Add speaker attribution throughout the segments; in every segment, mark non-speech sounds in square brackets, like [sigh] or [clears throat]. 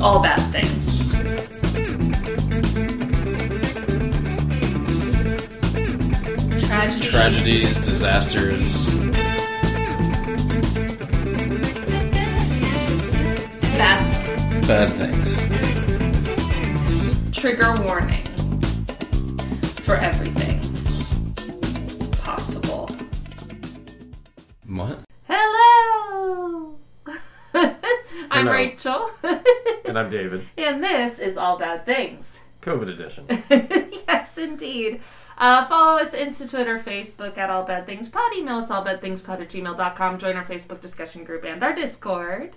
Speaker 1: all bad things. Tragedy.
Speaker 2: Tragedies, disasters,
Speaker 1: That's
Speaker 2: bad things.
Speaker 1: trigger warning for everything possible.
Speaker 2: What?
Speaker 3: Hello! I'm
Speaker 1: [laughs]
Speaker 4: Hello.
Speaker 3: Rachel,
Speaker 4: And I'm David.
Speaker 3: and this is All Bad Things.
Speaker 4: COVID edition.
Speaker 3: [laughs] yes, indeed. Uh, follow us Insta, Twitter, Facebook at All Bad Things Pod. Email us allbadthingspod at gmail.com. Join our Facebook discussion group and our Discord.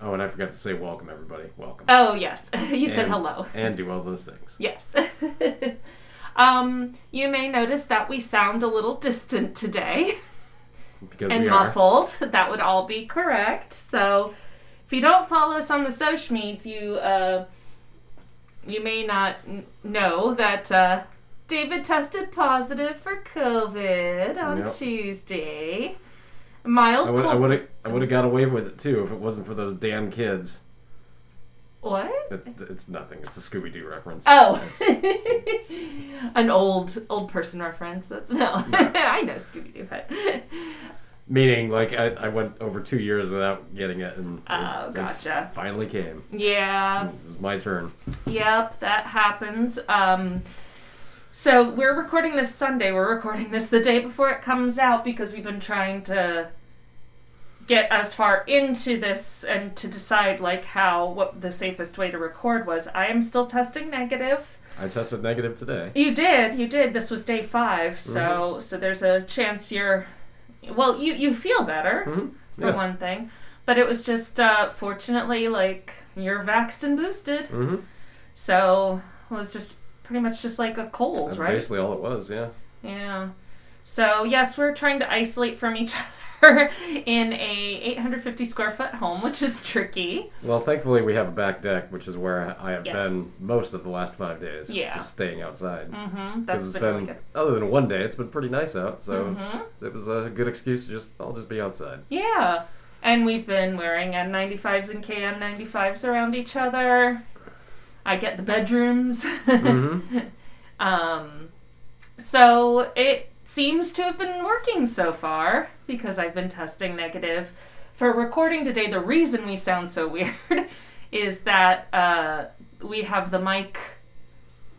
Speaker 4: Oh, and I forgot to say welcome, everybody. Welcome.
Speaker 3: Oh, yes. [laughs] you said
Speaker 4: And-
Speaker 3: hello.
Speaker 4: And do all those things.
Speaker 3: Yes. [laughs] um, you may notice that we sound a little distant today.
Speaker 4: [laughs] Because
Speaker 3: and
Speaker 4: we
Speaker 3: muffled. That would all be correct. So if you don't follow us on the social meds, you uh, you may not n- know that uh, David tested positive for COVID on
Speaker 4: Yep.
Speaker 3: Tuesday.
Speaker 4: are.
Speaker 3: Mild
Speaker 4: I
Speaker 3: cold.
Speaker 4: would have
Speaker 3: sys-
Speaker 4: I would have got away with it too if it wasn't for those damn kids.
Speaker 3: what?
Speaker 4: It's, it's nothing. It's a Scooby Doo reference.
Speaker 3: Uh, Oh, [laughs] an old old person reference. That's, no, [laughs] I know Scooby Doo, but
Speaker 4: Meaning, like I, I went over two years without getting it, and
Speaker 3: oh,
Speaker 4: it- it
Speaker 3: gotcha.
Speaker 4: finally came.
Speaker 3: Yeah,
Speaker 4: It was my turn.
Speaker 3: Yep, that happens. Um, so we're recording this Sunday. We're recording this the day before it comes out because we've been trying to get as far into this and to decide like how what the safest way to record was. I am still testing negative.
Speaker 4: I tested negative today.
Speaker 3: You did, you did. This was day five, so
Speaker 4: Mm-hmm.
Speaker 3: so there's a chance you're well, you you feel better for
Speaker 4: Mm-hmm. Yeah.
Speaker 3: one thing. But it was just uh fortunately like you're vaxxed and boosted.
Speaker 4: Mhm.
Speaker 3: So it was just pretty much just like a cold,
Speaker 4: That's
Speaker 3: right?
Speaker 4: basically all it was. Yeah.
Speaker 3: Yeah. So yes, we're trying to isolate from each [laughs] other in a 850 square foot home, which is tricky.
Speaker 4: Well, thankfully we have a back deck, which is where I have
Speaker 3: Yes.
Speaker 4: been most of the last five days.
Speaker 3: Yeah.
Speaker 4: Just staying outside.
Speaker 3: Mm-hmm.
Speaker 4: Because
Speaker 3: That's
Speaker 4: it's
Speaker 3: been,
Speaker 4: been,
Speaker 3: really good. Mm-hmm.
Speaker 4: other than one day, it's been pretty nice out. So it's- it was a good excuse to just, I'll just be outside.
Speaker 3: Yeah. And we've been wearing N95s and KN95s around each other. I get the bedrooms. [laughs] um, so it seems to have been working so far because I've been testing negative for recording today. The reason we sound so [laughs] weird is that uh, we have the mic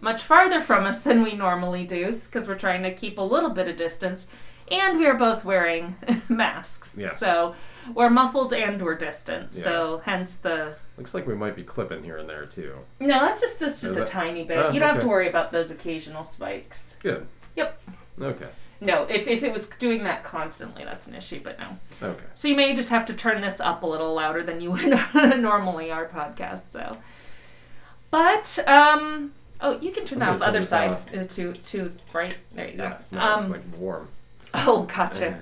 Speaker 3: much farther from us than we normally do because we're trying to keep a little bit of distance and we are both wearing [laughs] masks
Speaker 4: Yes.
Speaker 3: so we're muffled and we're distant
Speaker 4: Yeah.
Speaker 3: so hence the
Speaker 4: Looks like we might be clipping here and there too.
Speaker 3: no that's just that's just
Speaker 4: Is
Speaker 3: a
Speaker 4: it?
Speaker 3: tiny bit
Speaker 4: Oh,
Speaker 3: you don't have
Speaker 4: okay.
Speaker 3: to worry about those occasional spikes
Speaker 4: Good.
Speaker 3: Yep.
Speaker 4: Okay.
Speaker 3: no if, if it was doing that constantly that's an issue but no
Speaker 4: Okay.
Speaker 3: so you may just have to turn this up a little louder than you [laughs] would normally our podcast. So, but um, oh, you can turn
Speaker 4: I'm gonna
Speaker 3: that off
Speaker 4: turn
Speaker 3: other
Speaker 4: this
Speaker 3: side
Speaker 4: off.
Speaker 3: uh, to to right there. You
Speaker 4: Yeah.
Speaker 3: go.
Speaker 4: No, it's
Speaker 3: um,
Speaker 4: like warm.
Speaker 3: [laughs] oh, gotcha.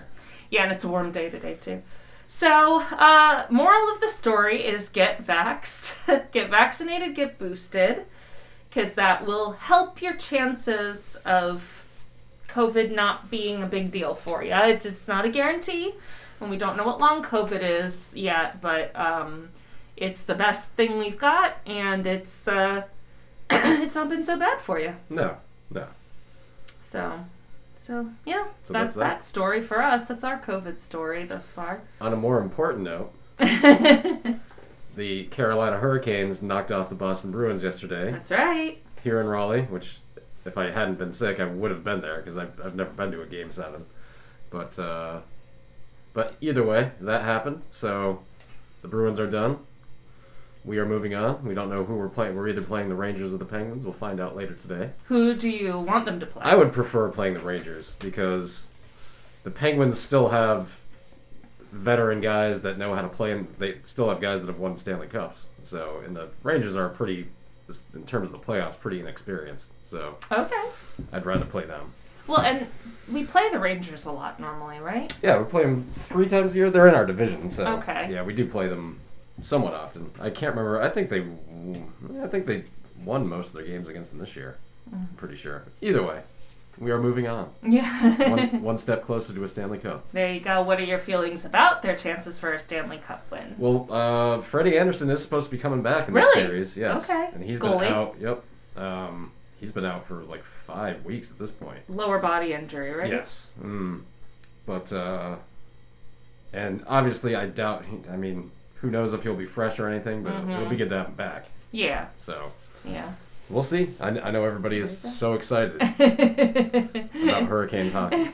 Speaker 3: Yeah, and it's a warm day today too. So, uh, moral of the story is get vaxxed, [laughs] get vaccinated, get boosted, because that will help your chances of COVID not being a big deal for you. It's it's not a guarantee, and we don't know what long COVID is yet, but um, it's the best thing we've got, and it's uh, [clears throat] it's not been so bad for you.
Speaker 4: No. No.
Speaker 3: So, so yeah,
Speaker 4: So that's
Speaker 3: that's, that.
Speaker 4: that.
Speaker 3: story for us. That's our COVID story thus far.
Speaker 4: On a more important
Speaker 3: [laughs]
Speaker 4: note, the Carolina Hurricanes knocked off the Boston Bruins yesterday
Speaker 3: That's right.
Speaker 4: here in Raleigh, which if I hadn't been sick, I would have been there because I've, I've never been to a game seven. But, uh, but either way, that happened. So the Bruins are done. We are moving on. We don't know who we're playing. We're either playing the Rangers or the Penguins. We'll find out later today.
Speaker 3: Who do you want them to play?
Speaker 4: I would prefer playing the Rangers because the Penguins still have veteran guys that know how to play, and they still have guys that have won Stanley Cups. So, and the Rangers are pretty, in terms of the playoffs, pretty inexperienced. So,
Speaker 3: okay.
Speaker 4: I'd rather play them.
Speaker 3: Well, and we play the Rangers a lot normally, right?
Speaker 4: Yeah, we play them three times a year. They're in our division, so
Speaker 3: Okay.
Speaker 4: yeah, we do play them somewhat often. I can't remember. I think they,
Speaker 3: Mm.
Speaker 4: I think they won most of their games against them this year. I'm pretty sure. Either way, We are moving
Speaker 3: [laughs]
Speaker 4: on.
Speaker 3: Yeah.
Speaker 4: One, one step closer to a Stanley Cup.
Speaker 3: there you go. What are your feelings about their chances for a Stanley Cup win?
Speaker 4: Well, uh, Freddie Anderson is supposed to be coming back in
Speaker 3: Really?
Speaker 4: this series. Yes.
Speaker 3: Okay.
Speaker 4: And he's
Speaker 3: Goalie.
Speaker 4: been out. Yep. Um, he's been out for like five weeks at this point.
Speaker 3: Lower body injury, right?
Speaker 4: Yes. Mm. But uh, and obviously, I doubt. He, I mean, who knows if he'll be fresh or anything? But
Speaker 3: Mm-hmm.
Speaker 4: it'll be good to have him back.
Speaker 3: Yeah.
Speaker 4: So
Speaker 3: Yeah.
Speaker 4: we'll see. I, I know everybody is so excited
Speaker 3: [laughs]
Speaker 4: about Hurricanes hockey.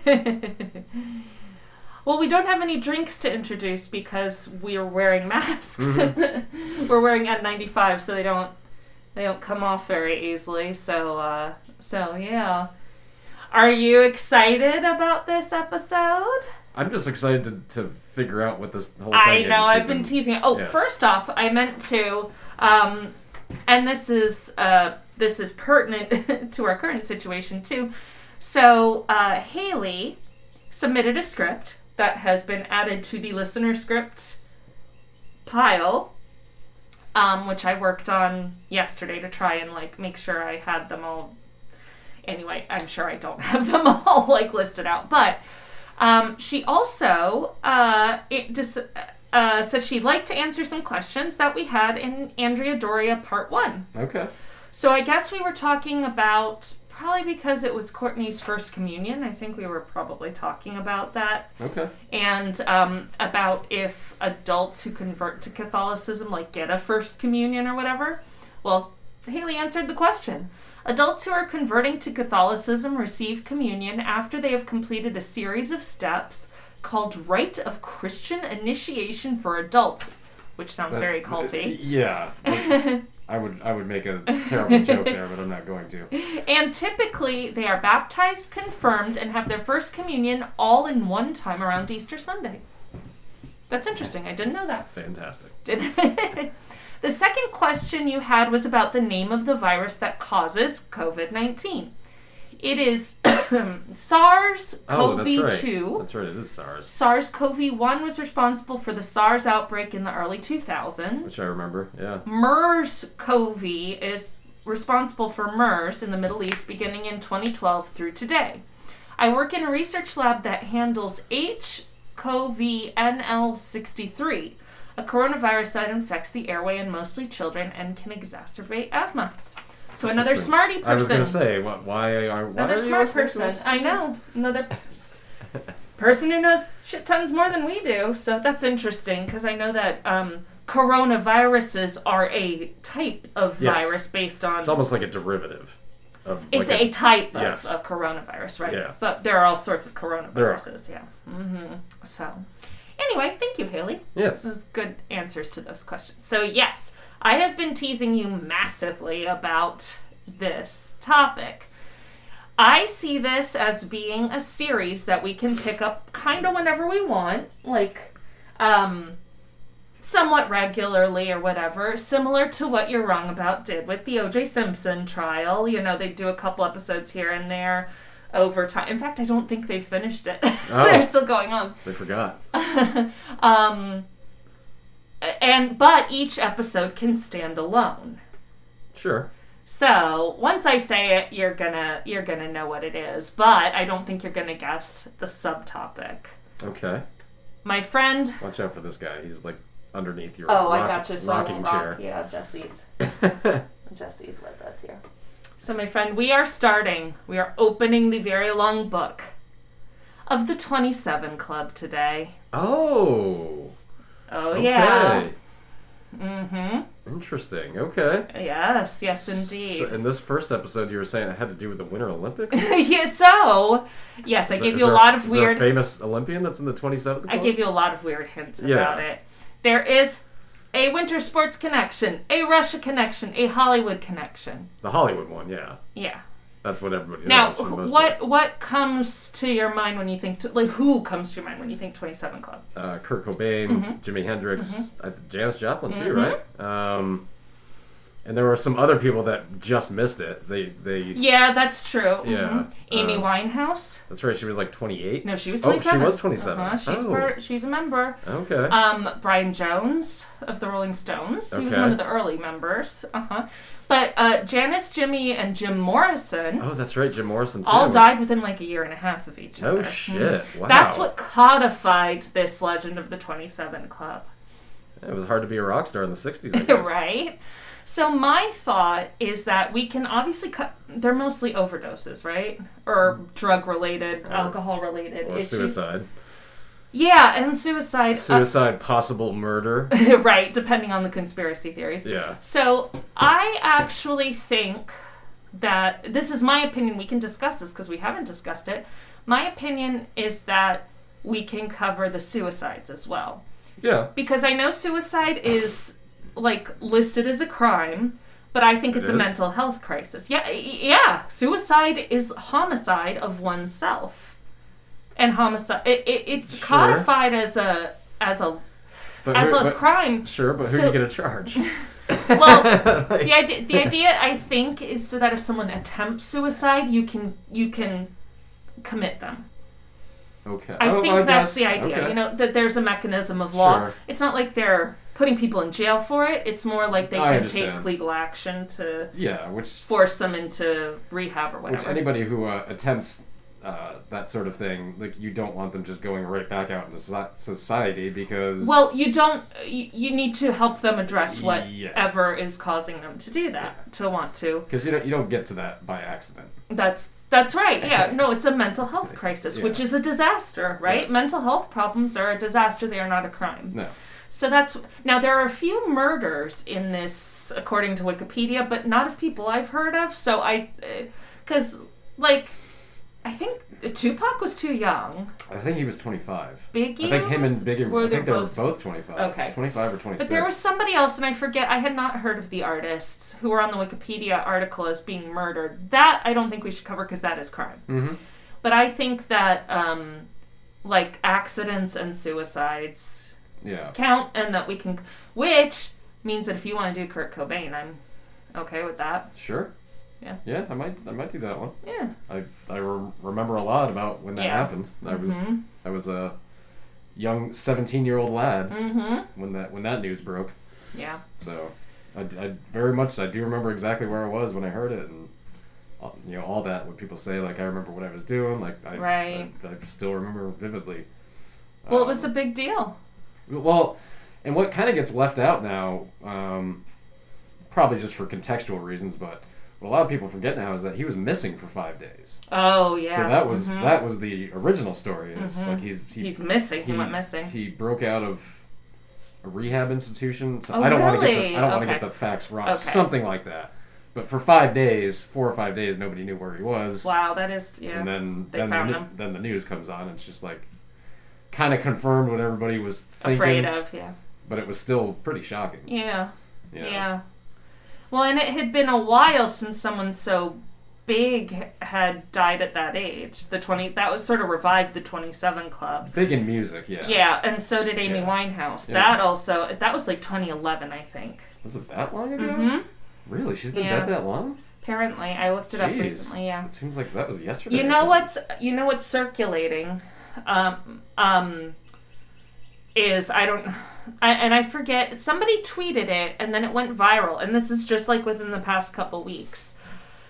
Speaker 3: Well, we don't have any drinks to introduce because we are wearing masks. [laughs] We're wearing N95, so they don't they don't come off very easily. So, uh, so yeah. Are you excited about this episode?
Speaker 4: I'm just excited to, to figure out what this whole. Thing
Speaker 3: I
Speaker 4: is.
Speaker 3: know I've
Speaker 4: You've
Speaker 3: been teasing. Oh,
Speaker 4: Yes.
Speaker 3: first off, I meant to, um, and this is uh, this is pertinent [laughs] to our current situation too. So uh, Haley submitted a script that has been added to the listener script pile, um, which I worked on yesterday to try and like make sure I had them all. Anyway, I'm sure I don't [laughs] have them all like listed out, but um, she also uh, it dis- uh, said she'd like to answer some questions that we had in Andrea Doria Part 1.
Speaker 4: Okay.
Speaker 3: So I guess we were talking about, probably because it was Courtney's first communion, I think we were probably talking about that,
Speaker 4: Okay.
Speaker 3: and um, about if adults who convert to Catholicism like get a first communion or whatever. Well, Haley answered the question. Adults who are converting to Catholicism receive communion after they have completed a series of steps called Rite of Christian Initiation for Adults, which sounds
Speaker 4: [laughs]
Speaker 3: very culty.
Speaker 4: Uh, Yeah.
Speaker 3: [laughs]
Speaker 4: like, I would I would make a terrible joke there, but I'm not going
Speaker 3: [laughs]
Speaker 4: to.
Speaker 3: And typically, they are baptized, confirmed, and have their first communion all in one time around Easter Sunday. That's interesting. I didn't know that.
Speaker 4: Fantastic.
Speaker 3: Did- [laughs] the second question you had was about the name of the virus that causes COVID 19. It is [coughs] SARS
Speaker 4: Oh,
Speaker 3: CoV
Speaker 4: that's
Speaker 3: 2.
Speaker 4: right. That's right. It is SARS,
Speaker 3: SARS CoV 1 was responsible for the SARS outbreak in the early 2000s.
Speaker 4: which I remember. Yeah.
Speaker 3: MERS CoV is responsible for MERS in the Middle East beginning in 2012 through today. I work in a research lab that handles HCoV-NL63, a coronavirus that infects the airway in mostly children and can exacerbate asthma. So another
Speaker 4: Interesting.
Speaker 3: smarty person.
Speaker 4: I was gonna say, what? Why are? Why
Speaker 3: another
Speaker 4: are you
Speaker 3: smart
Speaker 4: listening to
Speaker 3: person.
Speaker 4: this?
Speaker 3: I know. Another [laughs] person who knows shit tons more than we do. So that's interesting because I know that um, coronaviruses are a type of
Speaker 4: Yes.
Speaker 3: virus based on.
Speaker 4: It's almost like a derivative of.
Speaker 3: It's
Speaker 4: like
Speaker 3: a, type of
Speaker 4: yes.
Speaker 3: a coronavirus, right?
Speaker 4: Yeah.
Speaker 3: But there are all sorts of
Speaker 4: There are.
Speaker 3: coronaviruses, yeah. hmm So, anyway, thank you, Haley. [laughs]
Speaker 4: yes.
Speaker 3: Those good answers to those questions. So, yes, I have been teasing you massively about this topic. I see this as being a series that we can pick up kind of whenever we want, like um somewhat regularly or whatever, similar to what You're Wrong About did with the O.J. Simpson trial. You know, they do a couple episodes here and there over time. In fact, I don't think they've finished it. [laughs] They're still going on.
Speaker 4: They forgot.
Speaker 3: Um, and but each episode can stand alone
Speaker 4: Sure.
Speaker 3: so once i say it you're gonna you're gonna know what it is but i don't think you're gonna guess the subtopic
Speaker 4: Okay.
Speaker 3: my friend
Speaker 4: Watch out for this guy. He's like underneath your.
Speaker 3: oh i
Speaker 4: rock-
Speaker 3: got you so I
Speaker 4: Rocking
Speaker 3: won't
Speaker 4: chair.
Speaker 3: rock. yeah
Speaker 4: [laughs]
Speaker 3: jesse's jesse's with us here so my friend we are starting we are opening the very long book of the 27 club today
Speaker 4: Oh.
Speaker 3: oh
Speaker 4: Okay.
Speaker 3: yeah
Speaker 4: Mm-hmm. Interesting. Okay.
Speaker 3: yes yes indeed
Speaker 4: So in this first episode, you were saying it had to do with the Winter
Speaker 3: [laughs]
Speaker 4: Olympics.
Speaker 3: yeah, so yes i gave
Speaker 4: Is
Speaker 3: you a
Speaker 4: there-
Speaker 3: lot of
Speaker 4: is there
Speaker 3: weird
Speaker 4: a famous Olympian that's in the 27th.
Speaker 3: I
Speaker 4: club?
Speaker 3: gave you a lot of weird hints
Speaker 4: Yeah.
Speaker 3: about it. There is a winter sports connection, a Russia connection, a Hollywood connection.
Speaker 4: the Hollywood one. Yeah,
Speaker 3: Yeah.
Speaker 4: that's what everybody
Speaker 3: Now,
Speaker 4: knows. for the most
Speaker 3: what what comes to your mind when you think t like who comes to your mind when you think Twenty Seven Club?
Speaker 4: part. Uh,
Speaker 3: Mm-hmm.
Speaker 4: Kurt Cobain, Jimi Hendrix, I th Janis Joplin too, right? Um, And there were some other people that just missed it. They they
Speaker 3: Yeah, that's true.
Speaker 4: Yeah,
Speaker 3: Mhm. Amy
Speaker 4: uh,
Speaker 3: Winehouse.
Speaker 4: that's right. She was like 28.
Speaker 3: No, she was
Speaker 4: Oh, she
Speaker 3: 27.
Speaker 4: was 27.
Speaker 3: Uh-huh, She's
Speaker 4: Oh.
Speaker 3: part, she's a member.
Speaker 4: Okay.
Speaker 3: Um, Brian Jones of the Rolling Stones. He was
Speaker 4: Okay.
Speaker 3: one of the early members. Uh-huh. But uh, Janice, Jimmy, and Jim Morrison
Speaker 4: oh, that's right. Jim Morrison too.
Speaker 3: all died within like a year and a half of each other.
Speaker 4: No
Speaker 3: Hmm.
Speaker 4: Oh, shit. Wow.
Speaker 3: That's what codified this legend of the 27 Club. [laughs]
Speaker 4: It was hard to be a rock star in the 60s. I guess.
Speaker 3: right? So my thought is that we can obviously cut. They're mostly overdoses, right? Or drug related, alcohol related
Speaker 4: Or
Speaker 3: issues.
Speaker 4: suicide.
Speaker 3: Yeah, and suicide. uh,
Speaker 4: Suicide, possible murder.
Speaker 3: [laughs] right, depending on the conspiracy theories.
Speaker 4: yeah.
Speaker 3: So I actually think that this is my opinion. We can discuss this because we haven't discussed it. My opinion is that we can cover the suicides as well.
Speaker 4: Yeah.
Speaker 3: because I know suicide is like listed as a crime, but I think it's a
Speaker 4: is?
Speaker 3: mental health crisis. Yeah, y- yeah, suicide is homicide of oneself, and homicide it, it, it's
Speaker 4: Sure.
Speaker 3: codified as a as a
Speaker 4: But
Speaker 3: as
Speaker 4: who-
Speaker 3: a
Speaker 4: but-
Speaker 3: crime.
Speaker 4: Sure, but who
Speaker 3: So-
Speaker 4: do you get to
Speaker 3: [laughs]
Speaker 4: charge?
Speaker 3: well,
Speaker 4: [laughs] Like,
Speaker 3: the idea, the idea I think is so that if someone attempts suicide, you can you can commit them.
Speaker 4: okay.
Speaker 3: I
Speaker 4: Oh,
Speaker 3: think
Speaker 4: guess.
Speaker 3: that's the idea.
Speaker 4: Okay.
Speaker 3: You know that there's a mechanism of law.
Speaker 4: Sure.
Speaker 3: It's not like they're putting people in jail for it. It's more like they
Speaker 4: I
Speaker 3: can
Speaker 4: understand.
Speaker 3: take legal action to
Speaker 4: Yeah, which
Speaker 3: force them into rehab or
Speaker 4: which
Speaker 3: whatever.
Speaker 4: anybody who uh, attempts uh, that sort of thing, like you don't want them just going right back out into so- society because
Speaker 3: well, you don't. You, you need to help them address whatever
Speaker 4: Yeah.
Speaker 3: is causing them to do that, to want to.
Speaker 4: because you don't you don't get to that by accident.
Speaker 3: That's that's right.
Speaker 4: [laughs]
Speaker 3: Yeah. No, it's a mental health crisis,
Speaker 4: Yeah.
Speaker 3: which is a disaster, right?
Speaker 4: Yes.
Speaker 3: Mental health problems are a disaster. They are not a crime.
Speaker 4: No,
Speaker 3: So that's now there are a few murders in this, according to Wikipedia, but not of people I've heard of. So I, because like, I think Tupac was too young.
Speaker 4: I think he was twenty five.
Speaker 3: Biggie
Speaker 4: I think him and
Speaker 3: was-
Speaker 4: Biggie.
Speaker 3: were
Speaker 4: I think
Speaker 3: they
Speaker 4: they
Speaker 3: both-
Speaker 4: were both twenty five.
Speaker 3: Okay.
Speaker 4: twenty five or twenty six.
Speaker 3: But there was somebody else, and I forget. I had not heard of the artists who were on the Wikipedia article as being murdered. That I don't think we should cover because that is crime.
Speaker 4: Mhm.
Speaker 3: But I think that um, like accidents and suicides
Speaker 4: yeah.
Speaker 3: count and that we can which means that if you want to do Kurt Cobain, I'm okay with that.
Speaker 4: Sure.
Speaker 3: Yeah.
Speaker 4: Yeah, I might I might do that one.
Speaker 3: Yeah.
Speaker 4: I I re- remember a lot about when that
Speaker 3: Yeah. Mm-hmm.
Speaker 4: happened. I was I was a young seventeen year old lad
Speaker 3: Mm-hmm.
Speaker 4: when that when that news broke.
Speaker 3: Yeah.
Speaker 4: So, I, I very much I do remember exactly where I was when I heard it, and uh, you know all that what people say. Like I remember what I was doing. Like I
Speaker 3: Right.
Speaker 4: I, I still remember vividly.
Speaker 3: Well, it
Speaker 4: Um,
Speaker 3: was a big deal.
Speaker 4: Well, and what kind of gets left out now, um, probably just for contextual reasons, but what a lot of people forget now is that he was missing for five days.
Speaker 3: Oh yeah. Mm-hmm.
Speaker 4: So that was that was the original story. Is like he's he,
Speaker 3: He's missing. He, went missing.
Speaker 4: He broke out of a rehab institution. So
Speaker 3: Oh,
Speaker 4: I don't want to get
Speaker 3: really?
Speaker 4: the, I don't want to
Speaker 3: Okay.
Speaker 4: get the facts wrong.
Speaker 3: Okay.
Speaker 4: Something like that. But for five days, four or five days, nobody knew where he was.
Speaker 3: wow, that is yeah.
Speaker 4: And then
Speaker 3: They
Speaker 4: then the,
Speaker 3: found
Speaker 4: nu-
Speaker 3: him.
Speaker 4: then the news comes on. And it's just like kind of confirmed what everybody was thinking.
Speaker 3: Afraid of yeah.
Speaker 4: But it was still pretty shocking.
Speaker 3: Yeah.
Speaker 4: you know?
Speaker 3: Yeah. Well, and it had been a while since someone so big had died at that age. The twenty that was sort of revived the twenty seven club.
Speaker 4: Big in music, yeah.
Speaker 3: Yeah, and so did Amy
Speaker 4: Yeah.
Speaker 3: Winehouse.
Speaker 4: Yeah.
Speaker 3: That also that was like twenty eleven, I think.
Speaker 4: Was it that long ago?
Speaker 3: hmm
Speaker 4: Really? She's been
Speaker 3: Yeah.
Speaker 4: dead that long?
Speaker 3: Apparently, I looked it up
Speaker 4: Jeez.
Speaker 3: recently. Yeah.
Speaker 4: It seems like that was yesterday.
Speaker 3: You
Speaker 4: or
Speaker 3: know
Speaker 4: something.
Speaker 3: what's you know what's circulating, um, um, is I don't, I, and I forget. Somebody tweeted it, and then it went viral. And this is just like within the past couple weeks.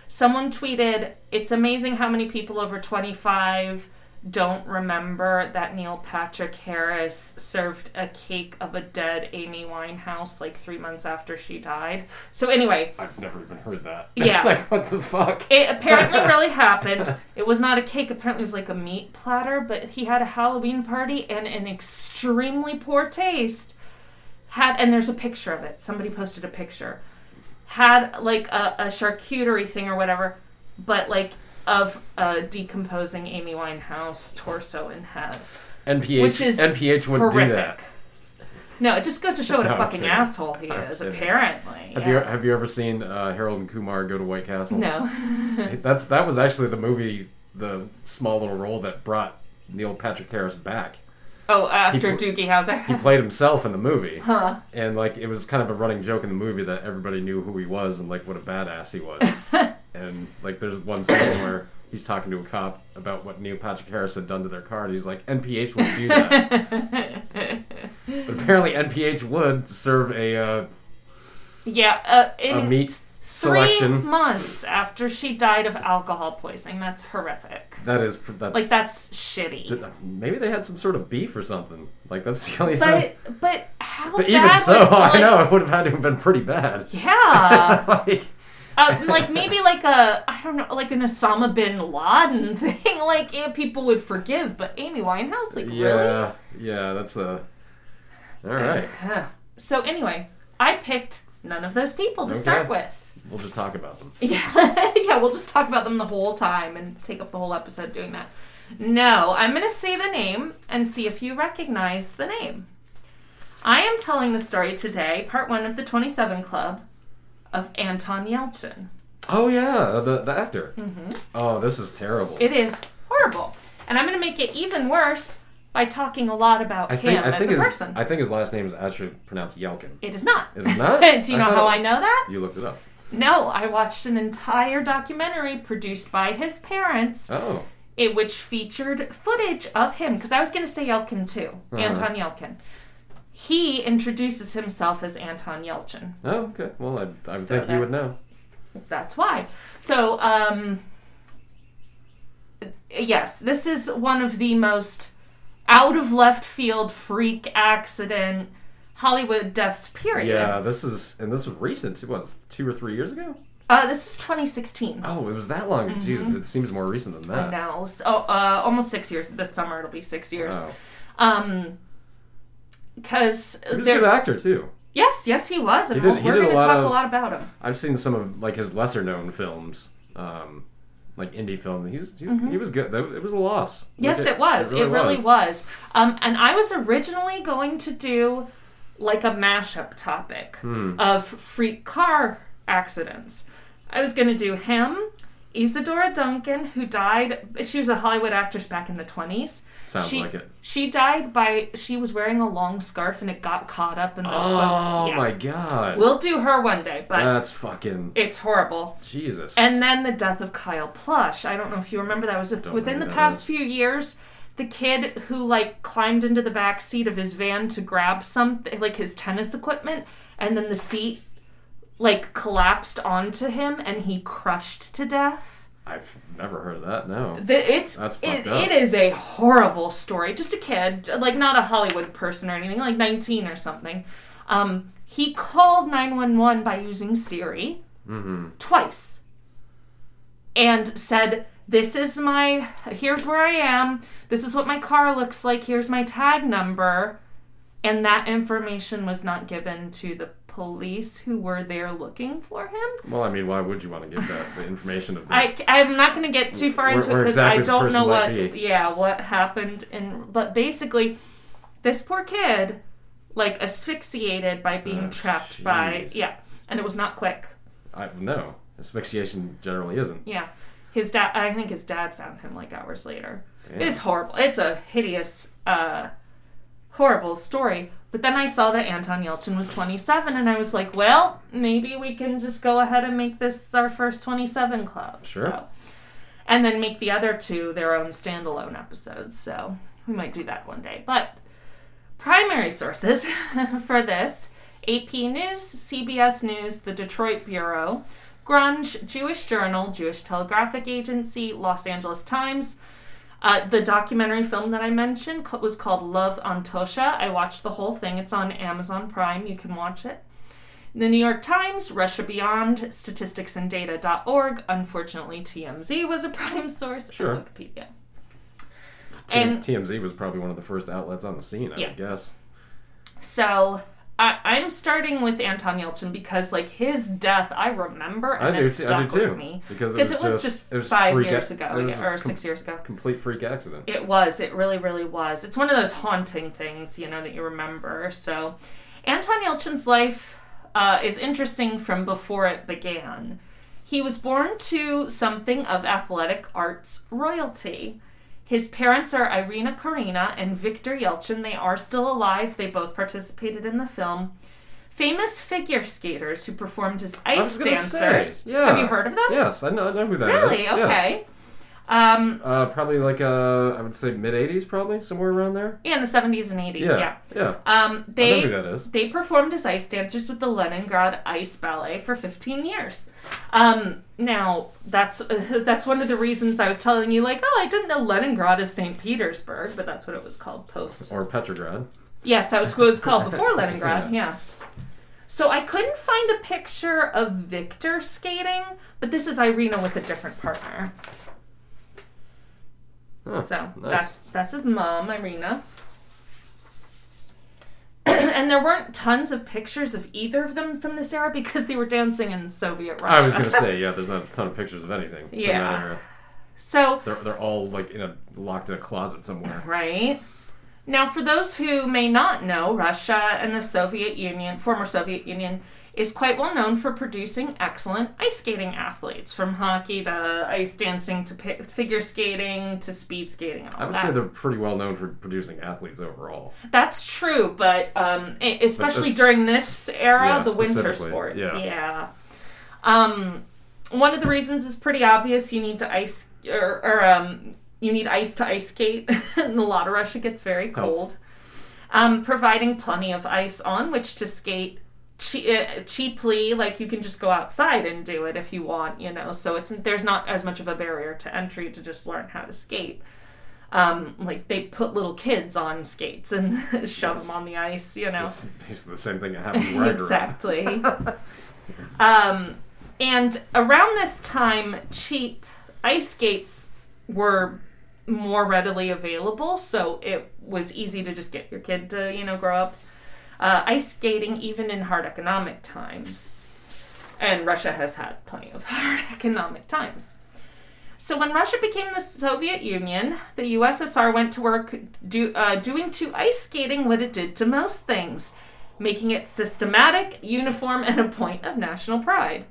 Speaker 3: Someone tweeted, "It's amazing how many people over twenty five don't remember that Neil Patrick Harris served a cake of a dead Amy Winehouse like three months after she died." So anyway,
Speaker 4: I've never even heard that. [laughs]
Speaker 3: Yeah.
Speaker 4: like, what the fuck?
Speaker 3: It
Speaker 4: [laughs]
Speaker 3: apparently really happened. It was not a cake. Apparently, it was like a meat platter. But he had a Halloween party and an extremely poor taste. Had and there's a picture of it. Somebody posted a picture. Had like a, a charcuterie thing or whatever, but like of a decomposing Amy Winehouse torso and head,
Speaker 4: NPH,
Speaker 3: which is
Speaker 4: NPH wouldn't
Speaker 3: horrific.
Speaker 4: do that.
Speaker 3: No, it just goes to show what
Speaker 4: [laughs]
Speaker 3: a
Speaker 4: No, I'm
Speaker 3: fucking
Speaker 4: kidding.
Speaker 3: asshole he
Speaker 4: I'm
Speaker 3: is.
Speaker 4: kidding.
Speaker 3: Apparently,
Speaker 4: Have you have you ever seen uh, Harold and Kumar go to White Castle?
Speaker 3: no. [laughs]
Speaker 4: That's that was actually the movie, the small little role that brought Neil Patrick Harris back.
Speaker 3: Oh, after
Speaker 4: pl-
Speaker 3: Doogie Howser.
Speaker 4: He played himself in the movie,
Speaker 3: Uh-huh. huh.
Speaker 4: and like it was kind of a running joke in the movie that everybody knew who he was and like what a badass he was.
Speaker 3: [laughs]
Speaker 4: and like there's one scene where he's talking to a cop about what Neil Patrick Harris had done to their car, and he's like, "NPH would do that,"
Speaker 3: [laughs]
Speaker 4: but apparently NPH would serve a uh,
Speaker 3: [laughs] yeah, uh,
Speaker 4: a
Speaker 3: in
Speaker 4: meat
Speaker 3: three
Speaker 4: selection.
Speaker 3: months after she died of alcohol poisoning. That's horrific.
Speaker 4: That is pr- that's
Speaker 3: Like, that's shitty.
Speaker 4: Did- Maybe they had some sort of beef or something. Like that's the only thing.
Speaker 3: but, but how
Speaker 4: But
Speaker 3: bad
Speaker 4: even so, [laughs]
Speaker 3: was the,
Speaker 4: I
Speaker 3: like-
Speaker 4: know it would have had to have been pretty bad. [laughs]
Speaker 3: Yeah.
Speaker 4: like,
Speaker 3: Uh, and, like maybe like a I don't know like an Osama bin Laden [laughs] thing like eh, people would forgive, but Amy Winehouse like really.
Speaker 4: yeah, yeah, that's a. All right,
Speaker 3: Huh. So anyway, I picked none of those people to start
Speaker 4: Okay.
Speaker 3: with.
Speaker 4: we'll just talk about them.
Speaker 3: Yeah, [laughs] yeah, we'll just talk about them the whole time and take up the whole episode doing that. No, I'm gonna say the name and see if you recognize the name. I am telling the story today, part one of the 27 Club, of Anton Yelchin.
Speaker 4: Oh yeah, the the actor. Oh, this is terrible.
Speaker 3: Mm-hmm. It is horrible. And I'm going to make it even worse by talking a lot about
Speaker 4: I
Speaker 3: him
Speaker 4: think I
Speaker 3: as
Speaker 4: think
Speaker 3: a
Speaker 4: his
Speaker 3: person.
Speaker 4: I think his last name is actually pronounced Yelkin.
Speaker 3: it is not.
Speaker 4: It is not?
Speaker 3: [laughs] Do you
Speaker 4: I
Speaker 3: know
Speaker 4: thought
Speaker 3: how
Speaker 4: it-
Speaker 3: I know that?
Speaker 4: You looked it up.
Speaker 3: No, I watched an entire documentary produced by his parents,
Speaker 4: Oh,
Speaker 3: it, which featured footage of him. Because I was going to say Yelkin too,
Speaker 4: Uh-huh.
Speaker 3: Anton Yelkin. He introduces himself as Anton Yelchin.
Speaker 4: oh, okay. Well, I, I would
Speaker 3: So
Speaker 4: think he would know.
Speaker 3: that's- That's why. So, um, yes, this is one of the most out of left field freak accident Hollywood deaths, period.
Speaker 4: Yeah, this is and this was recent. What, it's two or three years ago?
Speaker 3: Uh, this is 2016.
Speaker 4: Oh, it was that long. Jeez, it seems more recent than
Speaker 3: Mm-hmm. I
Speaker 4: that.
Speaker 3: know. So, uh, almost six years. This summer it'll be six years.
Speaker 4: Wow.
Speaker 3: Um, because
Speaker 4: He was a good
Speaker 3: there's
Speaker 4: actor too.
Speaker 3: yes, yes, he was, and
Speaker 4: He did-
Speaker 3: we'll-
Speaker 4: he
Speaker 3: we're
Speaker 4: did a
Speaker 3: going to
Speaker 4: lot
Speaker 3: talk
Speaker 4: of-
Speaker 3: a lot about him.
Speaker 4: I've seen some of like his lesser known films, um, like indie film. He's, he's he was good. That- It was a loss.
Speaker 3: Mm-hmm. Yes,
Speaker 4: Like,
Speaker 3: it, was. It really, was. Um, and I was originally going to do like a mashup topic
Speaker 4: Hmm.
Speaker 3: of freak car accidents. I was going to do him, Isadora Duncan, who died. She was a Hollywood actress back in the twenties.
Speaker 4: Sounds
Speaker 3: she,
Speaker 4: like it.
Speaker 3: She died by she was wearing a long scarf and it got caught up in the
Speaker 4: Oh
Speaker 3: spokes. Yeah.
Speaker 4: my Uh, god,
Speaker 3: We'll do her one day, but
Speaker 4: that's fucking
Speaker 3: it's horrible.
Speaker 4: Jesus.
Speaker 3: And then the death of Kyle Plush. I don't know if you remember that was within
Speaker 4: know
Speaker 3: the
Speaker 4: who that
Speaker 3: past few years. The kid who like climbed into the back seat of his van to grab something like his tennis equipment, and then the seat like collapsed onto him, and he crushed to death.
Speaker 4: I've never heard of that. No,
Speaker 3: The, it's
Speaker 4: That's
Speaker 3: it,
Speaker 4: fucked up.
Speaker 3: it is a horrible story. Just a kid, like not a Hollywood person or anything, like nineteen or something. Um, he called nine one one by using Siri
Speaker 4: Mm-hmm.
Speaker 3: twice and said, This is my, here's where I am. This is what my car looks like. Here's my tag number. And that information was not given to the police who were there looking for him.
Speaker 4: well, I mean, why would you want to give that the information of the?
Speaker 3: I, am not going to get too far
Speaker 4: Where-
Speaker 3: into it
Speaker 4: where
Speaker 3: because
Speaker 4: exactly
Speaker 3: I
Speaker 4: the
Speaker 3: don't
Speaker 4: person
Speaker 3: know what,
Speaker 4: might be.
Speaker 3: yeah, what happened. And but basically, this poor kid, like asphyxiated by being
Speaker 4: Oh,
Speaker 3: trapped by,
Speaker 4: jeez.
Speaker 3: yeah, and it was not quick.
Speaker 4: I, no, asphyxiation generally isn't.
Speaker 3: Yeah. His dad, I think his dad found him like hours later.
Speaker 4: Damn.
Speaker 3: It's horrible. It's a hideous, uh, horrible story. But then I saw that Anton Yelchin was 27, and I was like, well, maybe we can just go ahead and make this our first 27 club.
Speaker 4: Sure.
Speaker 3: So- And then make the other two their own standalone episodes. So we might do that one day. But primary sources [laughs] for this AP News, CBS News, the Detroit Bureau, Grunge, Jewish Journal, Jewish Telegraphic Agency, Los Angeles Times. Uh, the documentary film that I mentioned co- was called Love on Tosha. I watched the whole thing. It's on Amazon Prime. You can watch it. The New York Times, Russia Beyond, statisticsandata.org. Unfortunately, TMZ was a [laughs] prime source. and
Speaker 4: Sure.
Speaker 3: Wikipedia.
Speaker 4: T-
Speaker 3: And-
Speaker 4: TMZ was probably one of the first outlets on the scene. I
Speaker 3: Yeah.
Speaker 4: would guess.
Speaker 3: So I, I'm starting with Anton Yelchin because, like, his death, I remember
Speaker 4: I
Speaker 3: and
Speaker 4: do.
Speaker 3: it
Speaker 4: too-
Speaker 3: stuck
Speaker 4: I do too.
Speaker 3: with me.
Speaker 4: Because
Speaker 3: Because it was just, five
Speaker 4: freak
Speaker 3: years
Speaker 4: ac-
Speaker 3: ago,
Speaker 4: it was
Speaker 3: yeah, or
Speaker 4: a com-
Speaker 3: six years ago.
Speaker 4: complete freak accident.
Speaker 3: It was. It really, really was. It's one of those haunting things, you know, that you remember. So, Anton Yelchin's life uh, is interesting from before it began. He was born to something of athletic arts royalty. His parents are Irina Karina and Viktor Yelchin. They are still alive. They both participated in the film. Famous figure skaters who performed as
Speaker 4: I was
Speaker 3: ice
Speaker 4: gonna say,
Speaker 3: dancers.
Speaker 4: yeah.
Speaker 3: Have you heard of them?
Speaker 4: Yes, I know, I know who that is.
Speaker 3: Really?
Speaker 4: Yes.
Speaker 3: Okay. Um,
Speaker 4: Uh, probably like uh, I would say mid '80s, probably somewhere around there.
Speaker 3: yeah, in the 70s and 80s, yeah.
Speaker 4: Yeah, yeah.
Speaker 3: Um,
Speaker 4: I know
Speaker 3: they
Speaker 4: who that is.
Speaker 3: They performed as ice dancers with the Leningrad Ice Ballet for 15 years. Um, now that's [laughs] that's one of the reasons I was telling you, like, oh, I didn't know Leningrad is St. Petersburg, but that's what it was called post.
Speaker 4: Or Petrograd.
Speaker 3: Yes, that was what it was called
Speaker 4: [laughs]
Speaker 3: before Leningrad. Yeah. So I couldn't find a picture of Victor skating, but this is Irina with a different partner.
Speaker 4: Huh,
Speaker 3: So
Speaker 4: nice.
Speaker 3: that's that's his mom, Irina. [clears throat] and there weren't tons of pictures of either of them from this era because they were dancing in Soviet Russia.
Speaker 4: I was gonna say yeah. There's not a ton of pictures of anything. from that
Speaker 3: Yeah.
Speaker 4: era.
Speaker 3: So
Speaker 4: They're they're all like in a locked in a closet somewhere.
Speaker 3: right. Now for those who may not know, Russia and the Soviet Union, former Soviet Union, is quite well known for producing excellent ice skating athletes, from hockey to ice dancing to pi- figure skating to speed skating. And all
Speaker 4: I would
Speaker 3: that.
Speaker 4: say they're pretty well known for producing athletes overall.
Speaker 3: That's true, but um, e- especially
Speaker 4: just-
Speaker 3: during this era,
Speaker 4: yeah,
Speaker 3: the winter
Speaker 4: specifically,
Speaker 3: sports. Yeah.
Speaker 4: yeah.
Speaker 3: Um, one of the reasons is pretty obvious. You need to ice, or, or um, you need ice to ice skate, [laughs] and a lot of Russia gets
Speaker 4: Helps.
Speaker 3: very cold. Um, providing plenty of ice on which to skate che- uh, cheaply, like you can just go outside and do it if you want, you know. So it's there's not as much of a barrier to entry to just learn how to skate um, like they put little kids on skates and [laughs] shove them on the ice, you know.
Speaker 4: It's basically the same thing that happens where I grew up.
Speaker 3: Oh. exactly. um, and around this time, cheap ice skates were more readily available, so it was easy to just get your kid to, you know, grow up uh, ice skating even in hard economic times. And Russia has had plenty of [laughs] hard economic times. So when Russia became the Soviet Union, the USSR went to work do, uh, doing to ice skating what it did to most things, making it systematic, uniform, and a point of national pride.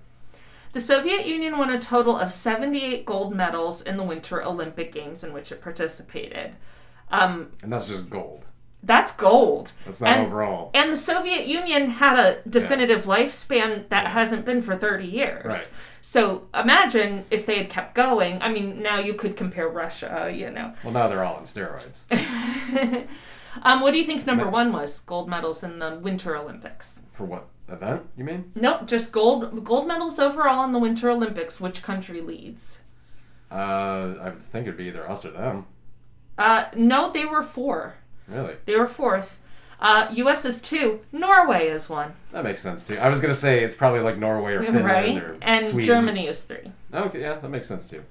Speaker 3: The Soviet Union won a total of 78 gold medals in the Winter Olympic Games in which it participated. Um,
Speaker 4: And that's just gold.
Speaker 3: that's gold.
Speaker 4: That's not
Speaker 3: And-
Speaker 4: overall.
Speaker 3: and the Soviet Union had a definitive lifespan that hasn't been for 30 years.
Speaker 4: Right.
Speaker 3: So imagine if they had kept going. I mean, now you could compare Russia, you know.
Speaker 4: Well, now they're all on steroids.
Speaker 3: Um, what do you think number one was? Gold medals in the Winter Olympics.
Speaker 4: For what event? You mean?
Speaker 3: Nope, just gold gold medals overall in the Winter Olympics. Which country leads?
Speaker 4: Uh, I would think it'd be either us or them.
Speaker 3: Uh, no, they were four.
Speaker 4: Really,
Speaker 3: They were fourth. Uh, U.S. is two. Norway is one,
Speaker 4: that makes sense too. I was gonna say it's probably like Norway or Finland
Speaker 3: right?
Speaker 4: or
Speaker 3: And
Speaker 4: Sweden.
Speaker 3: Germany is three.
Speaker 4: Okay, yeah, that makes sense too.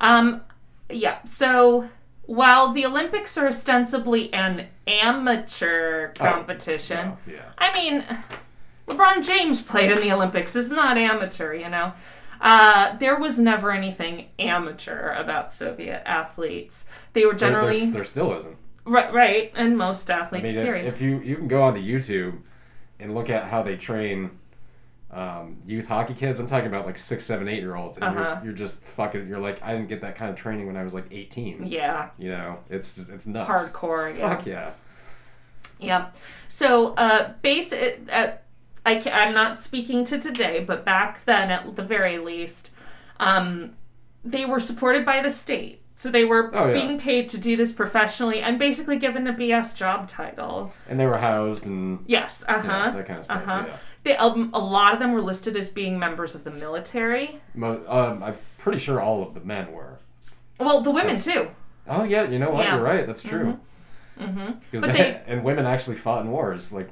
Speaker 3: Um, yeah. So while the Olympics are ostensibly an amateur competition,
Speaker 4: Oh, yeah.
Speaker 3: I mean, LeBron James played in the Olympics. It's not amateur, you know. Uh, there was never anything amateur about Soviet athletes. They were
Speaker 4: There,
Speaker 3: generally
Speaker 4: there's, there still isn't.
Speaker 3: right, right, and most
Speaker 4: I
Speaker 3: athletes.
Speaker 4: mean,
Speaker 3: period.
Speaker 4: if, if you you can go onto YouTube and look at how they train um, youth hockey kids, I'm talking about like six, seven, eight year olds, and
Speaker 3: Uh-huh.
Speaker 4: you're, you're just fucking. You're like, I didn't get that kind of training when I was like 18.
Speaker 3: yeah,
Speaker 4: You know, it's just it's nuts.
Speaker 3: hardcore. Yeah.
Speaker 4: Fuck yeah.
Speaker 3: Yeah. So, uh, base. Uh, I ca- I'm not speaking to today, but back then, at the very least, um, they were supported by the state, so they were
Speaker 4: Oh, yeah.
Speaker 3: being paid to do this professionally and basically given a BS job title.
Speaker 4: And they were housed and
Speaker 3: Yes. Uh
Speaker 4: you
Speaker 3: huh.
Speaker 4: know, that kind of stuff.
Speaker 3: Uh-huh.
Speaker 4: Yeah.
Speaker 3: They, um, a lot of them were listed as being members of the military.
Speaker 4: Mo- um, I'm pretty sure all of the men were.
Speaker 3: Well, the women too.
Speaker 4: Oh yeah, you know what?
Speaker 3: Yeah.
Speaker 4: You're right. That's true. Mm-hmm.
Speaker 3: But they-
Speaker 4: [laughs] and women actually fought in wars, like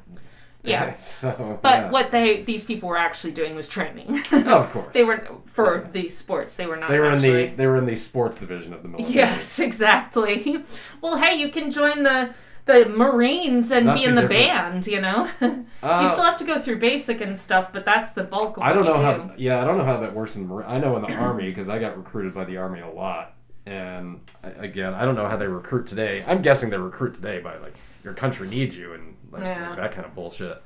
Speaker 3: Yeah.
Speaker 4: [laughs] so,
Speaker 3: But
Speaker 4: yeah.
Speaker 3: what they these people were actually doing was training.
Speaker 4: [laughs]
Speaker 3: [laughs]
Speaker 4: Of course,
Speaker 3: they were for these sports. They were not.
Speaker 4: They were in
Speaker 3: actually...
Speaker 4: the they were in the sports division of the military.
Speaker 3: Yes, [laughs] exactly. Well, hey, you can join the the Marines and
Speaker 4: not
Speaker 3: be
Speaker 4: too
Speaker 3: in the
Speaker 4: different.
Speaker 3: band, you know. [laughs]
Speaker 4: Uh,
Speaker 3: you still have to go through basic and stuff, but that's the bulk of what
Speaker 4: I don't
Speaker 3: we
Speaker 4: know [laughs]
Speaker 3: do.
Speaker 4: how. Yeah, I don't know how that works in. the Mar- I know in the army because I got recruited by the army a lot. And I- again, I don't know how they recruit today. I'm guessing they recruit today by like your country needs you and like,
Speaker 3: Yeah.
Speaker 4: that kind of bullshit.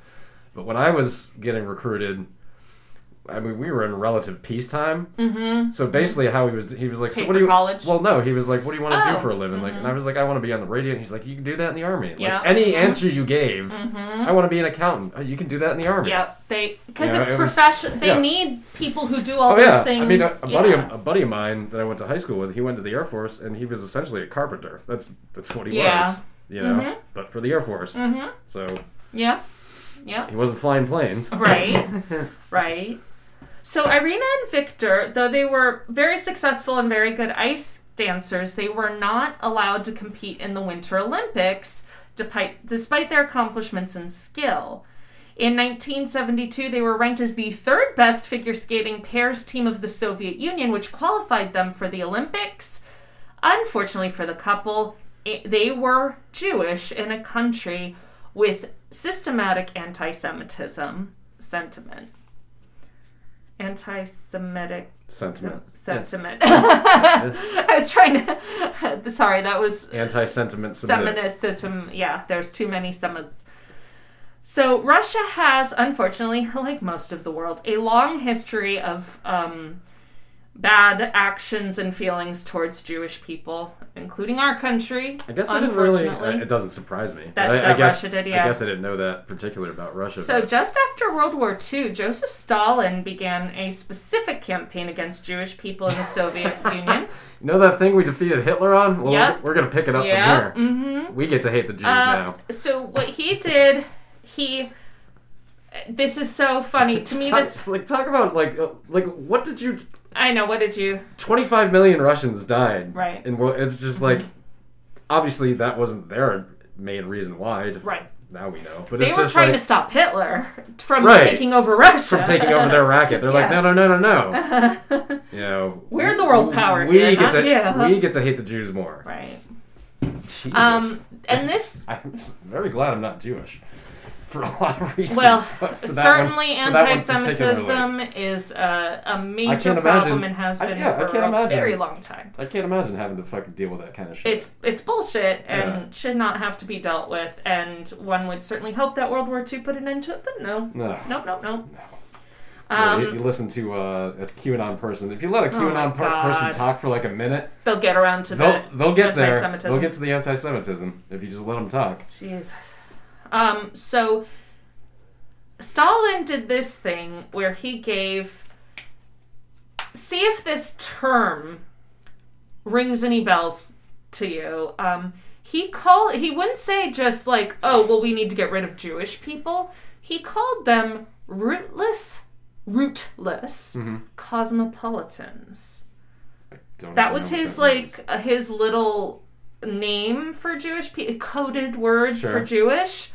Speaker 4: But when I was getting recruited, I mean, we were in relative peacetime. Mm-hmm. So basically, how he was, he was like,
Speaker 3: Pay
Speaker 4: "So what do
Speaker 3: for
Speaker 4: you?"
Speaker 3: college?
Speaker 4: Well, no, he was like, "What do you want to
Speaker 3: Oh,
Speaker 4: do for a living?" Like, and I was like, "I want to be on the radio." And he's like, "You can do that in the army." Like
Speaker 3: Yeah. Mm-hmm.
Speaker 4: any answer you gave, I want to be an accountant. "Oh, You can do that in the army.
Speaker 3: Yeah, they because
Speaker 4: Yeah,
Speaker 3: it's
Speaker 4: it was-
Speaker 3: professional. They
Speaker 4: yes.
Speaker 3: need people who do all
Speaker 4: Oh
Speaker 3: those
Speaker 4: yeah,
Speaker 3: things.
Speaker 4: I mean, a, a buddy,
Speaker 3: yeah.
Speaker 4: of, a buddy of mine that I went to high school with, he went to the Air Force, and he was essentially a carpenter. That's that's what he
Speaker 3: Yeah. Mm-hmm.
Speaker 4: was, you know. But for the Air Force, so
Speaker 3: yeah, yeah,
Speaker 4: he wasn't flying planes.
Speaker 3: right, right. So Irina and Victor, though they were very successful and very good ice dancers, they were not allowed to compete in the Winter Olympics, despite despite their accomplishments and skill. In 1972, they were ranked as the third best figure skating pairs team of the Soviet Union, which qualified them for the Olympics. Unfortunately for the couple, i they were Jewish in a country with systematic anti Semitism sentiment. Anti Semitic
Speaker 4: Sentiment,
Speaker 3: sentiment. [laughs]
Speaker 4: Yes.
Speaker 3: I was trying to. [laughs] Sorry, that was
Speaker 4: anti-sentiment submitted.
Speaker 3: feminist system. Yeah, there's too many summits. So Russia has, unfortunately, like most of the world, a long history of um, bad actions and feelings towards Jewish people, including our country.
Speaker 4: I guess I didn't
Speaker 3: unfortunately.
Speaker 4: really. uh, I- It doesn't surprise me.
Speaker 3: That-
Speaker 4: I, I
Speaker 3: that
Speaker 4: guess,
Speaker 3: Russia did,
Speaker 4: I
Speaker 3: yeah.
Speaker 4: guess I didn't know that particular about Russia.
Speaker 3: So,
Speaker 4: but-
Speaker 3: just after World War II, Joseph Stalin began a specific campaign against Jewish
Speaker 4: [laughs]
Speaker 3: people in the Soviet Union.
Speaker 4: you know that thing we defeated Hitler on? Well,
Speaker 3: Yeah.
Speaker 4: we're gonna pick it up
Speaker 3: Yeah,
Speaker 4: from here. Mm-hmm. We get to hate the Jews
Speaker 3: Uh,
Speaker 4: now.
Speaker 3: so what he did, he. This is so funny to
Speaker 4: [laughs]
Speaker 3: me.
Speaker 4: Talk-
Speaker 3: This
Speaker 4: like talk about like uh, like what did you?
Speaker 3: I know. What did you?
Speaker 4: 25 million Russians died.
Speaker 3: Right. Mm-hmm.
Speaker 4: And well, it's just like, obviously, that wasn't their main reason why. to-
Speaker 3: Right.
Speaker 4: Now we know. But
Speaker 3: They
Speaker 4: it's
Speaker 3: were
Speaker 4: just
Speaker 3: trying
Speaker 4: like,
Speaker 3: to stop Hitler [laughs] from
Speaker 4: Right.
Speaker 3: taking over Russia.
Speaker 4: from
Speaker 3: [laughs]
Speaker 4: taking over their racket. They're like,
Speaker 3: Yeah.
Speaker 4: no, no, no, no, no.
Speaker 3: [laughs]
Speaker 4: you know,
Speaker 3: We're the world power
Speaker 4: We
Speaker 3: here,
Speaker 4: get
Speaker 3: not
Speaker 4: to
Speaker 3: you.
Speaker 4: we get to hate the Jews more.
Speaker 3: right.
Speaker 4: Jesus.
Speaker 3: Um, and this
Speaker 4: I'm s- very glad I'm not Jewish [laughs] for a lot of reasons.
Speaker 3: Well,
Speaker 4: but [laughs] for that one-
Speaker 3: certainly
Speaker 4: for that one particularly.
Speaker 3: anti-Semitism is a, a major
Speaker 4: imagine-
Speaker 3: problem and has
Speaker 4: I-
Speaker 3: been
Speaker 4: yeah, I
Speaker 3: for
Speaker 4: can't
Speaker 3: a
Speaker 4: imagine.
Speaker 3: very long time.
Speaker 4: I can't imagine having to fucking deal with that kind of shit.
Speaker 3: It's it's bullshit and
Speaker 4: Yeah.
Speaker 3: should not have to be dealt with. And one would certainly hope that World War II put an end to it, but no,
Speaker 4: no.
Speaker 3: nope, nope, nope.
Speaker 4: Yeah,
Speaker 3: Um, Oh
Speaker 4: you, you listen to uh, a QAnon person. If you let a
Speaker 3: my
Speaker 4: QAnon per- person
Speaker 3: God.
Speaker 4: talk for like a minute,
Speaker 3: they'll get around to
Speaker 4: they'll
Speaker 3: that.
Speaker 4: they'll get there.
Speaker 3: anti-Semitism.
Speaker 4: They'll get to the anti-Semitism if you just let them talk.
Speaker 3: Jesus. Um, so Stalin did this thing where he gave see if this term rings any bells to you. Um, he called he wouldn't say just like, "Oh, well we need to get rid of Jewish people." He called them rootless, rootless cosmopolitans
Speaker 4: Don't
Speaker 3: that
Speaker 4: even
Speaker 3: was
Speaker 4: know what
Speaker 3: his
Speaker 4: that means.
Speaker 3: like uh, his little name for Jewish people, coded word for
Speaker 4: Sure.
Speaker 3: Jewish,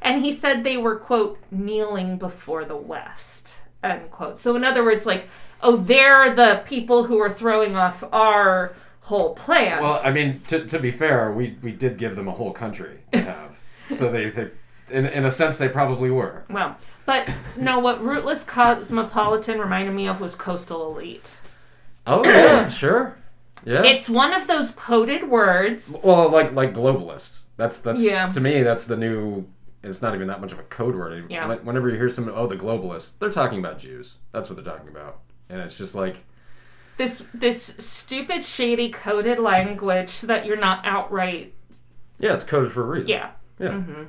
Speaker 3: and he said they were quote kneeling before the West end quote. So in other words, like oh, they're the people who are throwing off our whole plan.
Speaker 4: Well, I mean, to, to be fair, we we did give them a whole country
Speaker 3: [laughs]
Speaker 4: to have, so they, they in in a sense they probably were.
Speaker 3: well, [laughs] but no, what rootless cosmopolitan reminded me of was coastal elite.
Speaker 4: Oh yeah, [coughs] sure, yeah.
Speaker 3: It's one of those coded words.
Speaker 4: well, like like globalist. That's that's
Speaker 3: Yeah.
Speaker 4: to me that's the new. It's not even that much of a code word. anymore.
Speaker 3: Yeah.
Speaker 4: Like, whenever you hear some oh the globalists, they're talking about Jews. That's what they're talking about, and it's just like.
Speaker 3: This this stupid shady coded language that you're not outright
Speaker 4: Yeah, it's coded for a reason.
Speaker 3: yeah. Mm-hmm.
Speaker 4: Yeah.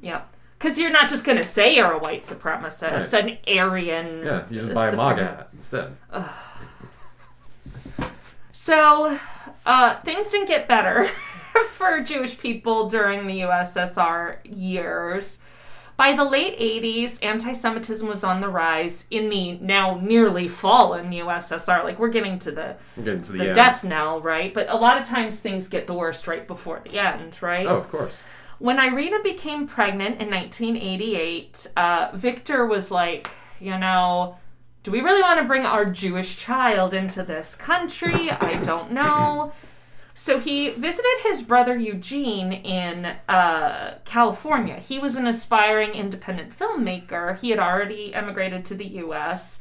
Speaker 3: Yeah. Because you're not just going to say you're a white supremacist,
Speaker 4: Right.
Speaker 3: an Aryan.
Speaker 4: Yeah. You just buy a
Speaker 3: supremacist.
Speaker 4: MAGA hat instead.
Speaker 3: So uh, things didn't get better [laughs] for Jewish people during the USSR years. By the late 80s, anti Semitism was on the rise in the now nearly fallen USSR. Like, we're getting to the,
Speaker 4: We're getting to the,
Speaker 3: the
Speaker 4: end.
Speaker 3: death knell, right? But a lot of times things get the worst right before the end, right?
Speaker 4: Oh, of course.
Speaker 3: when Irina became pregnant in 1988, uh, Victor was like, you know, do we really want to bring our Jewish child into this country? I don't know. So he visited his brother Eugene in uh, California. He was an aspiring independent filmmaker. He had already emigrated to the US.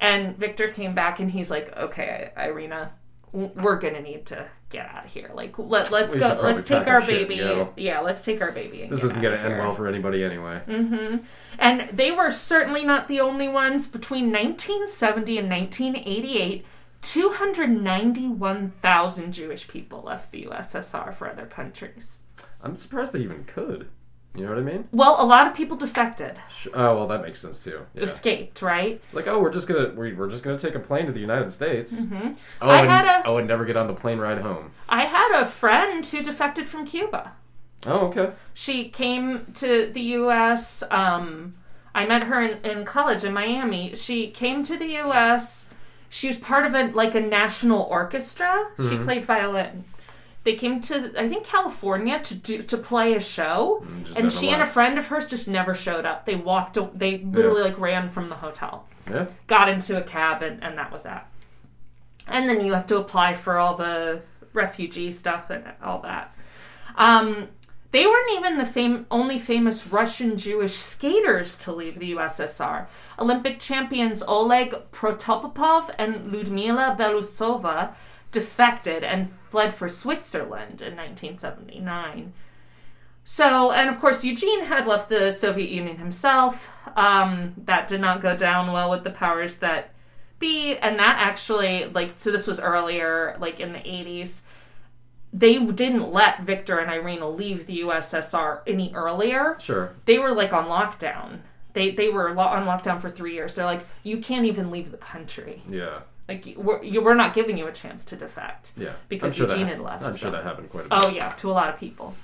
Speaker 3: And Victor came back and he's like, okay, Irina, w- we're going to need to get out of here. Like let let's
Speaker 4: We should
Speaker 3: go.
Speaker 4: probably
Speaker 3: Let's take
Speaker 4: pack
Speaker 3: our
Speaker 4: our shit and
Speaker 3: baby.
Speaker 4: go.
Speaker 3: Yeah, let's take our baby. And
Speaker 4: This
Speaker 3: get
Speaker 4: isn't
Speaker 3: out
Speaker 4: going
Speaker 3: of
Speaker 4: to end
Speaker 3: here.
Speaker 4: well for anybody anyway.
Speaker 3: Mm. And they were certainly not the only ones. Between 1970 and 1988, 291,000 Jewish people left the USSR for other countries.
Speaker 4: I'm surprised they even could. You know what I mean?
Speaker 3: Well, a lot of people defected,
Speaker 4: Sh- Oh well, that makes sense too. Yeah. It's
Speaker 3: escaped, right?
Speaker 4: like oh, we're just gonna we, we're just gonna take a plane to the United States. Mm-hmm. Oh,
Speaker 3: I
Speaker 4: and,
Speaker 3: had a-
Speaker 4: oh, and never get on the plane ride home.
Speaker 3: I had a friend who defected from Cuba.
Speaker 4: Oh okay.
Speaker 3: She came to the U.S. Um, I met her in, in college in Miami. She came to the U.S. She was part of a like a national orchestra.
Speaker 4: Mm-hmm.
Speaker 3: She played violin. They came to I think California to do to play a show,
Speaker 4: Mm, just
Speaker 3: and
Speaker 4: never
Speaker 3: she and a
Speaker 4: left.
Speaker 3: friend of hers just never showed up. They walked. a- They literally like ran from the hotel
Speaker 4: Yeah.
Speaker 3: got into a cab and, and that was that. And then you have to apply for all the refugee stuff and all that. Um, they weren't even the fam- only famous Russian Jewish skaters to leave the USSR. Olympic champions Oleg Protopopov and Ludmila Belousova defected and fled for Switzerland in 1979. So, and of course, Eugene had left the Soviet Union himself. Um, that did not go down well with the powers that be. And that actually, like, so this was earlier, like in the 80s. They didn't let Victor and Irina leave the USSR any earlier.
Speaker 4: Sure.
Speaker 3: They were, like, on lockdown. They, they were lo- on lockdown for three years. They're like, you can't even leave the country.
Speaker 4: Yeah.
Speaker 3: Like, you- we're, you, we're not giving you a chance to defect.
Speaker 4: Yeah.
Speaker 3: Because
Speaker 4: I'm sure
Speaker 3: Eugene
Speaker 4: that,
Speaker 3: had left,
Speaker 4: I'm
Speaker 3: so.
Speaker 4: sure that happened quite a bit.
Speaker 3: Oh yeah, to a lot of people.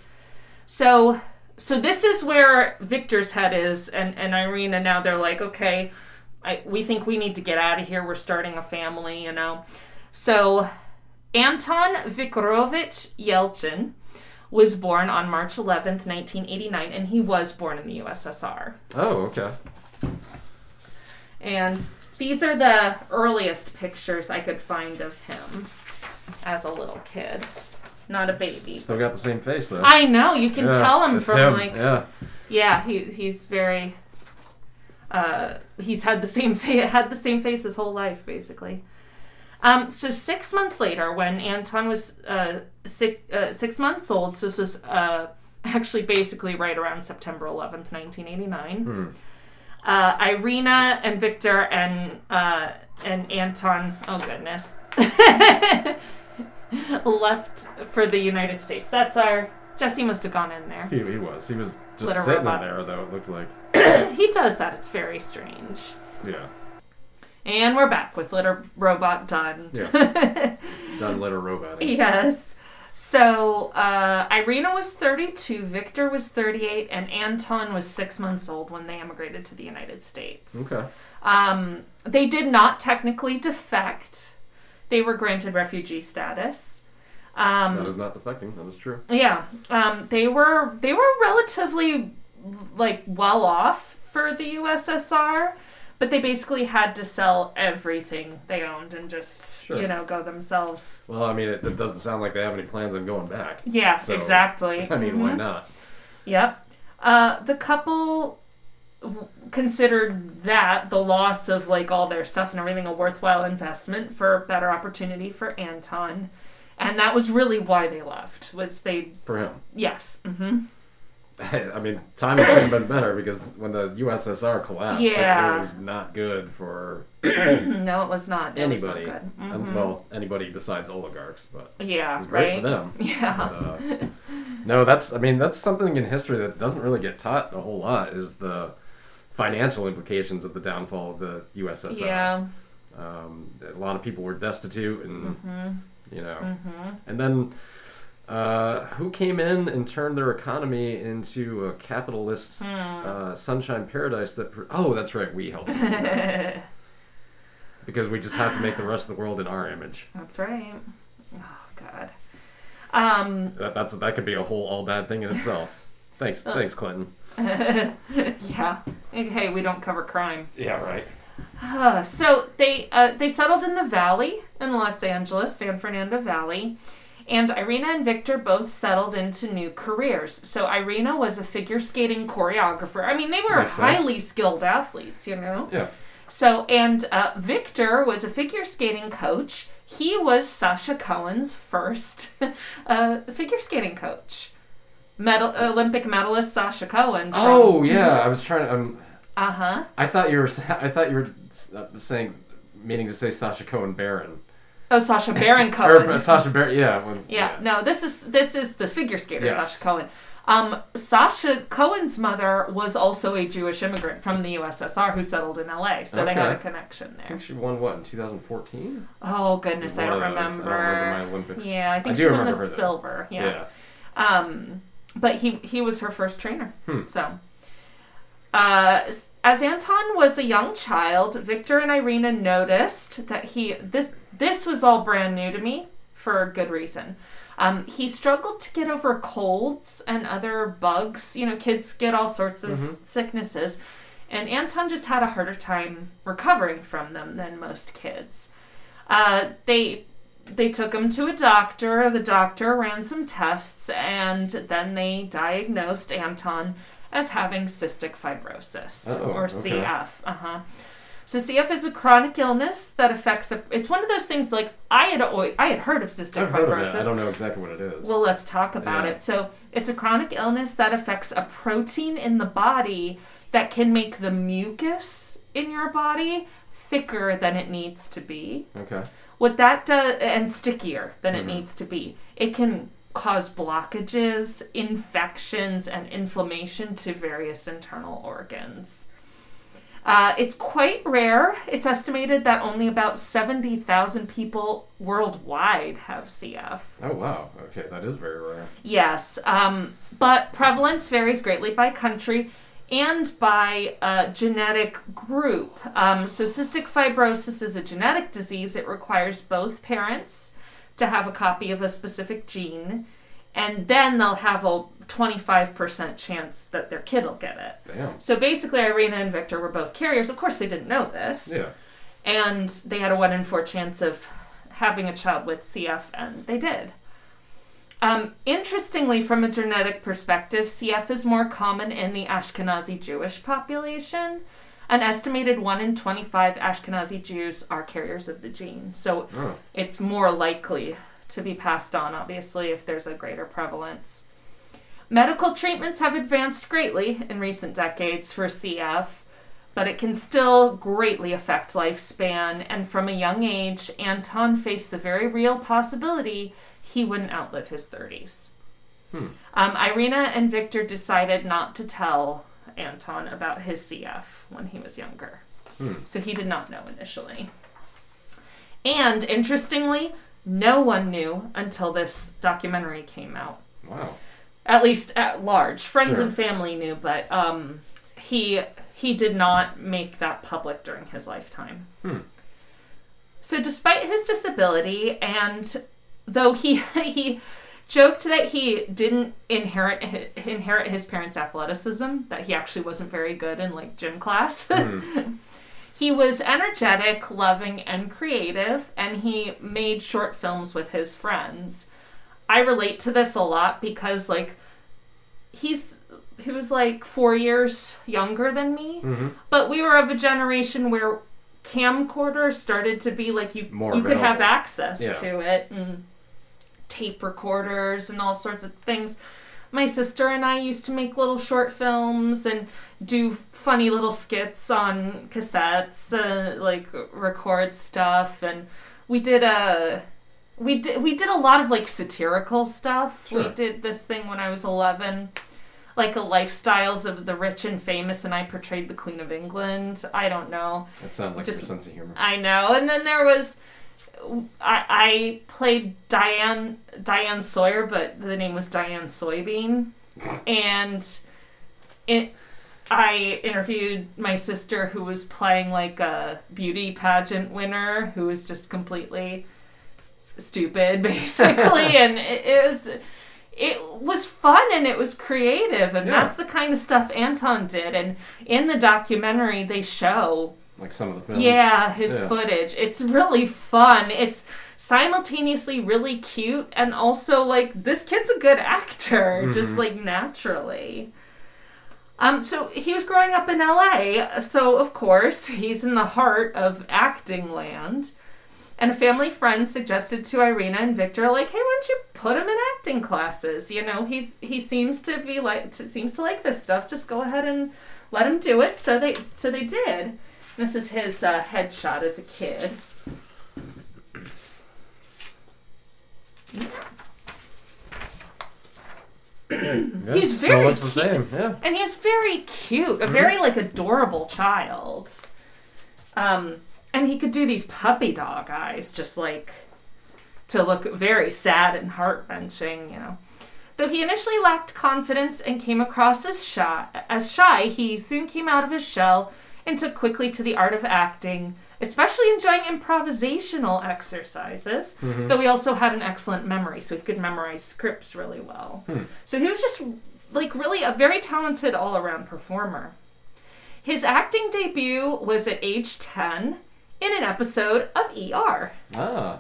Speaker 3: So so this is where Victor's head is and and Irina now they're like, okay, I, we think we need to get out of here. We're starting a family, you know. So Anton Vikorovich Yelchin was born on March 11th, 1989 and he was born in the USSR.
Speaker 4: Oh, okay.
Speaker 3: And these are the earliest pictures I could find of him as a little kid, not a baby.
Speaker 4: Still got the same face though.
Speaker 3: I know you can tell him
Speaker 4: it's
Speaker 3: from
Speaker 4: him.
Speaker 3: like
Speaker 4: yeah.
Speaker 3: yeah he he's very uh he's had the same face had the same face his whole life basically. Um, so six months later, when Anton was uh, six uh, six months old, so this was uh, actually basically right around September eleventh, nineteen eighty nine. Uh, Irina and Victor and uh, and Anton. Oh goodness, [laughs] left for the United States. That's our Jesse must have gone in there.
Speaker 4: He, he was. He was just
Speaker 3: What a
Speaker 4: sitting
Speaker 3: robot.
Speaker 4: in there though. It looked like.
Speaker 3: He does that. It's very strange.
Speaker 4: Yeah.
Speaker 3: And we're back with Litter Robot done.
Speaker 4: Yeah.
Speaker 3: [laughs]
Speaker 4: Done letter robot.
Speaker 3: Yes. So uh, Irina was 32, Victor was 38, and Anton was six months old when they emigrated to the United States.
Speaker 4: Okay.
Speaker 3: Um, they did not technically defect, they were granted refugee status. Um,
Speaker 4: That is not defecting. That is true.
Speaker 3: Yeah, um, they were they were relatively like well off for the USSR, but they basically had to sell everything they owned and just
Speaker 4: Sure.
Speaker 3: you know go themselves.
Speaker 4: Well, I mean, it, it doesn't sound like they have any plans on going back.
Speaker 3: Yeah,
Speaker 4: So,
Speaker 3: exactly.
Speaker 4: [laughs]
Speaker 3: Mm-hmm.
Speaker 4: I mean, why not?
Speaker 3: Yep. Uh, the couple w- considered that the loss of like all their stuff and everything a worthwhile investment for a better opportunity for Anton, and that was really why they left. Was they
Speaker 4: For him.
Speaker 3: yes. mhm.
Speaker 4: I mean, timing could have been better because when the USSR collapsed, it- it,
Speaker 3: Yeah.
Speaker 4: was not good for
Speaker 3: No, it was not. It was not
Speaker 4: anybody.
Speaker 3: good. Mm-hmm.
Speaker 4: And, well, anybody besides oligarchs, but
Speaker 3: Yeah,
Speaker 4: it's great
Speaker 3: right.
Speaker 4: for them.
Speaker 3: [laughs] Yeah,
Speaker 4: But, uh, no, that's I mean that's something in history that doesn't really get taught a whole lot is the financial implications of the downfall of the USSR.
Speaker 3: yeah,
Speaker 4: Um, a lot of people were destitute, and you know, and then uh, who came in and turned their economy into a capitalist uh, sunshine paradise? That pr- oh, that's right, we helped. them do that. Because we just have to make the rest of the world in our image.
Speaker 3: that's right. Oh God. Um.
Speaker 4: That, that's that could be a whole all bad thing in itself. Thanks, thanks, Clinton.
Speaker 3: Yeah. Hey, we don't cover crime.
Speaker 4: Yeah, right.
Speaker 3: Uh, so they uh, they settled in the valley in Los Angeles, San Fernando Valley, and Irina and Victor both settled into new careers. So Irina was a figure skating choreographer. I mean, they were
Speaker 4: Makes sense.
Speaker 3: highly skilled athletes, you know.
Speaker 4: Yeah.
Speaker 3: So, and uh, Victor was a figure skating coach. He was Sasha Cohen's first [laughs] uh, figure skating coach. Medal, Olympic medalist Sasha Cohen.
Speaker 4: Oh yeah, I was trying to. Um,
Speaker 3: Uh huh.
Speaker 4: I thought you were. [laughs] I thought you were uh, saying, meaning to say Sasha Cohen Baron [laughs]
Speaker 3: Oh, Sasha Baron Cohen.
Speaker 4: or uh, Sasha Baron. Yeah. when-
Speaker 3: Yeah, no, this is this is the figure skater
Speaker 4: Yes.
Speaker 3: Sasha Cohen. Um, Sasha Cohen's mother was also a Jewish immigrant from the USSR who settled in LA, so they had a
Speaker 4: Okay.
Speaker 3: connection
Speaker 4: I think
Speaker 3: there.
Speaker 4: she won what in 2014.
Speaker 3: Oh goodness, I don't
Speaker 4: One of those.
Speaker 3: remember.
Speaker 4: I don't remember my Olympics.
Speaker 3: Yeah, I think
Speaker 4: I
Speaker 3: she
Speaker 4: do
Speaker 3: won the
Speaker 4: remember her, though.
Speaker 3: silver.
Speaker 4: Yeah.
Speaker 3: Yeah. Um, but he he was her first trainer. So, uh, s- as Anton was a young child, Victor and Irina noticed that he this this was all brand new to me for a good reason. Um, he struggled to get over colds and other bugs. You know, kids get all sorts of sicknesses. And Anton just had a harder time recovering from them than most kids. Uh, they they took him to a doctor. The doctor ran some tests, and then they diagnosed Anton as having cystic fibrosis
Speaker 4: Oh,
Speaker 3: or
Speaker 4: okay.
Speaker 3: CF. Uh huh. So CF is a chronic illness that affects. A, it's one of those things like I had always, I had heard of cystic
Speaker 4: I've heard
Speaker 3: fibrosis.
Speaker 4: of it. I don't know exactly what it is.
Speaker 3: Well, let's talk about
Speaker 4: Yeah.
Speaker 3: it. So, it's a chronic illness that affects a protein in the body that can make the mucus in your body thicker than it needs to be.
Speaker 4: okay.
Speaker 3: What that does, and stickier than it needs to be. It can cause blockages, infections, and inflammation to various internal organs. Uh, it's quite rare. It's estimated that only about 70,000 people worldwide have CF.
Speaker 4: Oh wow. Okay, that is very rare.
Speaker 3: Yes, um, but prevalence varies greatly by country and by uh, genetic group. Um, so, cystic fibrosis is a genetic disease. It requires both parents to have a copy of a specific gene, and then they'll have a 25% chance that their kid will get it.
Speaker 4: Damn.
Speaker 3: So, basically, Irina and Victor were both carriers. Of course, they didn't know this
Speaker 4: Yeah.
Speaker 3: and they had a one in four chance of having a child with CF, and they did. Um, interestingly, from a genetic perspective, CF is more common in the Ashkenazi Jewish population. An estimated 1 in 25 Ashkenazi Jews are carriers of the gene. So
Speaker 4: Oh.
Speaker 3: it's more likely to be passed on, obviously, if there's a greater prevalence. Medical treatments have advanced greatly in recent decades for CF, but it can still greatly affect lifespan. And from a young age, Anton faced the very real possibility he wouldn't outlive his 30s. Um, Irina and Victor decided not to tell Anton about his CF when he was younger. So he did not know initially. And interestingly, no one knew until this documentary came out.
Speaker 4: Wow.
Speaker 3: At least at large, friends
Speaker 4: Sure.
Speaker 3: and family knew, but um, he he did not make that public during his lifetime. So, despite his disability, and though he [laughs] he joked that he didn't inherit hi- inherit his parents' athleticism, that he actually wasn't very good in like gym class. [laughs] he was energetic, loving, and creative, and he made short films with his friends. I relate to this a lot because like he's he was like four years younger than me,
Speaker 4: Mm-hmm.
Speaker 3: but we were of a generation where camcorders started to be like you
Speaker 4: More
Speaker 3: you could have
Speaker 4: available.
Speaker 3: access
Speaker 4: Yeah.
Speaker 3: to it and tape recorders and all sorts of things. My sister and I used to make little short films and do funny little skits on cassettes, uh, like record stuff, and we did a we did we did a lot of like satirical stuff. We
Speaker 4: Sure.
Speaker 3: did this thing when I was eleven, like a lifestyles of the rich and famous, and I portrayed the Queen of England. I don't know.
Speaker 4: That sounds like
Speaker 3: Just- uh,
Speaker 4: your sense of humor.
Speaker 3: I know. And then there was, I, I played Diane Diane Sawyer, but the name was Diane Soybean, and it. I interviewed my sister who was playing like a beauty pageant winner who was just completely stupid [laughs] basically and it, it was it was fun and it was creative and
Speaker 4: Yeah.
Speaker 3: that's the kind of stuff Anton did and in the documentary they show
Speaker 4: Like some of the films.
Speaker 3: yeah, his
Speaker 4: Yeah.
Speaker 3: footage. It's really fun. It's simultaneously really cute and also like this kid's a good actor,
Speaker 4: Mm-hmm.
Speaker 3: just like naturally. Um, so he was growing up in [laughs] LA, so of course he's in the heart of acting land. And a family friend suggested to Irina and Victor, like, "Hey, why don't you put him in acting classes? You know, he's he seems to be like to, seems to like this stuff. Just go ahead and let him do it." So they so they did. This is his uh, headshot as a kid.
Speaker 4: Yeah,
Speaker 3: He's
Speaker 4: still
Speaker 3: very
Speaker 4: looks the same. Yeah.
Speaker 3: and he's very cute, a very like adorable child. Um, and he could do these puppy dog eyes, just like to look very sad and heart wrenching, you know. Though he initially lacked confidence and came across as shy, as shy, he soon came out of his shell and took quickly to the art of acting, especially enjoying improvisational exercises. Though he also had an excellent memory, so he could memorize scripts really well. So he was just like really a very talented all around performer. His acting debut was at age 10 in an episode of ER
Speaker 4: Ah.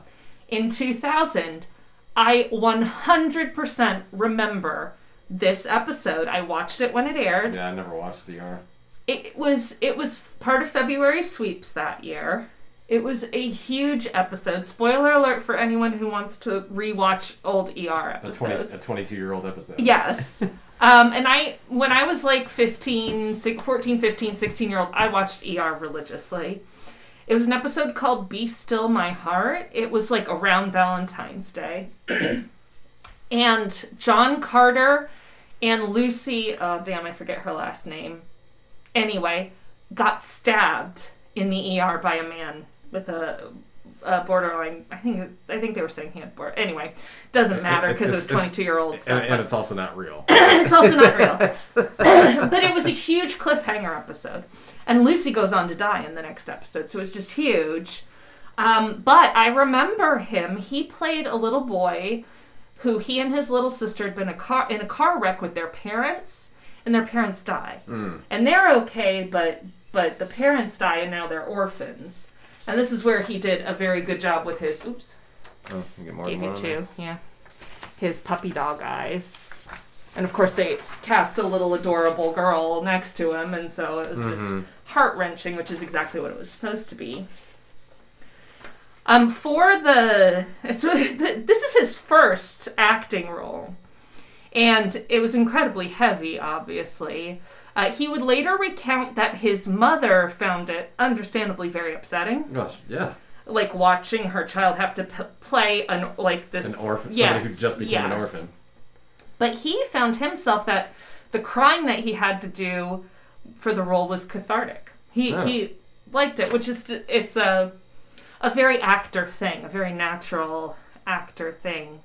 Speaker 3: in 2000. I 100% remember this episode. I watched it when it aired.
Speaker 4: Yeah, I never watched ER.
Speaker 3: It was it was part of February sweeps that year. It was a huge episode. Spoiler alert for anyone who wants to rewatch old ER
Speaker 4: A
Speaker 3: episodes.
Speaker 4: twenty a twenty two year old episode.
Speaker 3: [laughs] Yes. um, and I, when I was like 15, six- 14, 15, 16 year old, I watched ER religiously. It was an episode called Be Still My Heart. It was like around Valentine's Day. [clears throat] and John Carter and Lucy, oh damn, I forget her last name. Anyway, got stabbed in the ER by a man with a, a borderline. I think I think they were saying he had border. Anyway, doesn't matter because it
Speaker 4: It's-
Speaker 3: was
Speaker 4: it's-
Speaker 3: twenty two year old stuff.
Speaker 4: And, and it's also not
Speaker 3: [laughs]
Speaker 4: real.
Speaker 3: it's also not real. [clears throat] but it was a huge cliffhanger episode. And Lucy goes on to die in the next episode, so it's just huge. Um, but I remember him. He played a little boy who he and his little sister had been a car in a car wreck with their parents, and their parents die. And they're okay, but but the parents die, and now they're orphans. And this is where he did a very good job with his. Oops.
Speaker 4: Oh, you get more
Speaker 3: Gave
Speaker 4: than
Speaker 3: you
Speaker 4: one.
Speaker 3: two, yeah. His puppy dog eyes. And of course, they cast a little adorable girl next to him, and so it was just heart wrenching, which is exactly what it was supposed to be. Um, for the so [laughs] th this is his first acting role, and it was incredibly heavy. Obviously, uh, he would later recount that his mother found it understandably very upsetting
Speaker 4: Gosh, yeah.
Speaker 3: like watching her child have to p- play an like this
Speaker 4: An orphan.
Speaker 3: Yes,
Speaker 4: Somebody who just became an
Speaker 3: yes.
Speaker 4: orphan.
Speaker 3: But he found himself that the crying that he had to do for the role was cathartic. He
Speaker 4: Yeah.
Speaker 3: he liked it, which is it's a a very actor thing, a very natural actor thing.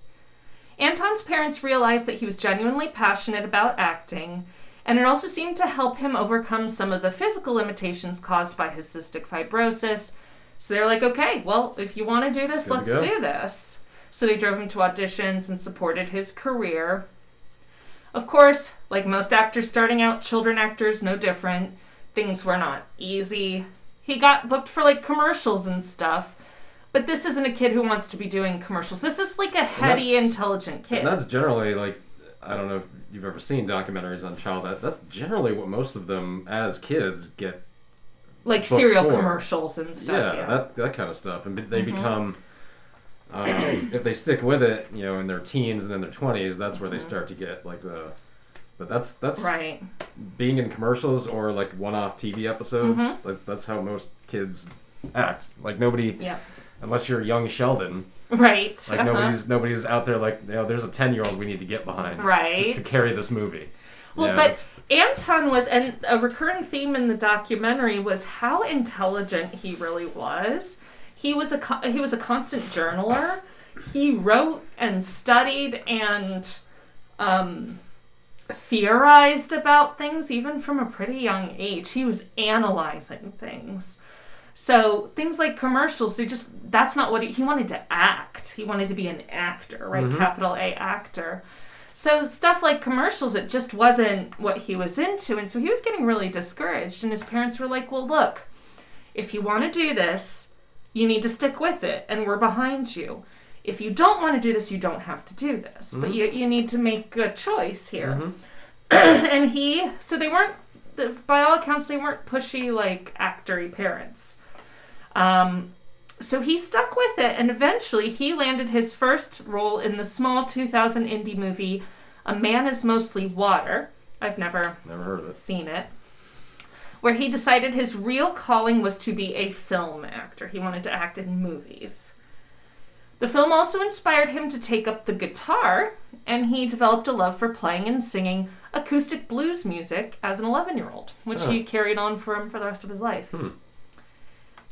Speaker 3: Anton's parents realized that he was genuinely passionate about acting, and it also seemed to help him overcome some of the physical limitations caused by his cystic fibrosis. So they're like, okay, well, if you want to do this,
Speaker 4: Good to
Speaker 3: let's
Speaker 4: go."
Speaker 3: do this. So they drove him to auditions and supported his career. Of course, like most actors starting out, children actors, no different. Things were not easy. He got booked for like commercials and stuff. But this isn't a kid who wants to be doing commercials. This is like a heady,
Speaker 4: that's-
Speaker 3: intelligent kid.
Speaker 4: And that's generally like I don't know if you've ever seen documentaries on child that that's generally what most of them as kids get
Speaker 3: like cereal
Speaker 4: before.
Speaker 3: commercials and
Speaker 4: yeah,
Speaker 3: stuff. Yeah. Mm-hmm.
Speaker 4: that that kind of stuff, and be- they become. Um, if they stick with it, you know, in their teens and in their twenties, that's where they start to get like the. But that's that's
Speaker 3: Mm-hmm. Right.
Speaker 4: being in commercials or like one-off TV episodes.
Speaker 3: Mm-hmm.
Speaker 4: Like that's how most kids act. Like nobody,
Speaker 3: Yeah.
Speaker 4: unless you're young Sheldon,
Speaker 3: [laughs] Right.
Speaker 4: like
Speaker 3: uh-huh.
Speaker 4: nobody's nobody's out there like you know, there's a ten-year-old we need to get behind to-
Speaker 3: Right.
Speaker 4: to, carry this movie.
Speaker 3: Well,
Speaker 4: Yeah,
Speaker 3: but
Speaker 4: that's-
Speaker 3: Anton was, and a recurring theme in the documentary was how intelligent he really was. He was a co- he was a constant journaler. He wrote and studied and um, theorized about things, even from a pretty young age. He was analyzing things. So things like commercials, they just that's not what he, he wanted to act. He wanted to be an actor, right? Capital A actor. So stuff like commercials, it just wasn't what he was into, and so he was getting really discouraged. And his parents were like, "Well, look, if you want to do this, you need to stick with it, and we're behind you. If you don't want to do this, you don't have to do this, but you you need to make a choice here." [clears throat] and he, so they weren't, the- by all accounts, they weren't pushy like actory parents. Um, So he stuck with it, and eventually he landed his first role in the small 2000 indie movie A Man is Mostly Water. I've never
Speaker 4: Never heard of this.
Speaker 3: seen it. Where he decided his real calling was to be a film actor. He wanted to act in movies. The film also inspired him to take up the guitar, and he developed a love for playing and singing acoustic blues music as an 11 year old, which he carried on for him for the rest of his life.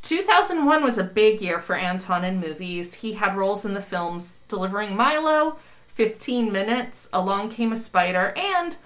Speaker 3: 2001 was a big year for Anton in movies. He had roles in the films Delivering Milo, 15 Minutes, Along Came a Spider, and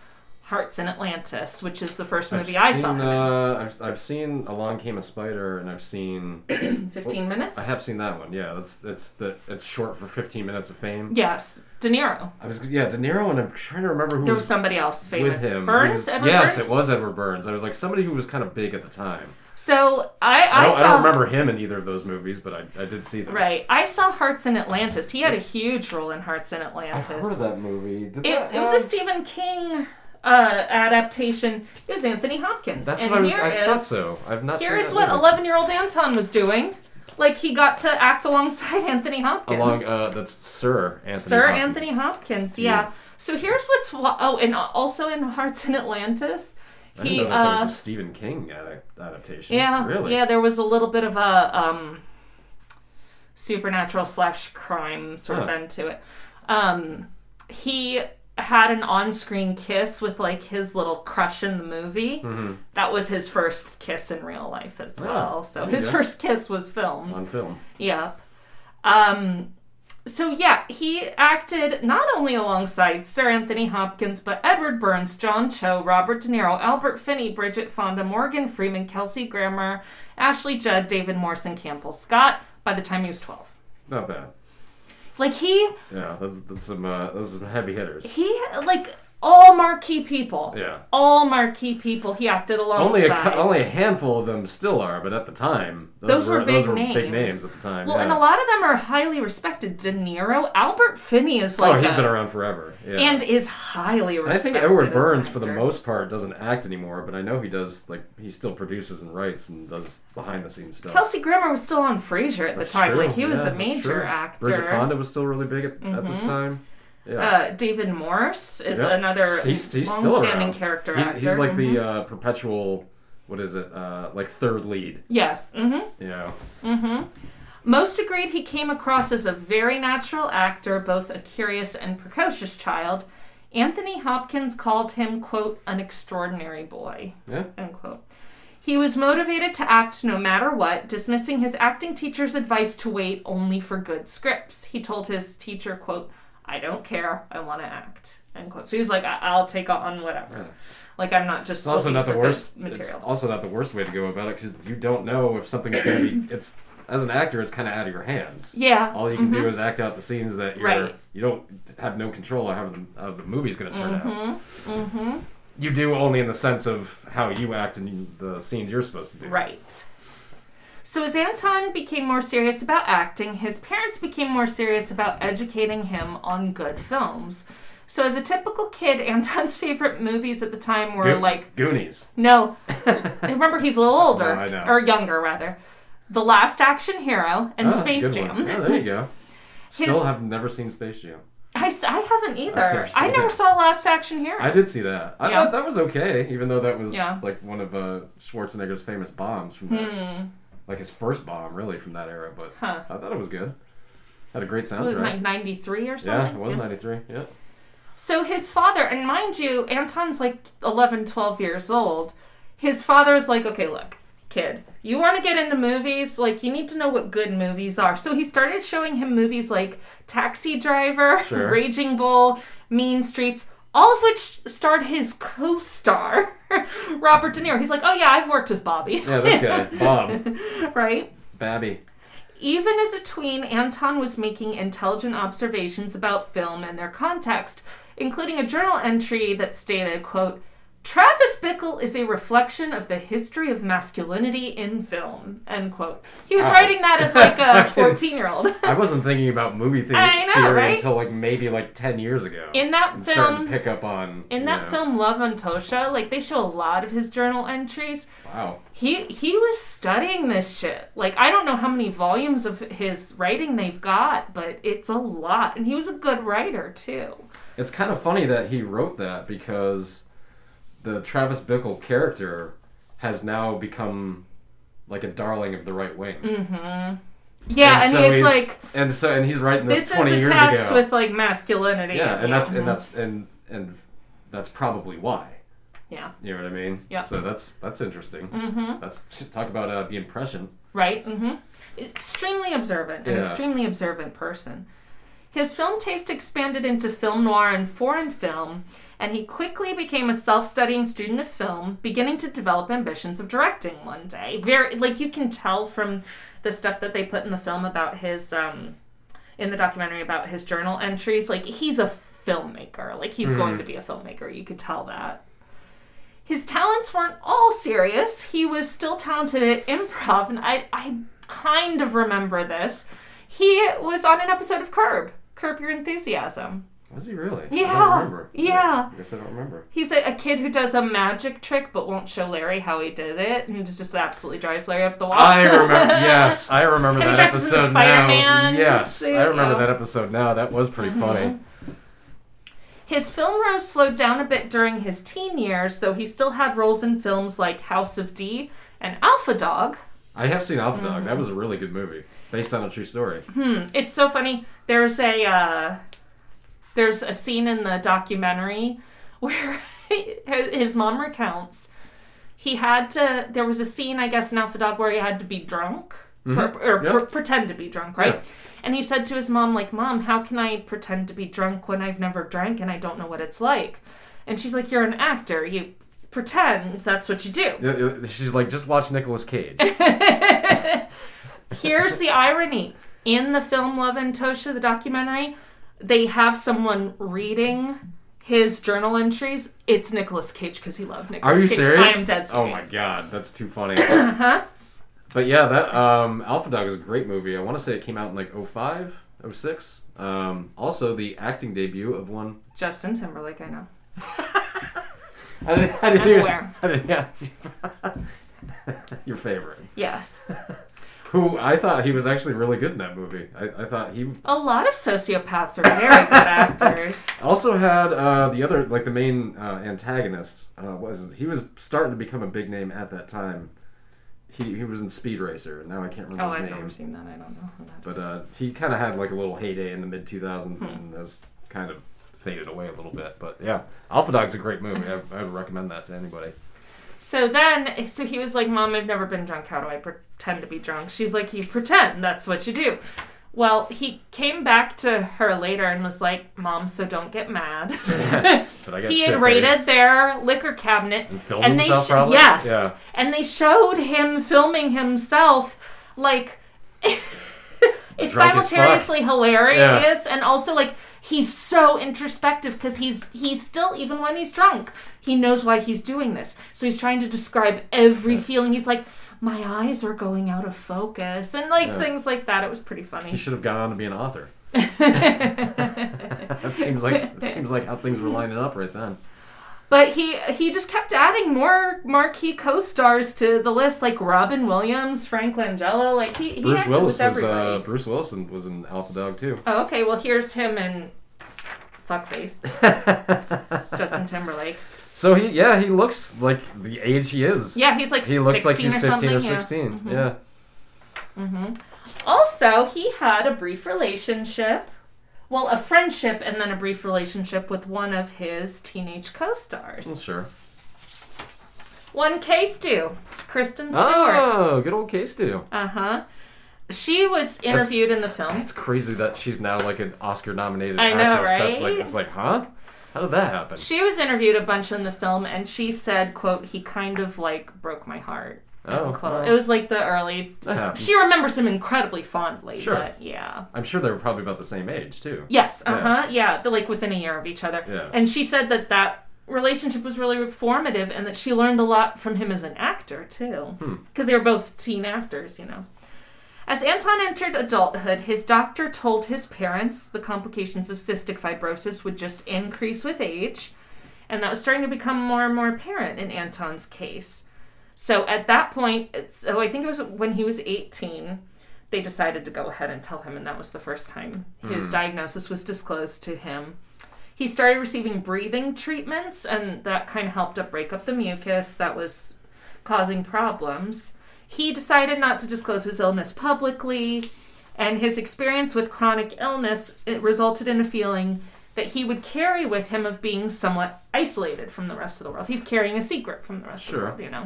Speaker 3: Hearts in Atlantis, which is the first movie I
Speaker 4: seen,
Speaker 3: saw. him in.
Speaker 4: Uh, I've, I've seen Along Came a Spider, and I've seen
Speaker 3: 15 Minutes?
Speaker 4: Oh, I have seen that one. Yeah, that's that's the it's short for 15 minutes of fame.
Speaker 3: Yes, De Niro.
Speaker 4: I was yeah De Niro, and I'm trying to remember who
Speaker 3: There was
Speaker 4: was
Speaker 3: somebody else famous.
Speaker 4: with him. It
Speaker 3: Burns?
Speaker 4: was-
Speaker 3: Edward
Speaker 4: yes,
Speaker 3: Burns?
Speaker 4: it was Edward Burns. I was like somebody who was kind of big at the time.
Speaker 3: So I,
Speaker 4: I
Speaker 3: I,
Speaker 4: don't,
Speaker 3: saw.
Speaker 4: I don't remember him in either of those movies, but I, I did see them.
Speaker 3: Right. I saw Hearts in Atlantis. He had a huge role in Hearts in
Speaker 4: I've
Speaker 3: Atlantis.
Speaker 4: heard of that movie. Did
Speaker 3: It,
Speaker 4: that
Speaker 3: it was a
Speaker 4: have-
Speaker 3: Stephen King uh, adaptation. It was Anthony Hopkins.
Speaker 4: That's
Speaker 3: and
Speaker 4: what I was.
Speaker 3: here
Speaker 4: I thought
Speaker 3: is-
Speaker 4: so. I've not.
Speaker 3: Here
Speaker 4: seen
Speaker 3: is
Speaker 4: that
Speaker 3: what
Speaker 4: movie.
Speaker 3: 11 year old Anton was doing. Like, he got to act alongside [laughs] Anthony Hopkins.
Speaker 4: Along uh, that's Sir Anthony.
Speaker 3: Sir
Speaker 4: Hopkins.
Speaker 3: Anthony Hopkins,
Speaker 4: Yeah.
Speaker 3: yeah. So here's what's. wa- Oh, and also in Hearts in Atlantis,
Speaker 4: I didn't
Speaker 3: he.
Speaker 4: know that there
Speaker 3: uh,
Speaker 4: was a Stephen King ad- adaptation.
Speaker 3: yeah,
Speaker 4: really.
Speaker 3: yeah, there was a little bit of a um, supernatural slash crime sort of
Speaker 4: Huh.
Speaker 3: end to it. Um, he had an on screen kiss with like his little crush in the movie.
Speaker 4: Mm-hmm.
Speaker 3: That was his first kiss in real life as well. So
Speaker 4: there you
Speaker 3: his
Speaker 4: go.
Speaker 3: first kiss was filmed.
Speaker 4: on film.
Speaker 3: Yep. Um, so yeah, he acted not only alongside Sir Anthony Hopkins, but Edward Burns, John Cho, Robert De Niro, Albert Finney, Bridget Fonda, Morgan Freeman, Kelsey Grammer, Ashley Judd, David Morrison, Campbell Scott. By the time he was twelve,
Speaker 4: Not bad.
Speaker 3: like he
Speaker 4: Yeah, that's, that's some uh, those are some heavy hitters.
Speaker 3: he like all marquee people.
Speaker 4: Yeah.
Speaker 3: All marquee people he acted alongside.
Speaker 4: Only a cou- only a handful of them still are, but at the time,
Speaker 3: Those were
Speaker 4: those
Speaker 3: big
Speaker 4: were big
Speaker 3: names.
Speaker 4: names at the time.
Speaker 3: well,
Speaker 4: yeah.
Speaker 3: and a lot of them are highly respected. De Niro, Albert Finney is
Speaker 4: Oh,
Speaker 3: like
Speaker 4: he's
Speaker 3: a-
Speaker 4: been around forever. Yeah.
Speaker 3: and is highly
Speaker 4: And I
Speaker 3: respected.
Speaker 4: think Edward
Speaker 3: as
Speaker 4: Burns,
Speaker 3: an
Speaker 4: for the
Speaker 3: actor.
Speaker 4: most part, doesn't act anymore, but I know he does. Like he still produces and writes and does behind the scenes stuff.
Speaker 3: Kelsey Grammer was still on Frasier at
Speaker 4: That's
Speaker 3: the time.
Speaker 4: true,
Speaker 3: Like he was
Speaker 4: yeah,
Speaker 3: a
Speaker 4: that's
Speaker 3: major
Speaker 4: true.
Speaker 3: actor. Mm-hmm.
Speaker 4: Bridget Fonda was still really big at, at this time. Yeah.
Speaker 3: Uh, David Morse is
Speaker 4: Yep.
Speaker 3: another
Speaker 4: he's, he's still
Speaker 3: long-standing
Speaker 4: around.
Speaker 3: character
Speaker 4: he's,
Speaker 3: actor.
Speaker 4: He's like
Speaker 3: Mhm.
Speaker 4: the uh, perpetual, what is it? Uh, like third lead.
Speaker 3: yes. hmm
Speaker 4: You know,
Speaker 3: Most agreed he came across as a very natural actor, both a curious and precocious child. Anthony Hopkins called him, quote, an extraordinary boy,
Speaker 4: yeah.
Speaker 3: end quote. He was motivated to act no matter what, dismissing his acting teacher's advice to wait only for good scripts. He told his teacher, quote, I don't care, I want to act, end quote. So he's like, I- I'll take on whatever. Like, I'm not just
Speaker 4: It's also
Speaker 3: looking
Speaker 4: not the
Speaker 3: for
Speaker 4: worst.
Speaker 3: good material.
Speaker 4: It's also not the worst way to go about it because you don't know if something's gonna
Speaker 3: [coughs]
Speaker 4: be. It's as an actor, it's kind of out of your hands.
Speaker 3: yeah. Mm-hmm.
Speaker 4: All you can do is act out the scenes that you're
Speaker 3: Right.
Speaker 4: you don't have no control of how the, how the movie's going to turn out. Mm-hmm. You do only in the sense of how you act and the scenes you're supposed to do.
Speaker 3: Right. So as Anton became more serious about acting, his parents became more serious about educating him on good films. So as a typical kid, [laughs] Anton's favorite movies at the time were
Speaker 4: Go-
Speaker 3: like
Speaker 4: Goonies.
Speaker 3: no, remember he's a little
Speaker 4: [laughs]
Speaker 3: older
Speaker 4: No, I know.
Speaker 3: or younger rather. The Last Action Hero and
Speaker 4: Ah,
Speaker 3: Space
Speaker 4: good
Speaker 3: Jam. [laughs]
Speaker 4: one. Oh, there you go. Still have never seen Space Jam.
Speaker 3: I, s- I haven't either.
Speaker 4: I've never
Speaker 3: I
Speaker 4: seen
Speaker 3: never
Speaker 4: it.
Speaker 3: saw Last Action Hero.
Speaker 4: I did see that. I
Speaker 3: Yeah.
Speaker 4: thought that was okay, even though that was
Speaker 3: Yeah.
Speaker 4: like one of uh, Schwarzenegger's famous bombs from that, like his first bomb, really, from that era. But
Speaker 3: Hmm. Huh.
Speaker 4: I thought it was good. Had a great
Speaker 3: was it
Speaker 4: soundtrack.
Speaker 3: like 93 or
Speaker 4: yeah,
Speaker 3: something?
Speaker 4: it was '93. Yeah.
Speaker 3: So his father, and mind you, Anton's like 11, 12 years old. His father's like, okay, look, kid, you want to get into movies? Like, you need to know what good movies are. So he started showing him movies like Taxi Driver, [laughs]
Speaker 4: Sure.
Speaker 3: Raging Bull, Mean Streets, all of which starred his co star, [laughs] Robert De Niro. He's like, oh, yeah, I've worked with Bobby,
Speaker 4: Yeah, this guy, Bob,
Speaker 3: [laughs] right?
Speaker 4: Babby.
Speaker 3: Even as a tween, Anton was making intelligent observations about film and their context, including a journal entry that stated, quote, Travis Bickle is a reflection of the history of masculinity in film. End quote. He was
Speaker 4: Wow.
Speaker 3: writing that as like
Speaker 4: [laughs]
Speaker 3: a
Speaker 4: Fucking-
Speaker 3: fourteen year old.
Speaker 4: I wasn't thinking about movie the-
Speaker 3: I know,
Speaker 4: theory
Speaker 3: right?
Speaker 4: until like maybe like ten years ago.
Speaker 3: In that
Speaker 4: and starting
Speaker 3: film-
Speaker 4: to pick up on
Speaker 3: In
Speaker 4: you
Speaker 3: that
Speaker 4: know,
Speaker 3: film Love on Tosha, like they show a lot of his journal entries.
Speaker 4: Wow,
Speaker 3: He he was studying this shit. Like I don't know how many volumes of his writing they've got, but it's a lot. And he was a good writer too.
Speaker 4: it's kind of funny that he wrote that because the Travis Bickle character has now become like a darling of the right wing.
Speaker 3: Yeah, and,
Speaker 4: so
Speaker 3: he's, like
Speaker 4: and so and he's writing this,
Speaker 3: this
Speaker 4: twenty
Speaker 3: is
Speaker 4: years
Speaker 3: attached
Speaker 4: ago.
Speaker 3: with like masculinity.
Speaker 4: yeah, and that's and that's and and that's probably why.
Speaker 3: yeah.
Speaker 4: You know what I mean?
Speaker 3: Yeah.
Speaker 4: So that's that's interesting. Mm-hmm. That's talk about uh, the impression.
Speaker 3: Right? Mm-hmm. Extremely observant, an
Speaker 4: Yeah.
Speaker 3: extremely observant person. His film taste expanded into film noir and foreign film, and he quickly became a self studying student of film, beginning to develop ambitions of directing one day. Very, like, you can tell from the stuff that they put in the film about his, um, in the documentary about his journal entries. Like, he's a filmmaker. Like, he's going to be a filmmaker. You could tell that. His talents weren't all serious. He was still talented at improv, and I, I kind of remember this. He was on an episode of Curb, Curb Your Enthusiasm.
Speaker 4: Was he really? I
Speaker 3: Yeah,
Speaker 4: don't remember.
Speaker 3: yeah.
Speaker 4: I guess I don't remember.
Speaker 3: He's a, a kid who does a magic trick but won't show Larry how he did it and just absolutely drives Larry up the wall.
Speaker 4: I
Speaker 3: [laughs]
Speaker 4: remember. yes, I remember
Speaker 3: And he
Speaker 4: that
Speaker 3: dresses as a
Speaker 4: episode now.
Speaker 3: Spider-Man
Speaker 4: Yes,
Speaker 3: suit,
Speaker 4: I remember
Speaker 3: yeah.
Speaker 4: that episode now. That was
Speaker 3: Mm-hmm.
Speaker 4: pretty funny.
Speaker 3: His film rose slowed down a bit during his teen years, though he still had roles in films like House of D and Alpha Dog.
Speaker 4: I have seen Alpha Dog. That was a really good movie, based on a true story.
Speaker 3: It's so funny. There's a uh, there's a scene in the documentary [laughs] where his mom recounts he had to. There was a scene, I guess, in Alpha Dog where he had to be drunk or, or
Speaker 4: Yep.
Speaker 3: pre- pretend to be drunk, right?
Speaker 4: Yeah.
Speaker 3: And he said to his mom, like, "Mom, how can I pretend to be drunk when I've never drank and I don't know what it's like?" And she's like, "You're an actor. You pretend. That's what you do."
Speaker 4: Yeah, yeah, She's like, just watch Nicolas Cage.
Speaker 3: Here's the irony. In the film Love and Tosha, the documentary, they have someone reading his journal entries. It's Nicolas Cage because he loved Nicolas
Speaker 4: Are you
Speaker 3: Cage.
Speaker 4: serious?
Speaker 3: I am dead serious.
Speaker 4: Oh my god, that's too funny. huh? But yeah, that um, Alpha Dog is a great movie. I want to say it came out in like 05, 06. Um, also, the acting debut of one. [laughs]
Speaker 3: Justin Timberlake, I know.
Speaker 4: I didn't, I didn't
Speaker 3: I'm
Speaker 4: even-
Speaker 3: aware.
Speaker 4: I didn't- yeah. [laughs] Your favorite.
Speaker 3: Yes.
Speaker 4: Who I thought he was actually really good in that movie. I, I thought he
Speaker 3: A lot of sociopaths are very good actors.
Speaker 4: [laughs] also had uh, the other, like the main uh, antagonist. Uh, was he was starting to become a big name at that time. He, he was in Speed Racer. Now I can't remember
Speaker 3: Oh,
Speaker 4: his
Speaker 3: I've
Speaker 4: name.
Speaker 3: never seen that. I don't know who that
Speaker 4: But uh, he kind of had like a little heyday in the mid 2000s
Speaker 3: Hmm.
Speaker 4: and has kind of faded away a little bit. But yeah, Alpha Dog's a great movie. I, I would recommend that to anybody.
Speaker 3: is. So then, so he was like, Mom, I've never been drunk. How do I pretend to be drunk? She's like, You pretend. That's what you do. Well, he came back to her later and was like, Mom, so don't get mad. [laughs]
Speaker 4: But I got
Speaker 3: he had
Speaker 4: shit-faced.
Speaker 3: raided their liquor cabinet and
Speaker 4: filmed himself, probably?
Speaker 3: yes
Speaker 4: Yeah.
Speaker 3: and they showed him filming himself like [laughs] it's
Speaker 4: Drunk as fuck.
Speaker 3: simultaneously hilarious and also like he's so introspective because he's he's still even when he's drunk he knows why he's doing this so he's trying to describe every feeling he's like my eyes are going out of focus and like things like that it was pretty funny
Speaker 4: He should have gone on to be an
Speaker 3: [laughs]
Speaker 4: author. [laughs] that seems like that seems like how things were lining up right then.
Speaker 3: But he he just kept adding more marquee co-stars to the list, like Robin Williams, Frank Langella. Like he, he
Speaker 4: Bruce
Speaker 3: acted
Speaker 4: Willis was
Speaker 3: with everybody.
Speaker 4: uh, Bruce Wilson was in Alpha Dog too.
Speaker 3: Oh, okay. Well, here's him and
Speaker 4: [laughs]
Speaker 3: fuckface Justin Timberlake.
Speaker 4: So he yeah he looks like the age he is.
Speaker 3: Yeah, he's like
Speaker 4: he looks like
Speaker 3: 16
Speaker 4: he's
Speaker 3: or
Speaker 4: 15
Speaker 3: something,
Speaker 4: or
Speaker 3: yeah. Mm-hmm.
Speaker 4: 16. Yeah.
Speaker 3: Also, he had a brief relationship, well, a friendship, and then a brief relationship with one of his teenage co-stars.
Speaker 4: Sure.
Speaker 3: One case do Kristen Stewart.
Speaker 4: Oh, good old case do.
Speaker 3: Uh huh. She was interviewed in the film.
Speaker 4: It's crazy that she's now like an Oscar nominated
Speaker 3: I know,
Speaker 4: actress. That's
Speaker 3: right?
Speaker 4: like it's like, huh? How did that happen?
Speaker 3: She was interviewed a bunch in the film, and she said, "quote He kind of like broke my heart."
Speaker 4: Oh,
Speaker 3: end quote.
Speaker 4: well.
Speaker 3: it was like the early.
Speaker 4: That happens.
Speaker 3: She remembers him incredibly fondly,
Speaker 4: Sure.
Speaker 3: but yeah.
Speaker 4: I'm sure they were probably about the same age too.
Speaker 3: uh-huh, Yes, uh huh, yeah. They're like within a year of each other.
Speaker 4: Yeah.
Speaker 3: And she said that that relationship was really formative and that she learned a lot from him as an actor, too. Because they were both teen actors, you know. As Anton entered adulthood, his doctor told his parents the complications of cystic fibrosis would just increase with age, and that was starting to become more and more apparent in Anton's case. So at that point, it's- so I think it was when he was 18, they decided to go ahead and tell him, and that was the first time his diagnosis was disclosed to him. He started receiving breathing treatments, and that kind of helped to break up the mucus that was causing problems. He decided not to disclose his illness publicly, and his experience with chronic illness it resulted in a feeling that he would carry with him of being somewhat isolated from the rest of the world. He's carrying a secret from the rest of
Speaker 4: Sure.
Speaker 3: the world, you know.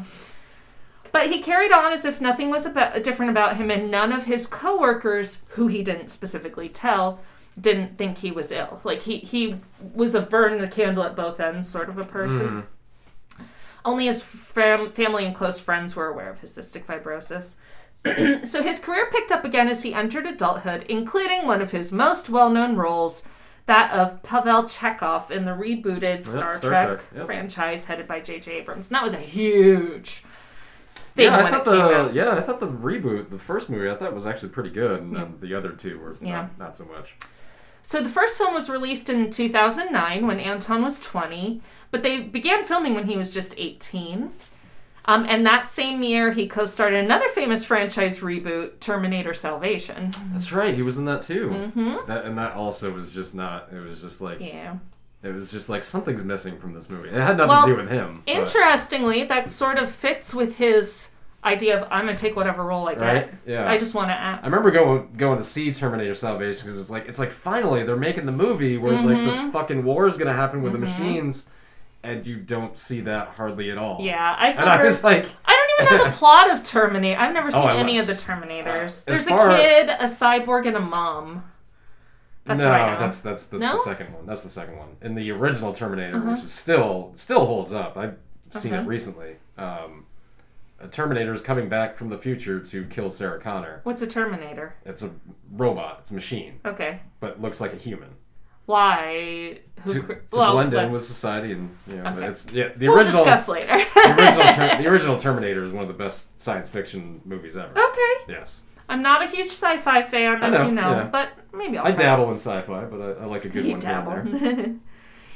Speaker 3: But he carried on as if nothing was about, different about him, and none of his coworkers, who he didn't specifically tell, didn't think he was ill. Like he he was a burn the candle at both ends sort of a person.
Speaker 4: Mm-hmm.
Speaker 3: Only his fam- family and close friends were aware of his cystic fibrosis. [clears throat] so his career picked up again as he entered adulthood, including one of his most well-known roles, that of Pavel Chekhov in the rebooted Star,
Speaker 4: Star
Speaker 3: Trek,
Speaker 4: Trek, yep.
Speaker 3: franchise headed by J.J. Abrams. And that was a huge thing
Speaker 4: yeah, I
Speaker 3: when
Speaker 4: thought
Speaker 3: it came
Speaker 4: the
Speaker 3: out.
Speaker 4: yeah, I thought the reboot, the first movie, I thought was actually pretty good, and then the other two were
Speaker 3: Yeah.
Speaker 4: not, not so much.
Speaker 3: So the first film was released in 2009 when Anton was 20, but they began filming when he was just 18. Um, and that same year, he co-starred in another famous franchise reboot, Terminator Salvation.
Speaker 4: That's right, he was in that too. Mm-hmm. That and that also was just not. It was just like
Speaker 3: Yeah.
Speaker 4: it was just like something's missing from this movie. It had nothing
Speaker 3: Well,
Speaker 4: to do with him. but-
Speaker 3: Interestingly, that sort of fits with his idea of I'm gonna take whatever role I get.
Speaker 4: Right? Yeah.
Speaker 3: I just want to act.
Speaker 4: I remember going going to see Terminator Salvation because it's like it's like finally they're making the movie where
Speaker 3: Mm-hmm.
Speaker 4: like the fucking war is gonna happen with the machines, and you don't see that hardly at all.
Speaker 3: Yeah, I've
Speaker 4: and I
Speaker 3: never.
Speaker 4: was like,
Speaker 3: I don't
Speaker 4: [laughs]
Speaker 3: even know the plot of Terminator. I've never seen
Speaker 4: Oh, I
Speaker 3: any of
Speaker 4: must.
Speaker 3: the Terminators.
Speaker 4: Uh, as
Speaker 3: There's
Speaker 4: far-
Speaker 3: a kid, a cyborg, and a mom. That's
Speaker 4: no,
Speaker 3: what I know.
Speaker 4: that's that's that's
Speaker 3: No? Uh-huh.
Speaker 4: the second one. That's the second one. In the original Terminator, which is still still holds up. I've seen
Speaker 3: Okay.
Speaker 4: it recently. Um, a Terminator is coming back from the future to kill Sarah Connor.
Speaker 3: What's a Terminator?
Speaker 4: It's a robot. It's a machine,
Speaker 3: Okay.
Speaker 4: but looks like a human.
Speaker 3: Why? Who
Speaker 4: To,
Speaker 3: cr-
Speaker 4: to
Speaker 3: well,
Speaker 4: blend in
Speaker 3: let's-
Speaker 4: with society, and you know,
Speaker 3: Okay.
Speaker 4: it's yeah. [laughs] The
Speaker 3: we'll
Speaker 4: original
Speaker 3: discuss later. [laughs]
Speaker 4: the original, Ter- the original Terminator is one of the best science fiction movies ever.
Speaker 3: okay.
Speaker 4: Yes.
Speaker 3: I'm not a huge sci-fi fan,
Speaker 4: I
Speaker 3: as
Speaker 4: know,
Speaker 3: you know,
Speaker 4: yeah.
Speaker 3: but maybe I'll.
Speaker 4: I
Speaker 3: try.
Speaker 4: dabble in sci fi, but I, I like a good
Speaker 3: You
Speaker 4: one. here and
Speaker 3: dabble. [laughs]
Speaker 4: there.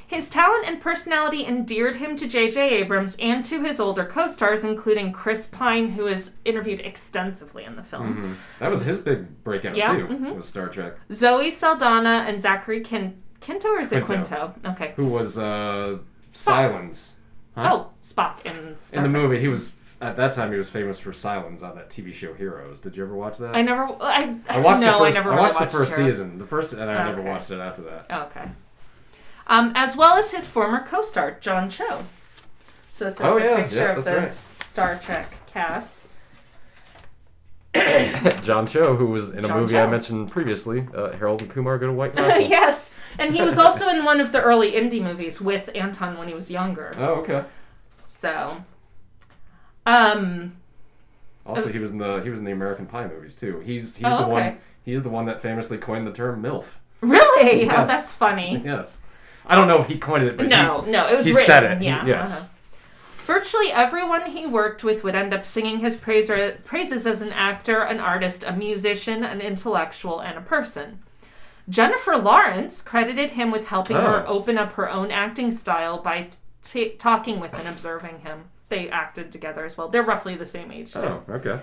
Speaker 3: His talent and personality endeared him to J.J. Abrams and to his older co-stars, including Chris Pine, who is interviewed extensively in the film.
Speaker 4: Mm-hmm. That was his big breakout,
Speaker 3: Yeah, mm-hmm.
Speaker 4: too, was Star Trek.
Speaker 3: Zoe Saldana and Zachary Kin- Quinto, or is it
Speaker 4: Quinto.
Speaker 3: Quinto? Okay.
Speaker 4: Who was uh, Silence. Huh?
Speaker 3: Oh, Spock in Star
Speaker 4: in the
Speaker 3: Trek.
Speaker 4: movie, he was, at that time, he was famous for Silence on that TV show Heroes. Did you ever watch that?
Speaker 3: I never. I,
Speaker 4: I watched
Speaker 3: no,
Speaker 4: the first,
Speaker 3: I never
Speaker 4: watched
Speaker 3: really
Speaker 4: the first
Speaker 3: Heroes.
Speaker 4: season. The first, and I never
Speaker 3: Okay.
Speaker 4: watched it after that.
Speaker 3: Okay. Um, as well as his former co-star John Cho. So this is
Speaker 4: Oh,
Speaker 3: a
Speaker 4: yeah,
Speaker 3: picture
Speaker 4: yeah,
Speaker 3: of the
Speaker 4: that's
Speaker 3: Star Trek
Speaker 4: [laughs]
Speaker 3: cast.
Speaker 4: John Cho, who was in a
Speaker 3: John
Speaker 4: movie
Speaker 3: Cho.
Speaker 4: I mentioned previously, uh, Harold and Kumar Go to
Speaker 3: [laughs]
Speaker 4: White Castle.
Speaker 3: yes, and he was also in one of the early indie movies with Anton when he was younger.
Speaker 4: Oh, okay.
Speaker 3: So, um,
Speaker 4: Also, he was in the he was in the American Pie movies too. He's he's
Speaker 3: Oh,
Speaker 4: the
Speaker 3: okay.
Speaker 4: one he's the one that famously coined the term MILF.
Speaker 3: really, oh,
Speaker 4: Yes. [laughs]
Speaker 3: that's funny.
Speaker 4: Yes, I don't know if he coined it, but
Speaker 3: No, no, it was
Speaker 4: he, he
Speaker 3: written.
Speaker 4: said it. He-
Speaker 3: Yeah.
Speaker 4: yes.
Speaker 3: uh-huh. Virtually everyone he worked with would end up singing his praise praises as an actor, an artist, a musician, an intellectual, and a person. Jennifer Lawrence credited him with helping her
Speaker 4: Oh.
Speaker 3: open up her own acting style by t- talking with and observing him. They acted together as well. They're roughly the same age, too.
Speaker 4: Oh, okay.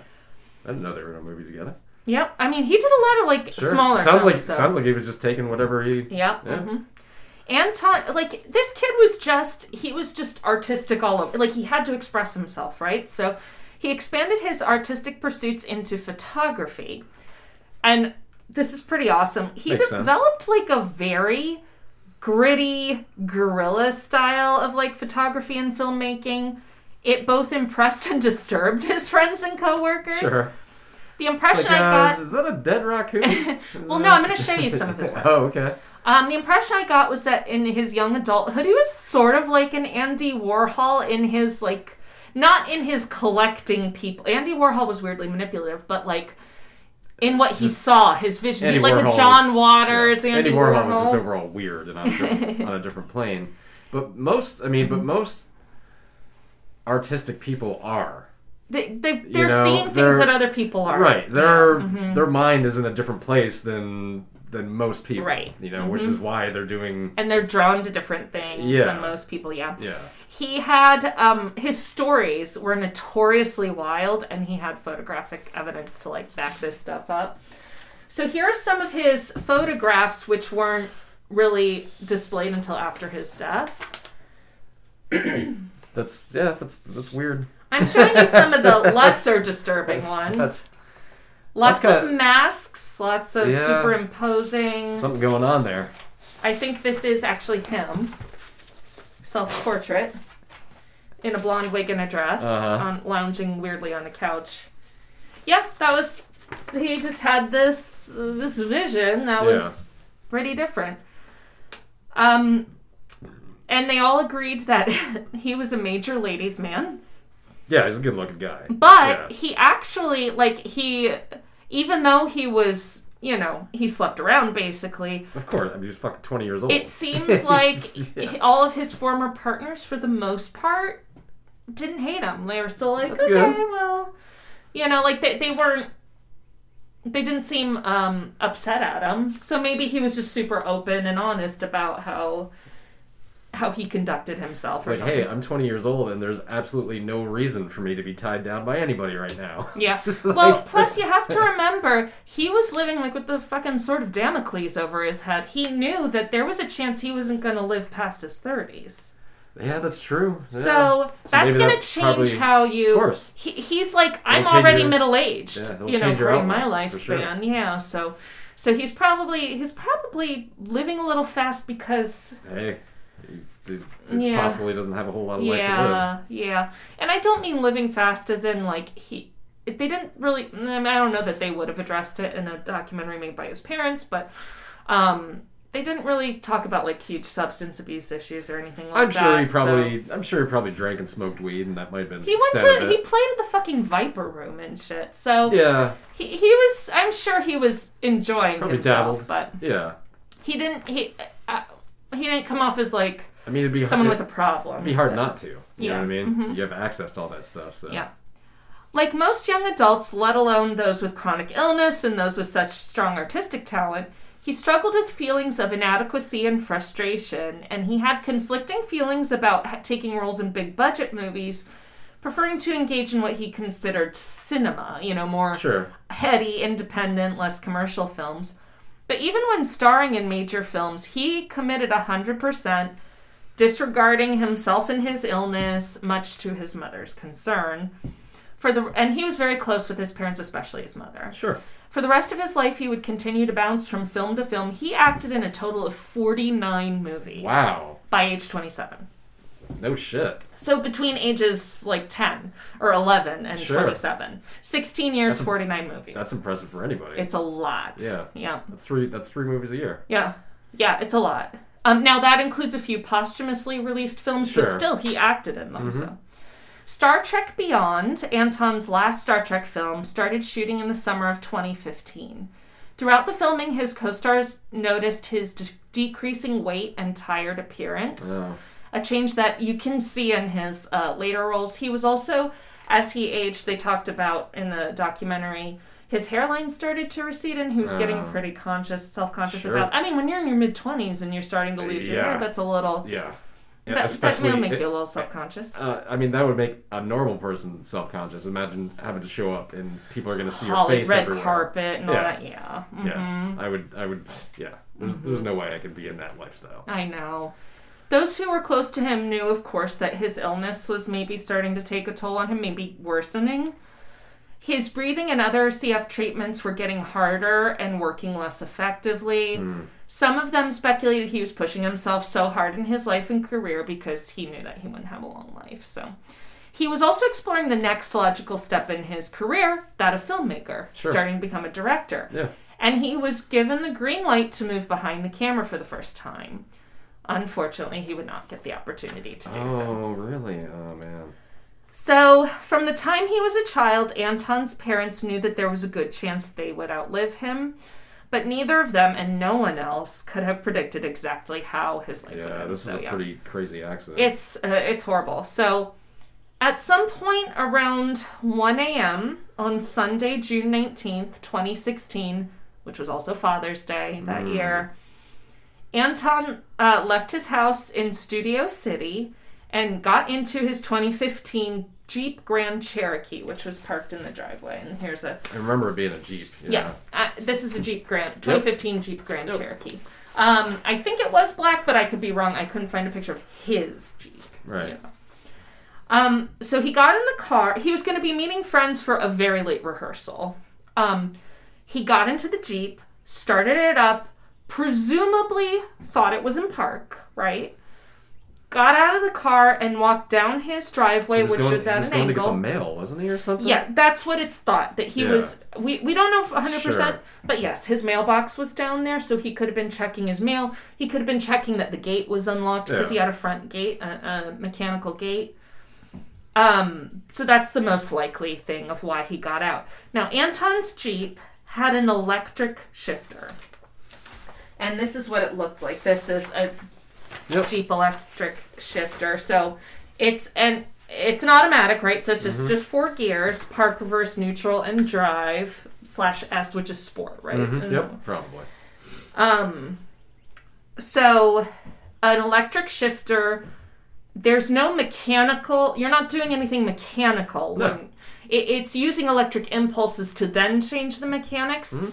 Speaker 4: I didn't know they were in a movie together.
Speaker 3: Yep. I mean, he did a lot of like
Speaker 4: Sure.
Speaker 3: smaller.
Speaker 4: sounds like
Speaker 3: films, so-
Speaker 4: sounds like he was just taking whatever he.
Speaker 3: Yep.
Speaker 4: Yeah.
Speaker 3: hmm Anton, like this kid was just he was just artistic all over. Like he had to express himself, right? So he expanded his artistic pursuits into photography, and this is pretty awesome. He
Speaker 4: Makes sense.
Speaker 3: developed like a very gritty guerrilla style of like photography and filmmaking. It both impressed and [laughs] disturbed his friends and coworkers.
Speaker 4: Sure.
Speaker 3: The impression
Speaker 4: Like, uh,
Speaker 3: I
Speaker 4: is-
Speaker 3: got.
Speaker 4: is that a dead raccoon?
Speaker 3: [laughs] Well, no,
Speaker 4: [laughs]
Speaker 3: I'm going to show you some of his work.
Speaker 4: oh, okay.
Speaker 3: Um, the impression I got was that in his young adulthood, he was sort of like an Andy Warhol in his like, not in his collecting people. Andy Warhol was weirdly manipulative, but like in what he saw, his vision,
Speaker 4: Andy
Speaker 3: like
Speaker 4: Warhol
Speaker 3: a John
Speaker 4: was-
Speaker 3: Waters,
Speaker 4: yeah.
Speaker 3: Andy, [laughs]
Speaker 4: Warhol was just overall weird and on a different, on a different plane. But most, I
Speaker 3: Mm-hmm.
Speaker 4: mean, but most artistic people are
Speaker 3: They, they, they're
Speaker 4: know,
Speaker 3: seeing things
Speaker 4: they're-
Speaker 3: that other people are.
Speaker 4: right. Their
Speaker 3: Mm-hmm.
Speaker 4: their mind is in a different place than than most people,
Speaker 3: Right. Mm-hmm.
Speaker 4: You know, which is why they're doing.
Speaker 3: And they're drawn to different things
Speaker 4: Yeah.
Speaker 3: than most people, yeah.
Speaker 4: Yeah,
Speaker 3: He had, um, his stories were notoriously wild, and he had photographic evidence to, like, back this stuff up. So here are some of his photographs which weren't really displayed until after his death.
Speaker 4: that's yeah, that's that's weird.
Speaker 3: I'm
Speaker 4: [laughs]
Speaker 3: showing you some of the lesser disturbing ones.
Speaker 4: That's
Speaker 3: lots
Speaker 4: that's
Speaker 3: of
Speaker 4: kinda-
Speaker 3: masks, lots of
Speaker 4: Yeah.
Speaker 3: superimposing.
Speaker 4: something going on there.
Speaker 3: I think this is actually him. Self portrait. In a blonde wig and a dress,
Speaker 4: Uh-huh.
Speaker 3: on, lounging weirdly on the couch. Yeah, that was. He just had this this vision that
Speaker 4: Yeah.
Speaker 3: was pretty different. Um, and they all agreed that [laughs] he was a major ladies' man.
Speaker 4: Yeah, he's a good looking guy.
Speaker 3: But
Speaker 4: Yeah.
Speaker 3: he actually, like, he, even though he was, you know, he slept around basically,
Speaker 4: of course, I mean, he's fucking twenty years old. [laughs]
Speaker 3: it seems like
Speaker 4: Yeah.
Speaker 3: he- all of his former partners, for the most part, didn't hate him. They were still like,
Speaker 4: That's
Speaker 3: okay,
Speaker 4: good.
Speaker 3: well, you know, like, they, they weren't. They didn't seem um, upset at him, so maybe he was just super open and honest about how how he conducted himself or
Speaker 4: Like,
Speaker 3: something.
Speaker 4: hey, I'm 20 years old, and there's absolutely no reason for me to be tied down by anybody right now. [laughs]
Speaker 3: Yeah.
Speaker 4: Like-
Speaker 3: well, plus you have
Speaker 4: [laughs]
Speaker 3: to remember he was living like with the fucking sword of Damocles over his head. He knew that there was a chance he wasn't going to live past his thirties.
Speaker 4: yeah, that's true. Yeah.
Speaker 3: So, that's
Speaker 4: maybe
Speaker 3: going to
Speaker 4: that's
Speaker 3: change
Speaker 4: probably-
Speaker 3: how you.
Speaker 4: Of course.
Speaker 3: He, he's like I'm
Speaker 4: It'll change
Speaker 3: already
Speaker 4: your-
Speaker 3: middle aged.
Speaker 4: Yeah, it'll
Speaker 3: you know,
Speaker 4: change your
Speaker 3: during my
Speaker 4: outlook, for sure.
Speaker 3: lifespan. Yeah. So, so he's probably he's probably living a little fast because
Speaker 4: hey, it- it's
Speaker 3: Yeah.
Speaker 4: possible he doesn't have a whole lot of life to live.
Speaker 3: Yeah, yeah. And I don't mean living fast as in like he. They didn't really. mm, I, mean, I don't know that they would have addressed it in a documentary made by his parents, but um, they didn't really talk about like huge substance abuse issues or anything like
Speaker 4: I'm
Speaker 3: that.
Speaker 4: sure he
Speaker 3: so-
Speaker 4: probably, I'm sure he probably drank and smoked weed, and that might have been.
Speaker 3: He went
Speaker 4: the extent
Speaker 3: to.
Speaker 4: of
Speaker 3: He
Speaker 4: it.
Speaker 3: played in the fucking Viper Room and shit. So
Speaker 4: Yeah,
Speaker 3: he, he was. I'm sure he was enjoying
Speaker 4: Probably
Speaker 3: himself,
Speaker 4: dabbled.
Speaker 3: but
Speaker 4: yeah.
Speaker 3: he didn't. He uh, he didn't come off as like
Speaker 4: I mean, it'd be
Speaker 3: someone
Speaker 4: it'd
Speaker 3: with a problem.
Speaker 4: be hard not to. You
Speaker 3: Yeah. Mm-hmm.
Speaker 4: know what I mean? You have access to all that stuff. So
Speaker 3: Yeah. Like most young adults, let alone those with chronic illness and those with such strong artistic talent, he struggled with feelings of inadequacy and frustration, and he had conflicting feelings about ha- taking roles in big budget movies, preferring to engage in what he considered cinema, you know, more
Speaker 4: sure.
Speaker 3: heady, independent, less commercial films. But even when starring in major films, he committed 100%, disregarding himself and his illness, much to his mother's concern. For the, and he was very close with his parents, especially his mother.
Speaker 4: Sure.
Speaker 3: For the rest of his life, he would continue to bounce from film to film. He acted in a total of 49 movies
Speaker 4: Wow.
Speaker 3: by age 27.
Speaker 4: No shit.
Speaker 3: So between ages like 10 or 11 and
Speaker 4: Sure.
Speaker 3: 27. 16 years, 49 movies.
Speaker 4: That's impressive for anybody.
Speaker 3: It's a lot.
Speaker 4: Yeah.
Speaker 3: Yeah.
Speaker 4: That's three. That's three movies a year.
Speaker 3: Yeah. Yeah, it's a lot. Um, now that includes a few posthumously released films, but
Speaker 4: Sure.
Speaker 3: still he acted in them. So, Star Trek Beyond, Anton's last Star Trek film, started shooting in the summer of 2015. Throughout the filming, his co-stars noticed his de- decreasing weight and tired appearance
Speaker 4: Oh.
Speaker 3: a change that you can see in his uh, later roles. He was also, as he aged, they talked about in the documentary, his hairline started to recede and he was getting
Speaker 4: Oh.
Speaker 3: pretty conscious, self conscious
Speaker 4: Sure.
Speaker 3: about. I mean, when you're in your mid 20s and you're starting to lose your hair,
Speaker 4: Yeah.
Speaker 3: that's a little.
Speaker 4: Yeah. yeah
Speaker 3: That, that
Speaker 4: especially
Speaker 3: will make you a little self conscious.
Speaker 4: Uh, I mean, that would make a normal person self-conscious. Imagine having to show up and people are going to see your
Speaker 3: Holly,
Speaker 4: face
Speaker 3: red
Speaker 4: everywhere.
Speaker 3: carpet, and all
Speaker 4: Yeah.
Speaker 3: that. Yeah. Mhm.
Speaker 4: Yeah, I would. I would. Yeah, there's,
Speaker 3: Mm-hmm.
Speaker 4: there's no way I could be in that lifestyle.
Speaker 3: I know. Those who were close to him knew, of course, that his illness was maybe starting to take a toll on him, maybe worsening. His breathing and other CF treatments were getting harder and working less effectively. Some of them speculated he was pushing himself so hard in his life and career because he knew that he wouldn't have a long life. So he was also exploring the next logical step in his career, that of filmmaker,
Speaker 4: Sure.
Speaker 3: starting to become a director
Speaker 4: Yeah,
Speaker 3: and he was given the green light to move behind the camera for the first time. Unfortunately, he would not get the opportunity to do so.
Speaker 4: really? Oh man.
Speaker 3: So, from the time he was a child, Anton's parents knew that there was a good chance they would outlive him. But neither of them and no one else could have predicted exactly how his life would
Speaker 4: Yeah,
Speaker 3: end.
Speaker 4: this is
Speaker 3: So,
Speaker 4: a
Speaker 3: yeah.
Speaker 4: pretty crazy accident.
Speaker 3: It's uh, it's horrible. So, at some point around 1 a.m. on Sunday, June 19th, 2016, which was also Father's Day that year, Anton uh, left his house in Studio City and got into his 2015 Jeep Grand Cherokee, which was parked in the driveway. And here's a
Speaker 4: I remember it being a Jeep. Yeah.
Speaker 3: Yes, uh, this is a Jeep Grand, 2015 Jeep Grand Cherokee. Um, I think it was black, but I could be wrong. I couldn't find a picture of his Jeep.
Speaker 4: Right.
Speaker 3: Um, so he got in the car. He was going to be meeting friends for a very late rehearsal. Um, he got into the Jeep, started it up, presumably thought it was in park, right? Got out of the car and walked down his driveway,
Speaker 4: He was
Speaker 3: which
Speaker 4: going,
Speaker 3: was
Speaker 4: he
Speaker 3: at
Speaker 4: was
Speaker 3: an
Speaker 4: going to get the
Speaker 3: angle.
Speaker 4: mail, wasn't he, or something?
Speaker 3: Yeah, that's what it's thought that he
Speaker 4: Yeah.
Speaker 3: was. We, we don't know if 100%,
Speaker 4: Sure.
Speaker 3: but yes, his mailbox was down there, so he could have been checking his mail. He could have been checking that the gate was unlocked because
Speaker 4: Yeah.
Speaker 3: he had a front gate, a, a mechanical gate. Um, so that's the most likely thing of why he got out. Now, Anton's Jeep had an electric shifter. And this is what it looked like. This is a
Speaker 4: Yep.
Speaker 3: Jeep electric shifter. So it's an it's an automatic, right? So it's just
Speaker 4: Mm-hmm.
Speaker 3: just four gears: park, reverse, neutral, and drive slash S, which is sport, right?
Speaker 4: Mhm,
Speaker 3: And-
Speaker 4: Yep, probably.
Speaker 3: Um. So, an electric shifter. There's no mechanical. You're not doing anything mechanical.
Speaker 4: No.
Speaker 3: When, it, it's using electric impulses to then change the mechanics.
Speaker 4: Mm-hmm.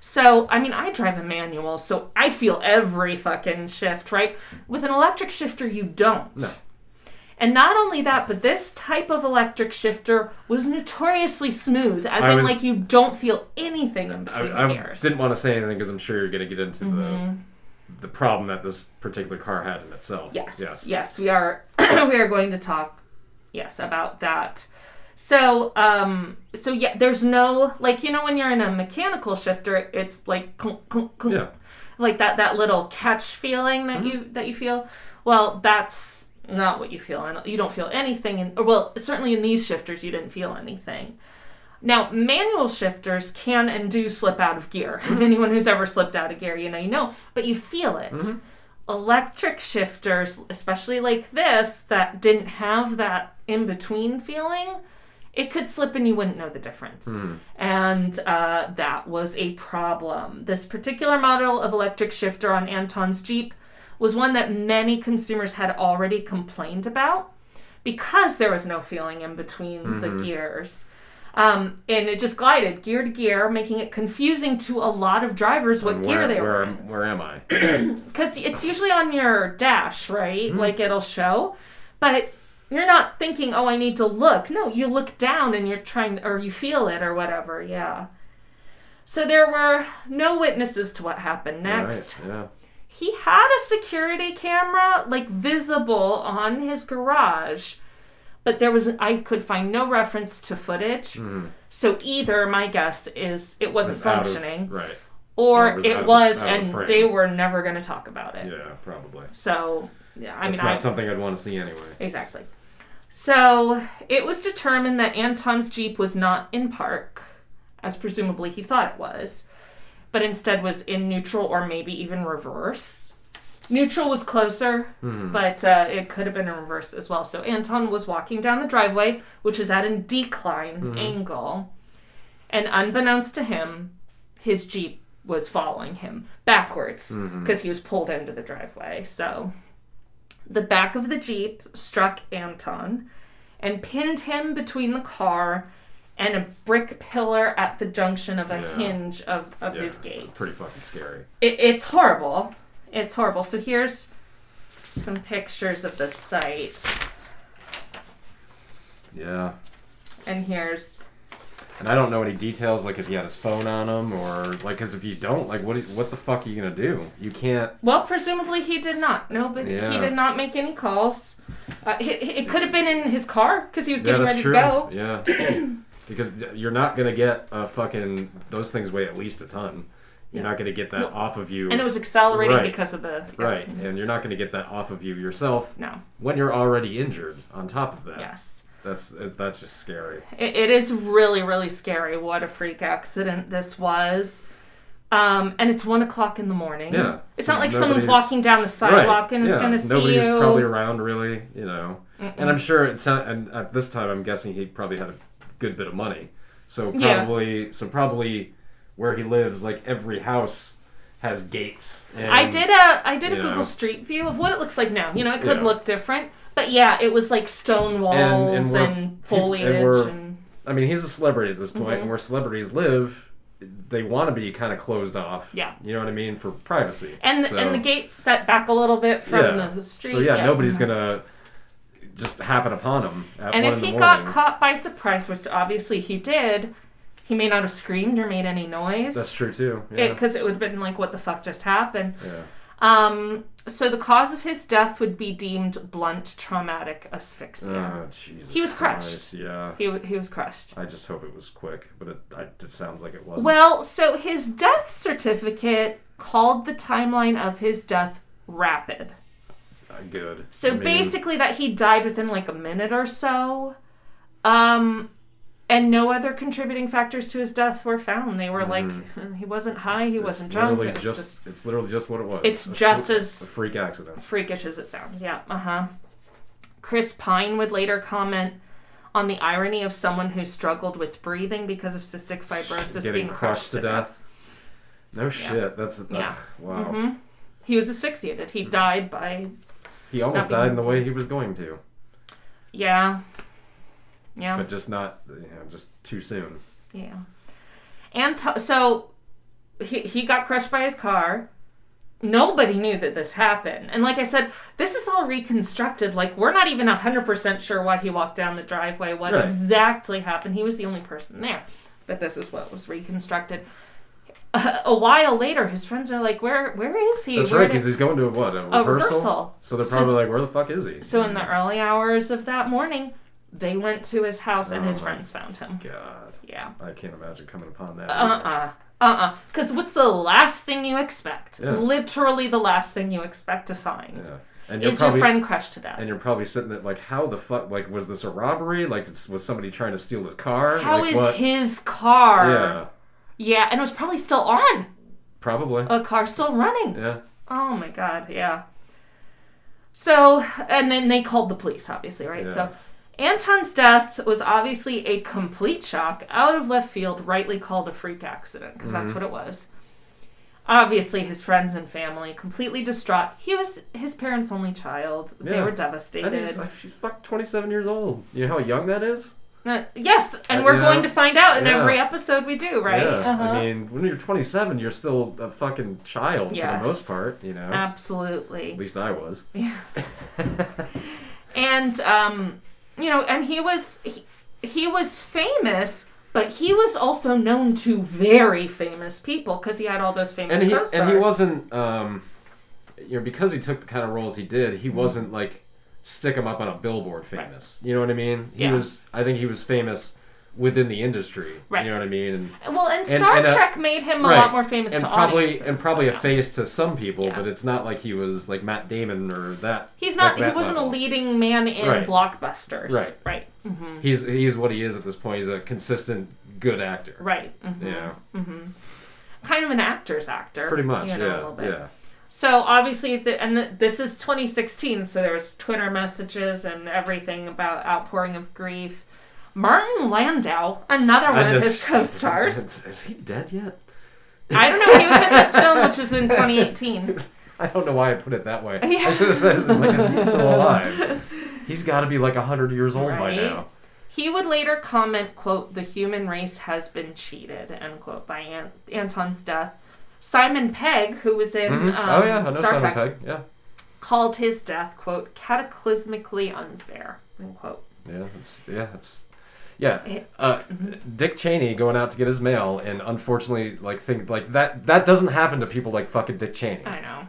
Speaker 3: So, I mean, I drive a manual, so I feel every fucking shift, right? With an electric shifter, you don't.
Speaker 4: No.
Speaker 3: And not only that, but this type of electric shifter was notoriously smooth, as
Speaker 4: I
Speaker 3: in,
Speaker 4: was-
Speaker 3: like, you don't feel anything in between
Speaker 4: I, I
Speaker 3: the gears.
Speaker 4: didn't want to say anything because I'm sure you're going to get into the the problem that this particular car had in itself.
Speaker 3: Mm-hmm. Yes. Yes,
Speaker 4: Yes.
Speaker 3: we are [clears throat] we are going to talk yes about that. So, um so yeah, there's no like you know when you're in a mechanical shifter, it's like clunk, clunk, clunk,
Speaker 4: Yeah.
Speaker 3: like that that little catch feeling that you that you feel. Well, that's not what you feel. And you don't feel anything in or well, certainly in these shifters you didn't feel anything. Now, manual shifters can and do slip out of gear. [laughs] Anyone who's ever slipped out of gear, you know, you know, but you feel it electric shifters, especially like this, that didn't have that in between feeling, it could slip and you wouldn't know the difference.
Speaker 4: Hmm.
Speaker 3: And uh, that was a problem. This particular model of electric shifter on Anton's Jeep was one that many consumers had already complained about because there was no feeling in between the
Speaker 4: Mm-hmm.
Speaker 3: gears. Um, and it just glided gear to gear, making it confusing to a lot of drivers what
Speaker 4: And
Speaker 3: gear
Speaker 4: where,
Speaker 3: they were
Speaker 4: where,
Speaker 3: in.
Speaker 4: am- where am I?
Speaker 3: Because it's usually on your dash, right?
Speaker 4: Mm-hmm.
Speaker 3: Like it'll show, but you're not thinking, oh, I need to look. No, you look down and you're trying, or you feel it or whatever. Yeah. So there were no witnesses to what happened next.
Speaker 4: Right, yeah.
Speaker 3: He had a security camera, like visible on his garage, but there was, I could find no reference to footage. So either my guess is it wasn't
Speaker 4: It's Mm-hmm. out of-
Speaker 3: functioning,
Speaker 4: right. it
Speaker 3: or
Speaker 4: was out
Speaker 3: it
Speaker 4: of-
Speaker 3: was,
Speaker 4: out of
Speaker 3: and
Speaker 4: frame.
Speaker 3: they were never going to talk about it.
Speaker 4: Yeah, probably.
Speaker 3: So, yeah, I
Speaker 4: it's
Speaker 3: mean,
Speaker 4: not
Speaker 3: I,
Speaker 4: something I'd want to see anyway.
Speaker 3: exactly. So, it was determined that Anton's Jeep was not in park, as presumably he thought it was, but instead was in neutral or maybe even reverse. Neutral was closer, but uh, it could have been in reverse as well. So, Anton was walking down the driveway, which is at a decline angle, and unbeknownst to him, his Jeep was following him backwards because he was pulled into the driveway. So, the back of the Jeep struck Anton and pinned him between the car and a brick pillar at the junction of a
Speaker 4: Yeah.
Speaker 3: hinge of, of
Speaker 4: Yeah,
Speaker 3: his gate.
Speaker 4: Pretty fucking scary.
Speaker 3: It, it's horrible. It's horrible. So here's some pictures of the site,
Speaker 4: Yeah.
Speaker 3: and here's
Speaker 4: And I don't know any details, like if he had his phone on him or like, because if you don't, like, what what the fuck are you gonna do? You can't.
Speaker 3: well, presumably he did not. No, but he
Speaker 4: Yeah.
Speaker 3: did not make any calls. Uh, it, it could have been in his car because he was
Speaker 4: yeah,
Speaker 3: getting
Speaker 4: that's
Speaker 3: ready
Speaker 4: true.
Speaker 3: to go.
Speaker 4: Yeah.
Speaker 3: [clears throat]
Speaker 4: because you're not gonna get a fucking. Those things weigh at least a ton. You're
Speaker 3: Yeah.
Speaker 4: not gonna get that
Speaker 3: Well,
Speaker 4: off of you.
Speaker 3: And it was accelerating
Speaker 4: Right.
Speaker 3: because of the yeah.
Speaker 4: Right, and you're not going to get that off of you yourself
Speaker 3: No.
Speaker 4: when you're already injured. On top of that,
Speaker 3: Yes.
Speaker 4: that's it- that's just scary.
Speaker 3: It, it is really, really scary. What a freak accident this was. Um, and it's one o'clock in the morning.
Speaker 4: Yeah.
Speaker 3: It's
Speaker 4: So
Speaker 3: not like someone's
Speaker 4: nobody's-
Speaker 3: walking down the sidewalk and is
Speaker 4: yeah,
Speaker 3: going to see
Speaker 4: Nobody's
Speaker 3: you.
Speaker 4: probably around, really. You know, and I'm sure it's not. And at this time, I'm guessing he probably had a good bit of money. So
Speaker 3: Yeah.
Speaker 4: probably, so probably, where he lives, like every house has gates. And
Speaker 3: I did a I did a
Speaker 4: you
Speaker 3: Google
Speaker 4: know.
Speaker 3: Street View of what it looks like now. You know, it could
Speaker 4: Yeah.
Speaker 3: look different, but yeah, it was like stone walls and,
Speaker 4: we're-
Speaker 3: foliage
Speaker 4: and we're-
Speaker 3: and Mm-hmm.
Speaker 4: I mean, he's a celebrity at this point, and where celebrities live, they want to be kind of closed off.
Speaker 3: Yeah.
Speaker 4: You know what I mean? For privacy.
Speaker 3: and
Speaker 4: So-
Speaker 3: and the gates set back a little bit from
Speaker 4: Yeah.
Speaker 3: the street. Mm-hmm.
Speaker 4: So yeah, nobody's gonna just happen upon him at
Speaker 3: And
Speaker 4: one
Speaker 3: if
Speaker 4: in
Speaker 3: he
Speaker 4: the
Speaker 3: got
Speaker 4: morning.
Speaker 3: caught by surprise, which obviously he did, he may not have screamed or made any noise.
Speaker 4: That's true too. Yeah.
Speaker 3: because it, would have been like, what the fuck just happened?
Speaker 4: yeah.
Speaker 3: Um, so the cause of his death would be deemed blunt traumatic asphyxia.
Speaker 4: Oh Jesus.
Speaker 3: He was crushed.
Speaker 4: Christ, Yeah.
Speaker 3: He he wa- he was crushed.
Speaker 4: I just hope it was quick, but it, I, it sounds like it wasn't.
Speaker 3: Well, so his death certificate called the timeline of his death rapid.
Speaker 4: Uh, good.
Speaker 3: So
Speaker 4: I mean,
Speaker 3: basically, that he died within like a minute or so. Um, and no other contributing factors to his death were found. They were like, [laughs] he wasn't high, he
Speaker 4: Mm-hmm. it's
Speaker 3: wasn't drunk.
Speaker 4: Literally
Speaker 3: It's
Speaker 4: just,
Speaker 3: just
Speaker 4: it's literally just what it was.
Speaker 3: It's
Speaker 4: A
Speaker 3: just
Speaker 4: freak-
Speaker 3: as-
Speaker 4: a freak accident.
Speaker 3: freakish as it sounds. Yeah, uh huh. Chris Pine would later comment on the irony of someone who struggled with breathing because of cystic fibrosis
Speaker 4: Getting
Speaker 3: being
Speaker 4: crushed to death. No shit. That's ugh,
Speaker 3: Yeah. Mm-hmm.
Speaker 4: wow.
Speaker 3: He was asphyxiated.
Speaker 4: Mm-hmm.
Speaker 3: He died by
Speaker 4: He almost
Speaker 3: Nothing.
Speaker 4: died in the way he was going to,
Speaker 3: yeah, yeah.
Speaker 4: but just not, you know, just too soon.
Speaker 3: Yeah. And to- so he, he got crushed by his car. Nobody knew that this happened. And like I said, this is all reconstructed. Like, we're not even 100% sure why he walked down the driveway, what
Speaker 4: Right.
Speaker 3: exactly happened. He was the only person there. But this is what was reconstructed. Uh, a while later, his friends are like, Where Where is he?
Speaker 4: That's
Speaker 3: Where
Speaker 4: right,
Speaker 3: did-"
Speaker 4: because he's going to a, what a rehearsal?
Speaker 3: rehearsal.
Speaker 4: So they're
Speaker 3: So-
Speaker 4: probably like, "Where the fuck is he?"
Speaker 3: So, in the early hours of that morning, they went to his house and
Speaker 4: Oh
Speaker 3: his
Speaker 4: my-
Speaker 3: friends found him.
Speaker 4: God,
Speaker 3: Yeah.
Speaker 4: I can't imagine coming upon that.
Speaker 3: uh-uh uh-uh because what's the last thing you expect
Speaker 4: Yeah.
Speaker 3: literally the last thing you expect to find
Speaker 4: Yeah. And you're
Speaker 3: is
Speaker 4: probably
Speaker 3: your friend crushed to death
Speaker 4: and you're probably sitting there like, "How the fuck? Like, was this a robbery? Like, it's- was somebody trying to steal his car?
Speaker 3: How
Speaker 4: like,
Speaker 3: is
Speaker 4: what?
Speaker 3: his car
Speaker 4: Yeah,
Speaker 3: Yeah, and it was probably still on
Speaker 4: probably.
Speaker 3: a car still running
Speaker 4: yeah,
Speaker 3: oh my god yeah so and then they called the police obviously right
Speaker 4: Yeah.
Speaker 3: so anton's death was obviously a complete shock out of left field rightly called a freak accident because that's
Speaker 4: Mm-hmm.
Speaker 3: what it was obviously his friends and family completely distraught he was his parents only child they
Speaker 4: Yeah.
Speaker 3: were
Speaker 4: and
Speaker 3: devastated
Speaker 4: he's, he's fuck 27 years old. You know how young that is?
Speaker 3: Uh, yes and
Speaker 4: Uh,
Speaker 3: we're
Speaker 4: you
Speaker 3: going
Speaker 4: know,
Speaker 3: to find out in
Speaker 4: yeah.
Speaker 3: every episode we do right
Speaker 4: Yeah.
Speaker 3: Uh-huh.
Speaker 4: I mean, when you're 27, you're still a fucking child for
Speaker 3: Yes.
Speaker 4: the most part. You know,
Speaker 3: absolutely
Speaker 4: at least I was.
Speaker 3: and um, you know, and he was he, he was famous, but he was also known to very famous people because he had all those famous
Speaker 4: and he
Speaker 3: co-stars.
Speaker 4: and he wasn't um you know because he took the kind of roles he did
Speaker 3: Mm-hmm.
Speaker 4: he wasn't like stick him up on a billboard famous you know what i mean he
Speaker 3: Yeah.
Speaker 4: was i think he was famous within the industry
Speaker 3: Right.
Speaker 4: you know what i mean and
Speaker 3: well, and Star
Speaker 4: and a-
Speaker 3: Trek made him a
Speaker 4: right.
Speaker 3: lot more famous
Speaker 4: and
Speaker 3: to
Speaker 4: probably
Speaker 3: audiences,
Speaker 4: and probably a
Speaker 3: yeah.
Speaker 4: face to some people
Speaker 3: Yeah.
Speaker 4: but it's not like he was like matt damon or that
Speaker 3: He's
Speaker 4: like
Speaker 3: not.
Speaker 4: that
Speaker 3: he wasn't
Speaker 4: level.
Speaker 3: a leading man in
Speaker 4: Right.
Speaker 3: blockbusters.
Speaker 4: Right.
Speaker 3: Right.
Speaker 4: he's he's what he is at this point he's a consistent good actor
Speaker 3: Right. Mhm.
Speaker 4: yeah
Speaker 3: Kind of an actor's actor.
Speaker 4: pretty much
Speaker 3: you know, a little
Speaker 4: yeah
Speaker 3: bit.
Speaker 4: yeah
Speaker 3: So obviously, the, and the, this is 2016, so there was Twitter messages and everything about outpouring of grief. Martin Landau, another one
Speaker 4: And
Speaker 3: of
Speaker 4: this-
Speaker 3: his co-stars.
Speaker 4: is, [laughs] is he dead yet
Speaker 3: I don't know. He was in
Speaker 4: [laughs]
Speaker 3: this film, which is in 2018.
Speaker 4: I don't know why I put it that way.
Speaker 3: [laughs] Yeah.
Speaker 4: I should have said it was like, is he still
Speaker 3: [laughs]
Speaker 4: alive? He's got to be like 100 years old by
Speaker 3: Right.
Speaker 4: now.
Speaker 3: He would later comment, "quote The human race has been cheated," end quote, by An- Anton's death. Simon Pegg, who was in um,
Speaker 4: oh, yeah, I know
Speaker 3: Star
Speaker 4: Simon
Speaker 3: Trek,
Speaker 4: Pegg. Yeah.
Speaker 3: called his death "quote cataclysmically unfair." End quote.
Speaker 4: Yeah, it's, yeah, it's, yeah. Uh,
Speaker 3: Mm-hmm.
Speaker 4: Dick Cheney going out to get his mail, and unfortunately, like, think, like, that, that doesn't happen to people like fucking Dick Cheney.
Speaker 3: I know.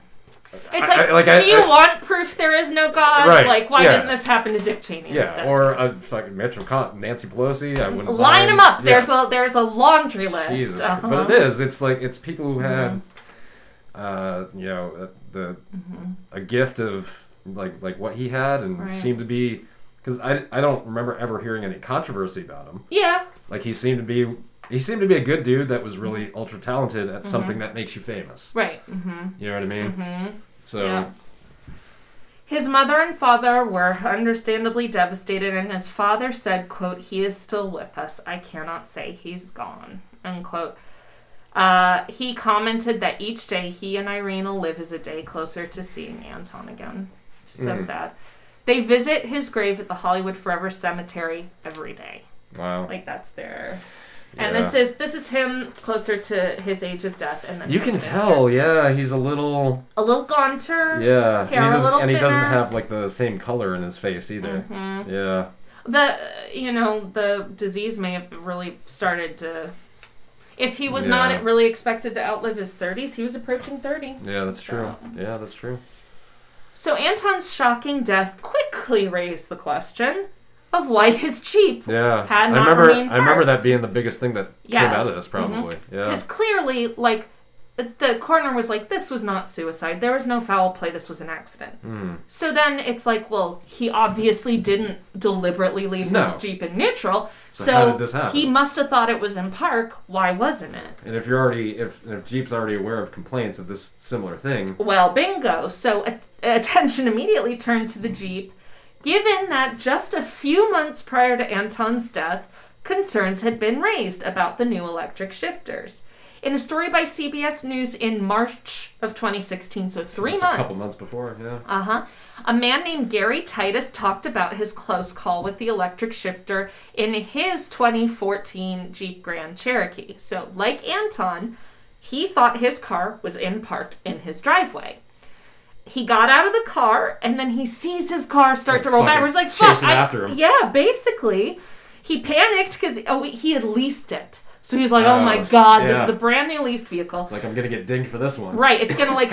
Speaker 3: It's
Speaker 4: I-
Speaker 3: like,
Speaker 4: I- like,
Speaker 3: do
Speaker 4: I-
Speaker 3: you
Speaker 4: I-
Speaker 3: want proof there is no God?
Speaker 4: Right,
Speaker 3: Like, why
Speaker 4: yeah.
Speaker 3: didn't this happen to Dick Cheney
Speaker 4: Yeah,
Speaker 3: instead?
Speaker 4: or uh, fucking Mitch McConnell, Nancy Pelosi. I wouldn't
Speaker 3: Mm-hmm. Line them up. There's
Speaker 4: yes.
Speaker 3: a there's a laundry list.
Speaker 4: Jesus,
Speaker 3: Uh-huh. Mm-hmm.
Speaker 4: but it is. It's like it's people who had, uh, you know, uh, the a gift of like like what he had and
Speaker 3: Mm-hmm. Right.
Speaker 4: seemed to be because I I don't remember ever hearing any controversy about him.
Speaker 3: Yeah,
Speaker 4: Like he seemed to be He seemed to be a good dude that was really
Speaker 3: Mm-hmm.
Speaker 4: ultra talented at something that makes you famous.
Speaker 3: Right. hmm
Speaker 4: You know what I mean? So
Speaker 3: Mm-hmm. Yeah. His mother and father were understandably devastated, and his father said, quote, he is still with us. I cannot say he's gone, unquote. Uh, he commented that each day he and Irene will live as a day closer to seeing Anton again. So
Speaker 4: Mm.
Speaker 3: sad. They visit his grave at the Hollywood Forever Cemetery every day.
Speaker 4: wow.
Speaker 3: Like that's their and
Speaker 4: Yeah.
Speaker 3: this is this is him closer to his age of death and then
Speaker 4: you
Speaker 3: him
Speaker 4: can
Speaker 3: to his
Speaker 4: tell,
Speaker 3: parents.
Speaker 4: yeah, he's a little
Speaker 3: a little gaunter.
Speaker 4: yeah,
Speaker 3: Hair
Speaker 4: and, he
Speaker 3: a
Speaker 4: doesn't,
Speaker 3: little
Speaker 4: and he doesn't
Speaker 3: thinner. Mm-hmm.
Speaker 4: have like the same color in his face either. Yeah,
Speaker 3: the you know the disease may have really started to if he was
Speaker 4: Yeah.
Speaker 3: not really expected to outlive his 30s he was approaching 30
Speaker 4: yeah, that's true. Yeah, that's true.
Speaker 3: so anton's shocking death quickly raised the question of why his cheap
Speaker 4: Yeah,
Speaker 3: Had
Speaker 4: I
Speaker 3: not
Speaker 4: remember.
Speaker 3: remained
Speaker 4: I remember that
Speaker 3: parked.
Speaker 4: being the biggest thing that came out of
Speaker 3: Yes. Mm-hmm.
Speaker 4: this, probably. Yeah,
Speaker 3: because clearly like the coroner was like this was not suicide there was no foul play this was an accident
Speaker 4: Hmm.
Speaker 3: so then it's like well he obviously didn't deliberately leave
Speaker 4: No.
Speaker 3: his jeep in neutral so,
Speaker 4: how did this happen?
Speaker 3: he must have thought it was in park why wasn't it
Speaker 4: and if you're already, if if Jeep's already aware of complaints of this similar thing,
Speaker 3: Well, bingo. So a- attention immediately turned to the Jeep, given that just a few months prior to Anton's death, concerns had been raised about the new electric shifters. In a story by CBS News in March of 2016, so three
Speaker 4: just
Speaker 3: months.
Speaker 4: a couple months before, yeah,
Speaker 3: Uh huh. A man named Gary Titus talked about his close call with the electric shifter in his 2014 Jeep Grand Cherokee. So, like Anton, he thought his car was in park in his driveway. He got out of the car and then he sees his car start to roll
Speaker 4: fucking
Speaker 3: backwards. Like,
Speaker 4: chase
Speaker 3: fuck.
Speaker 4: it
Speaker 3: I-
Speaker 4: after him.
Speaker 3: Yeah, basically. He panicked because oh, he had leased it. So he was like, oh,
Speaker 4: Oh,
Speaker 3: my God, this
Speaker 4: yeah.
Speaker 3: is a brand new leased vehicle.
Speaker 4: it's like I'm gonna get dinged for this one.
Speaker 3: Right, it's gonna like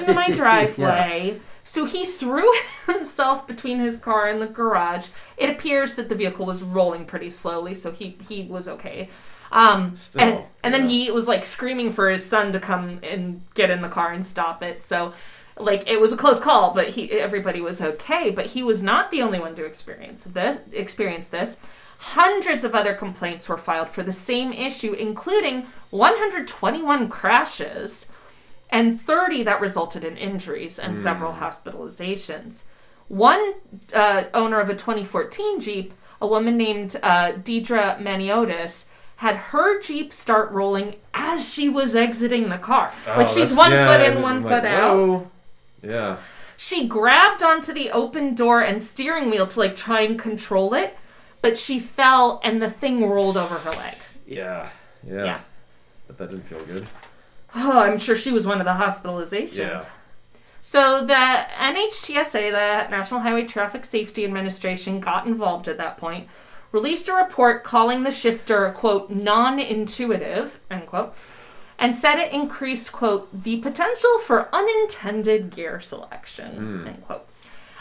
Speaker 4: [laughs]
Speaker 3: into my driveway. So he threw [laughs] himself between his car and the garage. It appears that the vehicle was rolling pretty slowly, so he he was okay. Um,
Speaker 4: Still,
Speaker 3: and, and then
Speaker 4: yeah.
Speaker 3: he was like screaming for his son to come and get in the car and stop it. So, like it was a close call, but he everybody was okay. But he was not the only one to experience this. Experience this. Hundreds of other complaints were filed for the same issue, including 121 crashes and 30 that resulted in injuries and
Speaker 4: Hmm.
Speaker 3: several hospitalizations. One uh, owner of a 2014 Jeep, a woman named uh, Deidre Maniotis, had her Jeep start rolling as she was exiting the car. like
Speaker 4: Oh,
Speaker 3: she's
Speaker 4: that's-
Speaker 3: one
Speaker 4: yeah,
Speaker 3: foot
Speaker 4: and
Speaker 3: in,
Speaker 4: then
Speaker 3: one
Speaker 4: like,
Speaker 3: foot out.
Speaker 4: whoa. Yeah,
Speaker 3: She grabbed onto the open door and steering wheel to like try and control it, but she fell and the thing rolled over her leg.
Speaker 4: yeah, yeah,
Speaker 3: Yeah.
Speaker 4: But that didn't feel good.
Speaker 3: Oh, I'm sure she was one of the hospitalizations.
Speaker 4: Yeah.
Speaker 3: So the NHTSA, the National Highway Traffic Safety Administration, got involved at that point, released a report calling the shifter, quote, non-intuitive, end quote, and said it increased, quote, the potential for unintended gear
Speaker 4: Hmm.
Speaker 3: selection, end quote.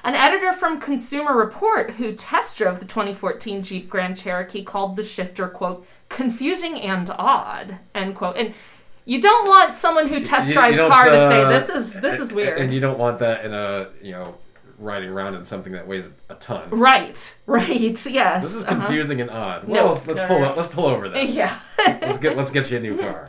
Speaker 3: An editor from Consumer Report who test drove the 2014 Jeep Grand Cherokee called the shifter, quote, confusing and odd, end quote. And you don't want someone who test
Speaker 4: You- you
Speaker 3: drives
Speaker 4: don't,
Speaker 3: car to say
Speaker 4: uh,
Speaker 3: this is this is weird.
Speaker 4: And you don't want that in a you know riding around in something that weighs a ton.
Speaker 3: Right, right, [laughs] yes.
Speaker 4: This is
Speaker 3: Uh-huh.
Speaker 4: confusing and odd.
Speaker 3: No,
Speaker 4: Well, let's
Speaker 3: no,
Speaker 4: pull
Speaker 3: no,
Speaker 4: up. Let's pull over
Speaker 3: [laughs]
Speaker 4: then.
Speaker 3: Yeah.
Speaker 4: Let's get let's get you a new car.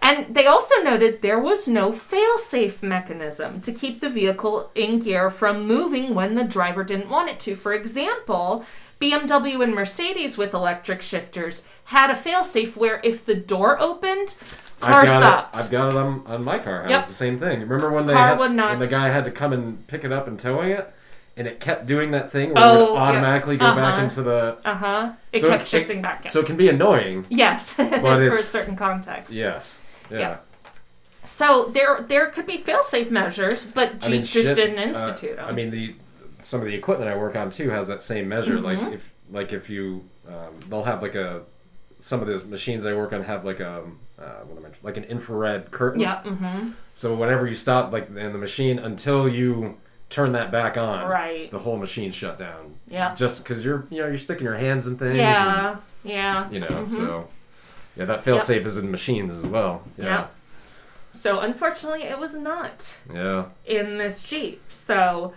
Speaker 3: and they also noted there was no fail-safe mechanism to keep the vehicle in gear from moving when the driver didn't want it to. For example, BMW and Mercedes with electric shifters had a fail-safe where if the door opened, car
Speaker 4: I've got
Speaker 3: stopped.
Speaker 4: It, I've got it on, on my car. It
Speaker 3: Yep.
Speaker 4: was the same thing. Remember when they
Speaker 3: Car
Speaker 4: had,
Speaker 3: would not-
Speaker 4: when the guy had to come and pick it up and towing it, and it kept doing that thing where it
Speaker 3: Oh,
Speaker 4: would
Speaker 3: yeah.
Speaker 4: automatically go back
Speaker 3: Uh-huh.
Speaker 4: into the.
Speaker 3: uh-huh. It
Speaker 4: So
Speaker 3: kept
Speaker 4: it-
Speaker 3: shifting back in.
Speaker 4: So it can be annoying.
Speaker 3: yes, [laughs] for
Speaker 4: it's-
Speaker 3: certain contexts.
Speaker 4: Yes. Yeah.
Speaker 3: Yeah. So there there could be fail-safe measures, but Jeep just
Speaker 4: shit,
Speaker 3: didn't
Speaker 4: uh,
Speaker 3: institute them.
Speaker 4: I mean, the some of the equipment I work on too has that same measure.
Speaker 3: Mm-hmm.
Speaker 4: Like if like if you, um, they'll have like a some of the machines I work on have like a uh, what am I like an infrared curtain.
Speaker 3: yeah, mhm.
Speaker 4: So whenever you stop like in the machine until you turn that back on,
Speaker 3: Right.
Speaker 4: The whole machine shut down.
Speaker 3: Yeah.
Speaker 4: Just because you're you know you're sticking your hands in things.
Speaker 3: Yeah, Mm-hmm. yeah.
Speaker 4: And, you know so. Yeah, that fail safe is in machines as well. Yeah.
Speaker 3: So unfortunately, it was not
Speaker 4: Yeah.
Speaker 3: in this Jeep. So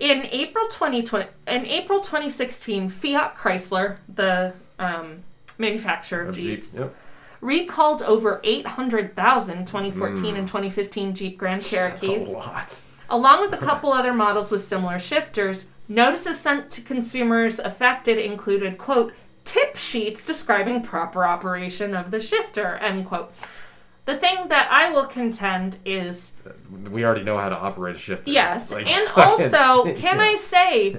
Speaker 3: in April 2020, in April 2016, Fiat Chrysler, the um, manufacturer of,
Speaker 4: of
Speaker 3: Jeeps.
Speaker 4: Jeeps. Yep.
Speaker 3: Recalled over 800,000 2014 and 2015 Jeep Grand Cherokees.
Speaker 4: That's a lot.
Speaker 3: along with a couple other models with similar shifters, notices sent to consumers affected included, quote, tip sheets describing proper operation of the shifter, end quote. The thing that I will contend
Speaker 4: [laughs]
Speaker 3: is
Speaker 4: We already know how to operate a shifter.
Speaker 3: yes,
Speaker 4: Like,
Speaker 3: and
Speaker 4: so I
Speaker 3: also, can
Speaker 4: [laughs] yeah.
Speaker 3: I say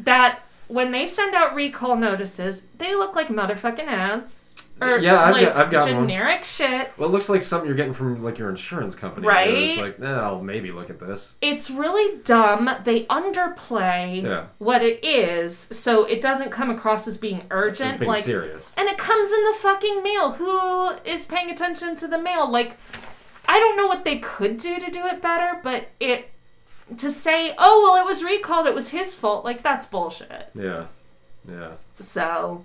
Speaker 3: that when they send out recall notices, they look like motherfucking ads. Or
Speaker 4: Yeah, I've
Speaker 3: like
Speaker 4: got- I've got one.
Speaker 3: generic shit.
Speaker 4: Well, it looks like something you're getting from like your insurance company.
Speaker 3: Right?
Speaker 4: You're just like, nah, I'll maybe look at this.
Speaker 3: it's really dumb. They underplay
Speaker 4: Yeah.
Speaker 3: what it is, so it doesn't come across as being urgent.
Speaker 4: Just being
Speaker 3: like,
Speaker 4: serious.
Speaker 3: and it comes in the fucking mail. Who is paying attention to the mail? Like, I don't know what they could do to do it better, but it to say, oh well, it was recalled. It was his fault. Like that's bullshit.
Speaker 4: Yeah. Yeah.
Speaker 3: So,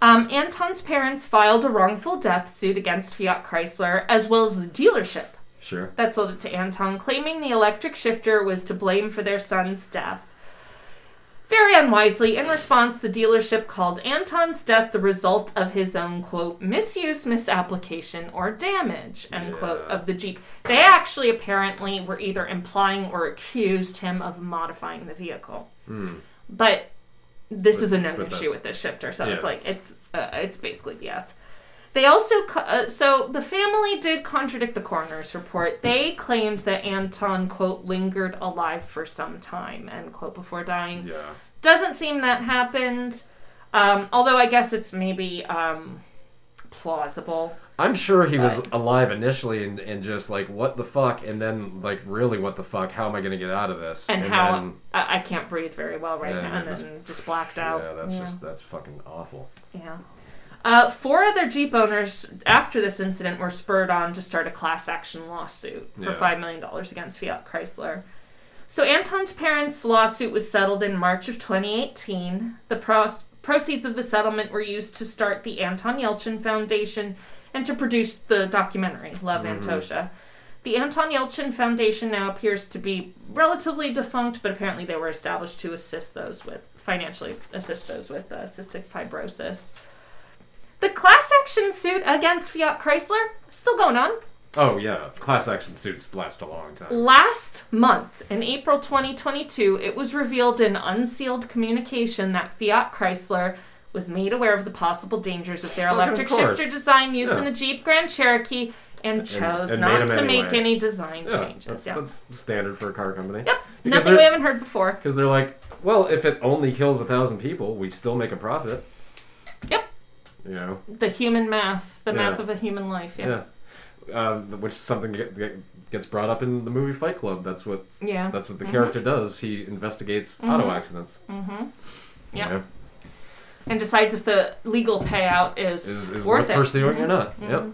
Speaker 3: um, Anton's parents filed a wrongful death suit against Fiat Chrysler as well as the dealership
Speaker 4: Sure.
Speaker 3: that sold it to Anton, claiming the electric shifter was to blame for their son's death. Very unwisely, in response, the dealership called Anton's death the result of his own, quote, misuse, misapplication, or damage, end quote,
Speaker 4: Yeah.
Speaker 3: of the Jeep. They actually apparently were either implying or accused him of modifying the vehicle. But this is a known
Speaker 4: Hmm. but
Speaker 3: issue
Speaker 4: that's-
Speaker 3: with this shifter, so it's
Speaker 4: Yeah.
Speaker 3: like, it's, uh, it's basically BS. They also, co- uh, so the family did contradict the coroner's report. They claimed that Anton, quote, lingered alive for some time, end quote, before dying.
Speaker 4: Yeah.
Speaker 3: Doesn't seem that happened. Um, although I guess it's maybe um, plausible.
Speaker 4: I'm sure he was alive initially and, and just like, what the fuck? And then, like, really, what the fuck? How am I going to get out of this?
Speaker 3: And, how
Speaker 4: then-
Speaker 3: I, I can't breathe very well right
Speaker 4: Yeah,
Speaker 3: now, and
Speaker 4: it was-
Speaker 3: then just blacked out.
Speaker 4: Yeah, that's just, that's fucking awful.
Speaker 3: Yeah. Uh, four other Jeep owners after this incident were spurred on to start a class action lawsuit for
Speaker 4: Yeah.
Speaker 3: $5 million against Fiat Chrysler. So Anton's parents' lawsuit was settled in March of 2018. The pros- proceeds of the settlement were used to start the Anton Yelchin Foundation and to produce the documentary Love Antosha. The Anton Yelchin Foundation now appears to be relatively defunct, but apparently they were established to assist those with financially assist those with uh, cystic fibrosis. The class action suit against Fiat Chrysler still going on.
Speaker 4: Oh, yeah. Class action suits last a long time.
Speaker 3: Last month, in April 2022, it was revealed in unsealed communication that Fiat Chrysler was made aware of the possible dangers of their
Speaker 4: Fucking
Speaker 3: electric
Speaker 4: of course.
Speaker 3: shifter design used in
Speaker 4: Yeah.
Speaker 3: the Jeep Grand Cherokee and chose
Speaker 4: and
Speaker 3: not
Speaker 4: made 'em
Speaker 3: to make
Speaker 4: anyway.
Speaker 3: any design
Speaker 4: Yeah,
Speaker 3: changes.
Speaker 4: that's,
Speaker 3: yeah.
Speaker 4: that's standard for a car company.
Speaker 3: yep,
Speaker 4: Because
Speaker 3: nothing we
Speaker 4: they're-
Speaker 3: haven't heard before.
Speaker 4: Because they're like, well, if it only kills a thousand people, we still make a profit.
Speaker 3: Yep,
Speaker 4: You know,
Speaker 3: the human math, the math
Speaker 4: Yeah.
Speaker 3: of a human life. Yeah,
Speaker 4: yeah. Um, which is something that get- gets brought up in the movie Fight Club. That's what
Speaker 3: yeah.
Speaker 4: that's what the
Speaker 3: Mm-hmm.
Speaker 4: character does. He investigates auto accidents. Mm-hmm.
Speaker 3: Yep. and decides if the legal payout is,
Speaker 4: Is, is
Speaker 3: worth
Speaker 4: worth,
Speaker 3: it. Mm-hmm.
Speaker 4: pursuing or not? Yep.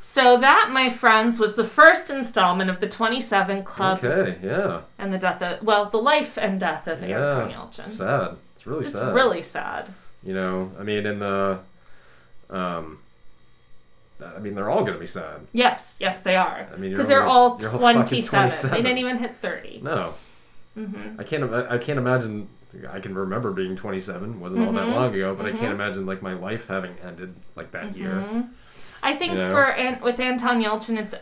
Speaker 3: So that, my friends, was the first installment of the 27 Club
Speaker 4: Okay. Yeah.
Speaker 3: and the death of well, the life and death of Anton
Speaker 4: Yeah.
Speaker 3: Yelchin.
Speaker 4: It's sad. It's really
Speaker 3: it's
Speaker 4: sad.
Speaker 3: really sad.
Speaker 4: You know, I mean, in the, um, I mean, they're all gonna be sad.
Speaker 3: Yes, yes, they are.
Speaker 4: I mean, you're
Speaker 3: because they're
Speaker 4: only-
Speaker 3: all
Speaker 4: you're all fucking
Speaker 3: 27. They
Speaker 4: 27.
Speaker 3: didn't even hit 30.
Speaker 4: No.
Speaker 3: Mm-hmm.
Speaker 4: I can't. im- I can't imagine. I can remember being 27. wasn't all
Speaker 3: Mm-hmm.
Speaker 4: that long ago, but I can't imagine like my life having ended like that year.
Speaker 3: Mm-hmm. I think
Speaker 4: You know?
Speaker 3: for An- with Anton Yelchin, it's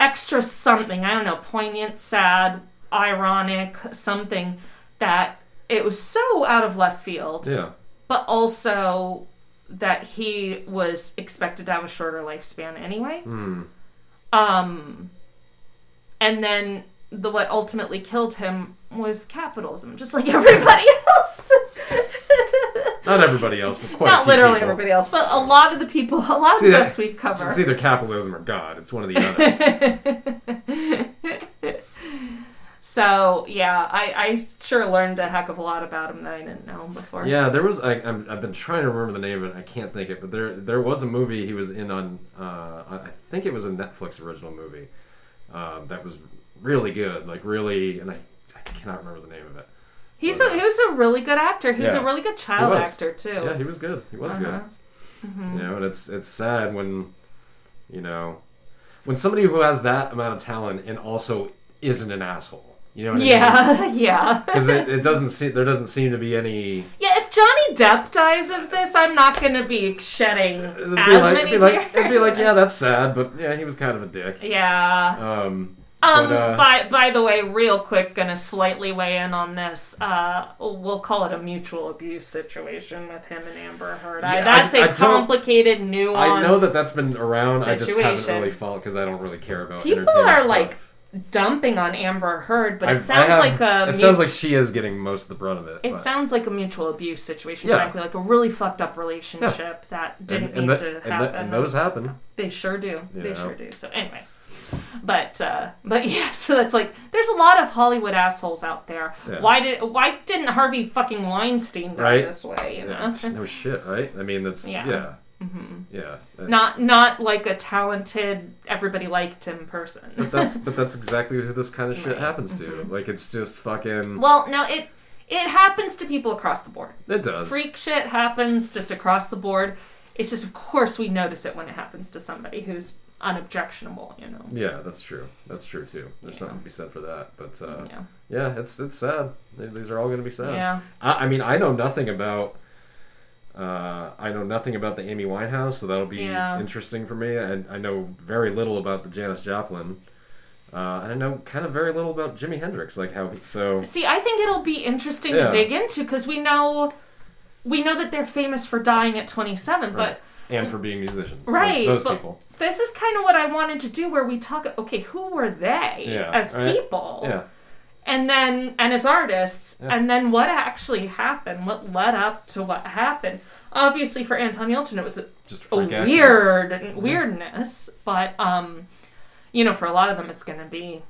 Speaker 3: extra something. I don't know, poignant, sad, ironic, something that it was so out of left field,
Speaker 4: Yeah.
Speaker 3: but also that he was expected to have a shorter lifespan anyway.
Speaker 4: Hmm.
Speaker 3: Um, and then the what ultimately killed him was capitalism, just like [laughs] everybody else.
Speaker 4: Not everybody else, but quite a
Speaker 3: Not
Speaker 4: few
Speaker 3: literally
Speaker 4: people.
Speaker 3: everybody else, but a lot of the people, a lot
Speaker 4: See,
Speaker 3: of
Speaker 4: that-
Speaker 3: us we
Speaker 4: It's,
Speaker 3: cover.
Speaker 4: it's either capitalism or God. It's one
Speaker 3: [laughs]
Speaker 4: or the other.
Speaker 3: So yeah, I, I sure learned a heck of a lot about him that I didn't know before.
Speaker 4: yeah. There was. I, I'm, I've been trying to remember the name of it. I can't think it. But there, there was a movie he was in on. Uh, I I think it was a Netflix original movie. Um, that was really good. Like really, and I, I cannot remember the name of it.
Speaker 3: he's a he was a really good actor. He was
Speaker 4: Yeah.
Speaker 3: a really good child
Speaker 4: was.
Speaker 3: actor too.
Speaker 4: Yeah, he was good. He was
Speaker 3: Uh-huh.
Speaker 4: good. You know, and it's it's sad when, you know, when somebody who has that amount of talent and also isn't an asshole. You know what I mean?
Speaker 3: yeah, [laughs] yeah,
Speaker 4: Because it, it doesn't seem there doesn't seem to be any
Speaker 3: yeah. If if Johnny Depp dies of this, I'm not going to be shedding
Speaker 4: It'd be,
Speaker 3: as
Speaker 4: like,
Speaker 3: many
Speaker 4: it'd, be
Speaker 3: tears.
Speaker 4: like, it'd be like, yeah, that's sad, but yeah, he was kind of a dick.
Speaker 3: [laughs] yeah.
Speaker 4: Um,
Speaker 3: Um,
Speaker 4: but, uh,
Speaker 3: by by the way, real quick, gonna slightly weigh in on this. Uh, we'll call it a mutual abuse situation with him and Amber Heard. I,
Speaker 4: Yeah,
Speaker 3: that's
Speaker 4: I-
Speaker 3: a
Speaker 4: I don't-
Speaker 3: complicated nuanced.
Speaker 4: I know that that's been around. I just haven't
Speaker 3: situation.
Speaker 4: really followed because I don't really care about
Speaker 3: people
Speaker 4: entertainment
Speaker 3: are
Speaker 4: stuff.
Speaker 3: like dumping on Amber Heard, but
Speaker 4: I've-
Speaker 3: it
Speaker 4: I
Speaker 3: sounds
Speaker 4: have-
Speaker 3: like a
Speaker 4: It
Speaker 3: mu-
Speaker 4: sounds like she is getting most of the brunt of it.
Speaker 3: it
Speaker 4: but-
Speaker 3: sounds like a mutual abuse situation.
Speaker 4: Yeah.
Speaker 3: Frankly, like a really fucked up relationship that didn't
Speaker 4: and, and the-
Speaker 3: need to
Speaker 4: and the-
Speaker 3: happen.
Speaker 4: and those happen.
Speaker 3: They sure do. They
Speaker 4: Yeah.
Speaker 3: sure do. So anyway, but uh, but [laughs] yeah. So that's like there's a lot of Hollywood assholes out there.
Speaker 4: Yeah.
Speaker 3: Why did why didn't Harvey fucking Weinstein die
Speaker 4: Right.
Speaker 3: this way? You
Speaker 4: Yeah,
Speaker 3: know,
Speaker 4: it's
Speaker 3: [laughs]
Speaker 4: no shit, right? I mean, that's
Speaker 3: Yeah. Mm-hmm.
Speaker 4: yeah, yeah. that's-
Speaker 3: not not like a talented everybody liked him person.
Speaker 4: But [laughs] that's but that's exactly who this kind of shit
Speaker 3: Right. Mm-hmm.
Speaker 4: happens to. Like it's just fucking.
Speaker 3: [laughs] well, no, it it happens to people across the board.
Speaker 4: It does.
Speaker 3: Freak shit happens just across the board. It's just of course we notice it when it happens to somebody who's unobjectionable. You know.
Speaker 4: Yeah, that's true. That's true too. There's something to be said for that. But uh,
Speaker 3: Yeah.
Speaker 4: yeah. it's it's sad. Th- These are all going to be sad.
Speaker 3: Yeah.
Speaker 4: I, I mean, I know nothing about. Uh, I know nothing about the Amy Winehouse, so that'll be
Speaker 3: Yeah.
Speaker 4: interesting for me. And I know very little about the Janis Joplin. Uh, and I know kind of very little about Jimi Hendrix, like how he- so.
Speaker 3: See, I think it'll be interesting to
Speaker 4: Yeah.
Speaker 3: dig into because we know we know that they're famous for dying at 27, but
Speaker 4: and for being musicians, Those-
Speaker 3: right,
Speaker 4: Those,
Speaker 3: but
Speaker 4: people.
Speaker 3: This is kind of what I wanted to do, where we talk. Okay, who were they
Speaker 4: Yeah,
Speaker 3: as
Speaker 4: right.
Speaker 3: people,
Speaker 4: Yeah,
Speaker 3: and then and as artists,
Speaker 4: Yeah.
Speaker 3: and then what actually happened, what led up to what happened. Obviously, for Anton Yelchin, it was a,
Speaker 4: just a
Speaker 3: a
Speaker 4: freak accident.
Speaker 3: weird weirdness, but um, you know, for a lot of them, it's going to be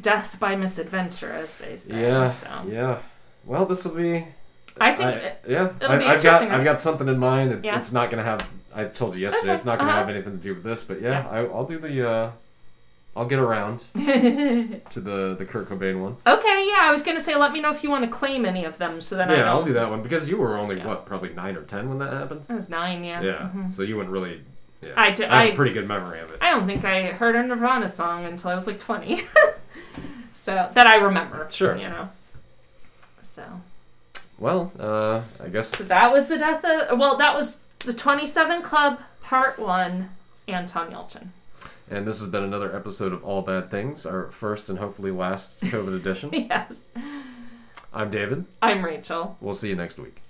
Speaker 3: death by misadventure, as they say.
Speaker 4: Yeah,
Speaker 3: so.
Speaker 4: yeah. Well, this will be.
Speaker 3: I think
Speaker 4: I, yeah,
Speaker 3: it'll
Speaker 4: I,
Speaker 3: be
Speaker 4: I've got
Speaker 3: interesting.
Speaker 4: I've got something in mind. It,
Speaker 3: Yeah.
Speaker 4: It's not gonna have. I told you yesterday.
Speaker 3: Okay,
Speaker 4: It's not gonna
Speaker 3: uh-huh.
Speaker 4: have anything to do with this. But yeah, I, I'll do the. Uh, I'll get
Speaker 3: [laughs]
Speaker 4: around to the the Kurt Cobain one.
Speaker 3: Okay, yeah, I was gonna say, let me know if you want to claim any of them, so that I
Speaker 4: yeah,
Speaker 3: don't.
Speaker 4: I'll do that one because you were only
Speaker 3: Yeah.
Speaker 4: what probably nine or ten when that happened.
Speaker 3: That was nine, yeah. Mm-hmm.
Speaker 4: Yeah, so you wouldn't really. Yeah.
Speaker 3: I do-
Speaker 4: I have
Speaker 3: I-
Speaker 4: a pretty good memory of it.
Speaker 3: I don't think I heard a Nirvana song until I was like twenty, [laughs] so that I remember.
Speaker 4: Sure.
Speaker 3: You know. So,
Speaker 4: well, uh, I guess
Speaker 3: so that was the death of. Well, that was the Twenty Seven Club Part One. Anton Yelchin. [laughs]
Speaker 4: And this has been another episode of All Bad Things, our first and hopefully
Speaker 3: [laughs]
Speaker 4: last COVID edition.
Speaker 3: Yes,
Speaker 4: I'm David.
Speaker 3: I'm Rachel.
Speaker 4: We'll see you next week.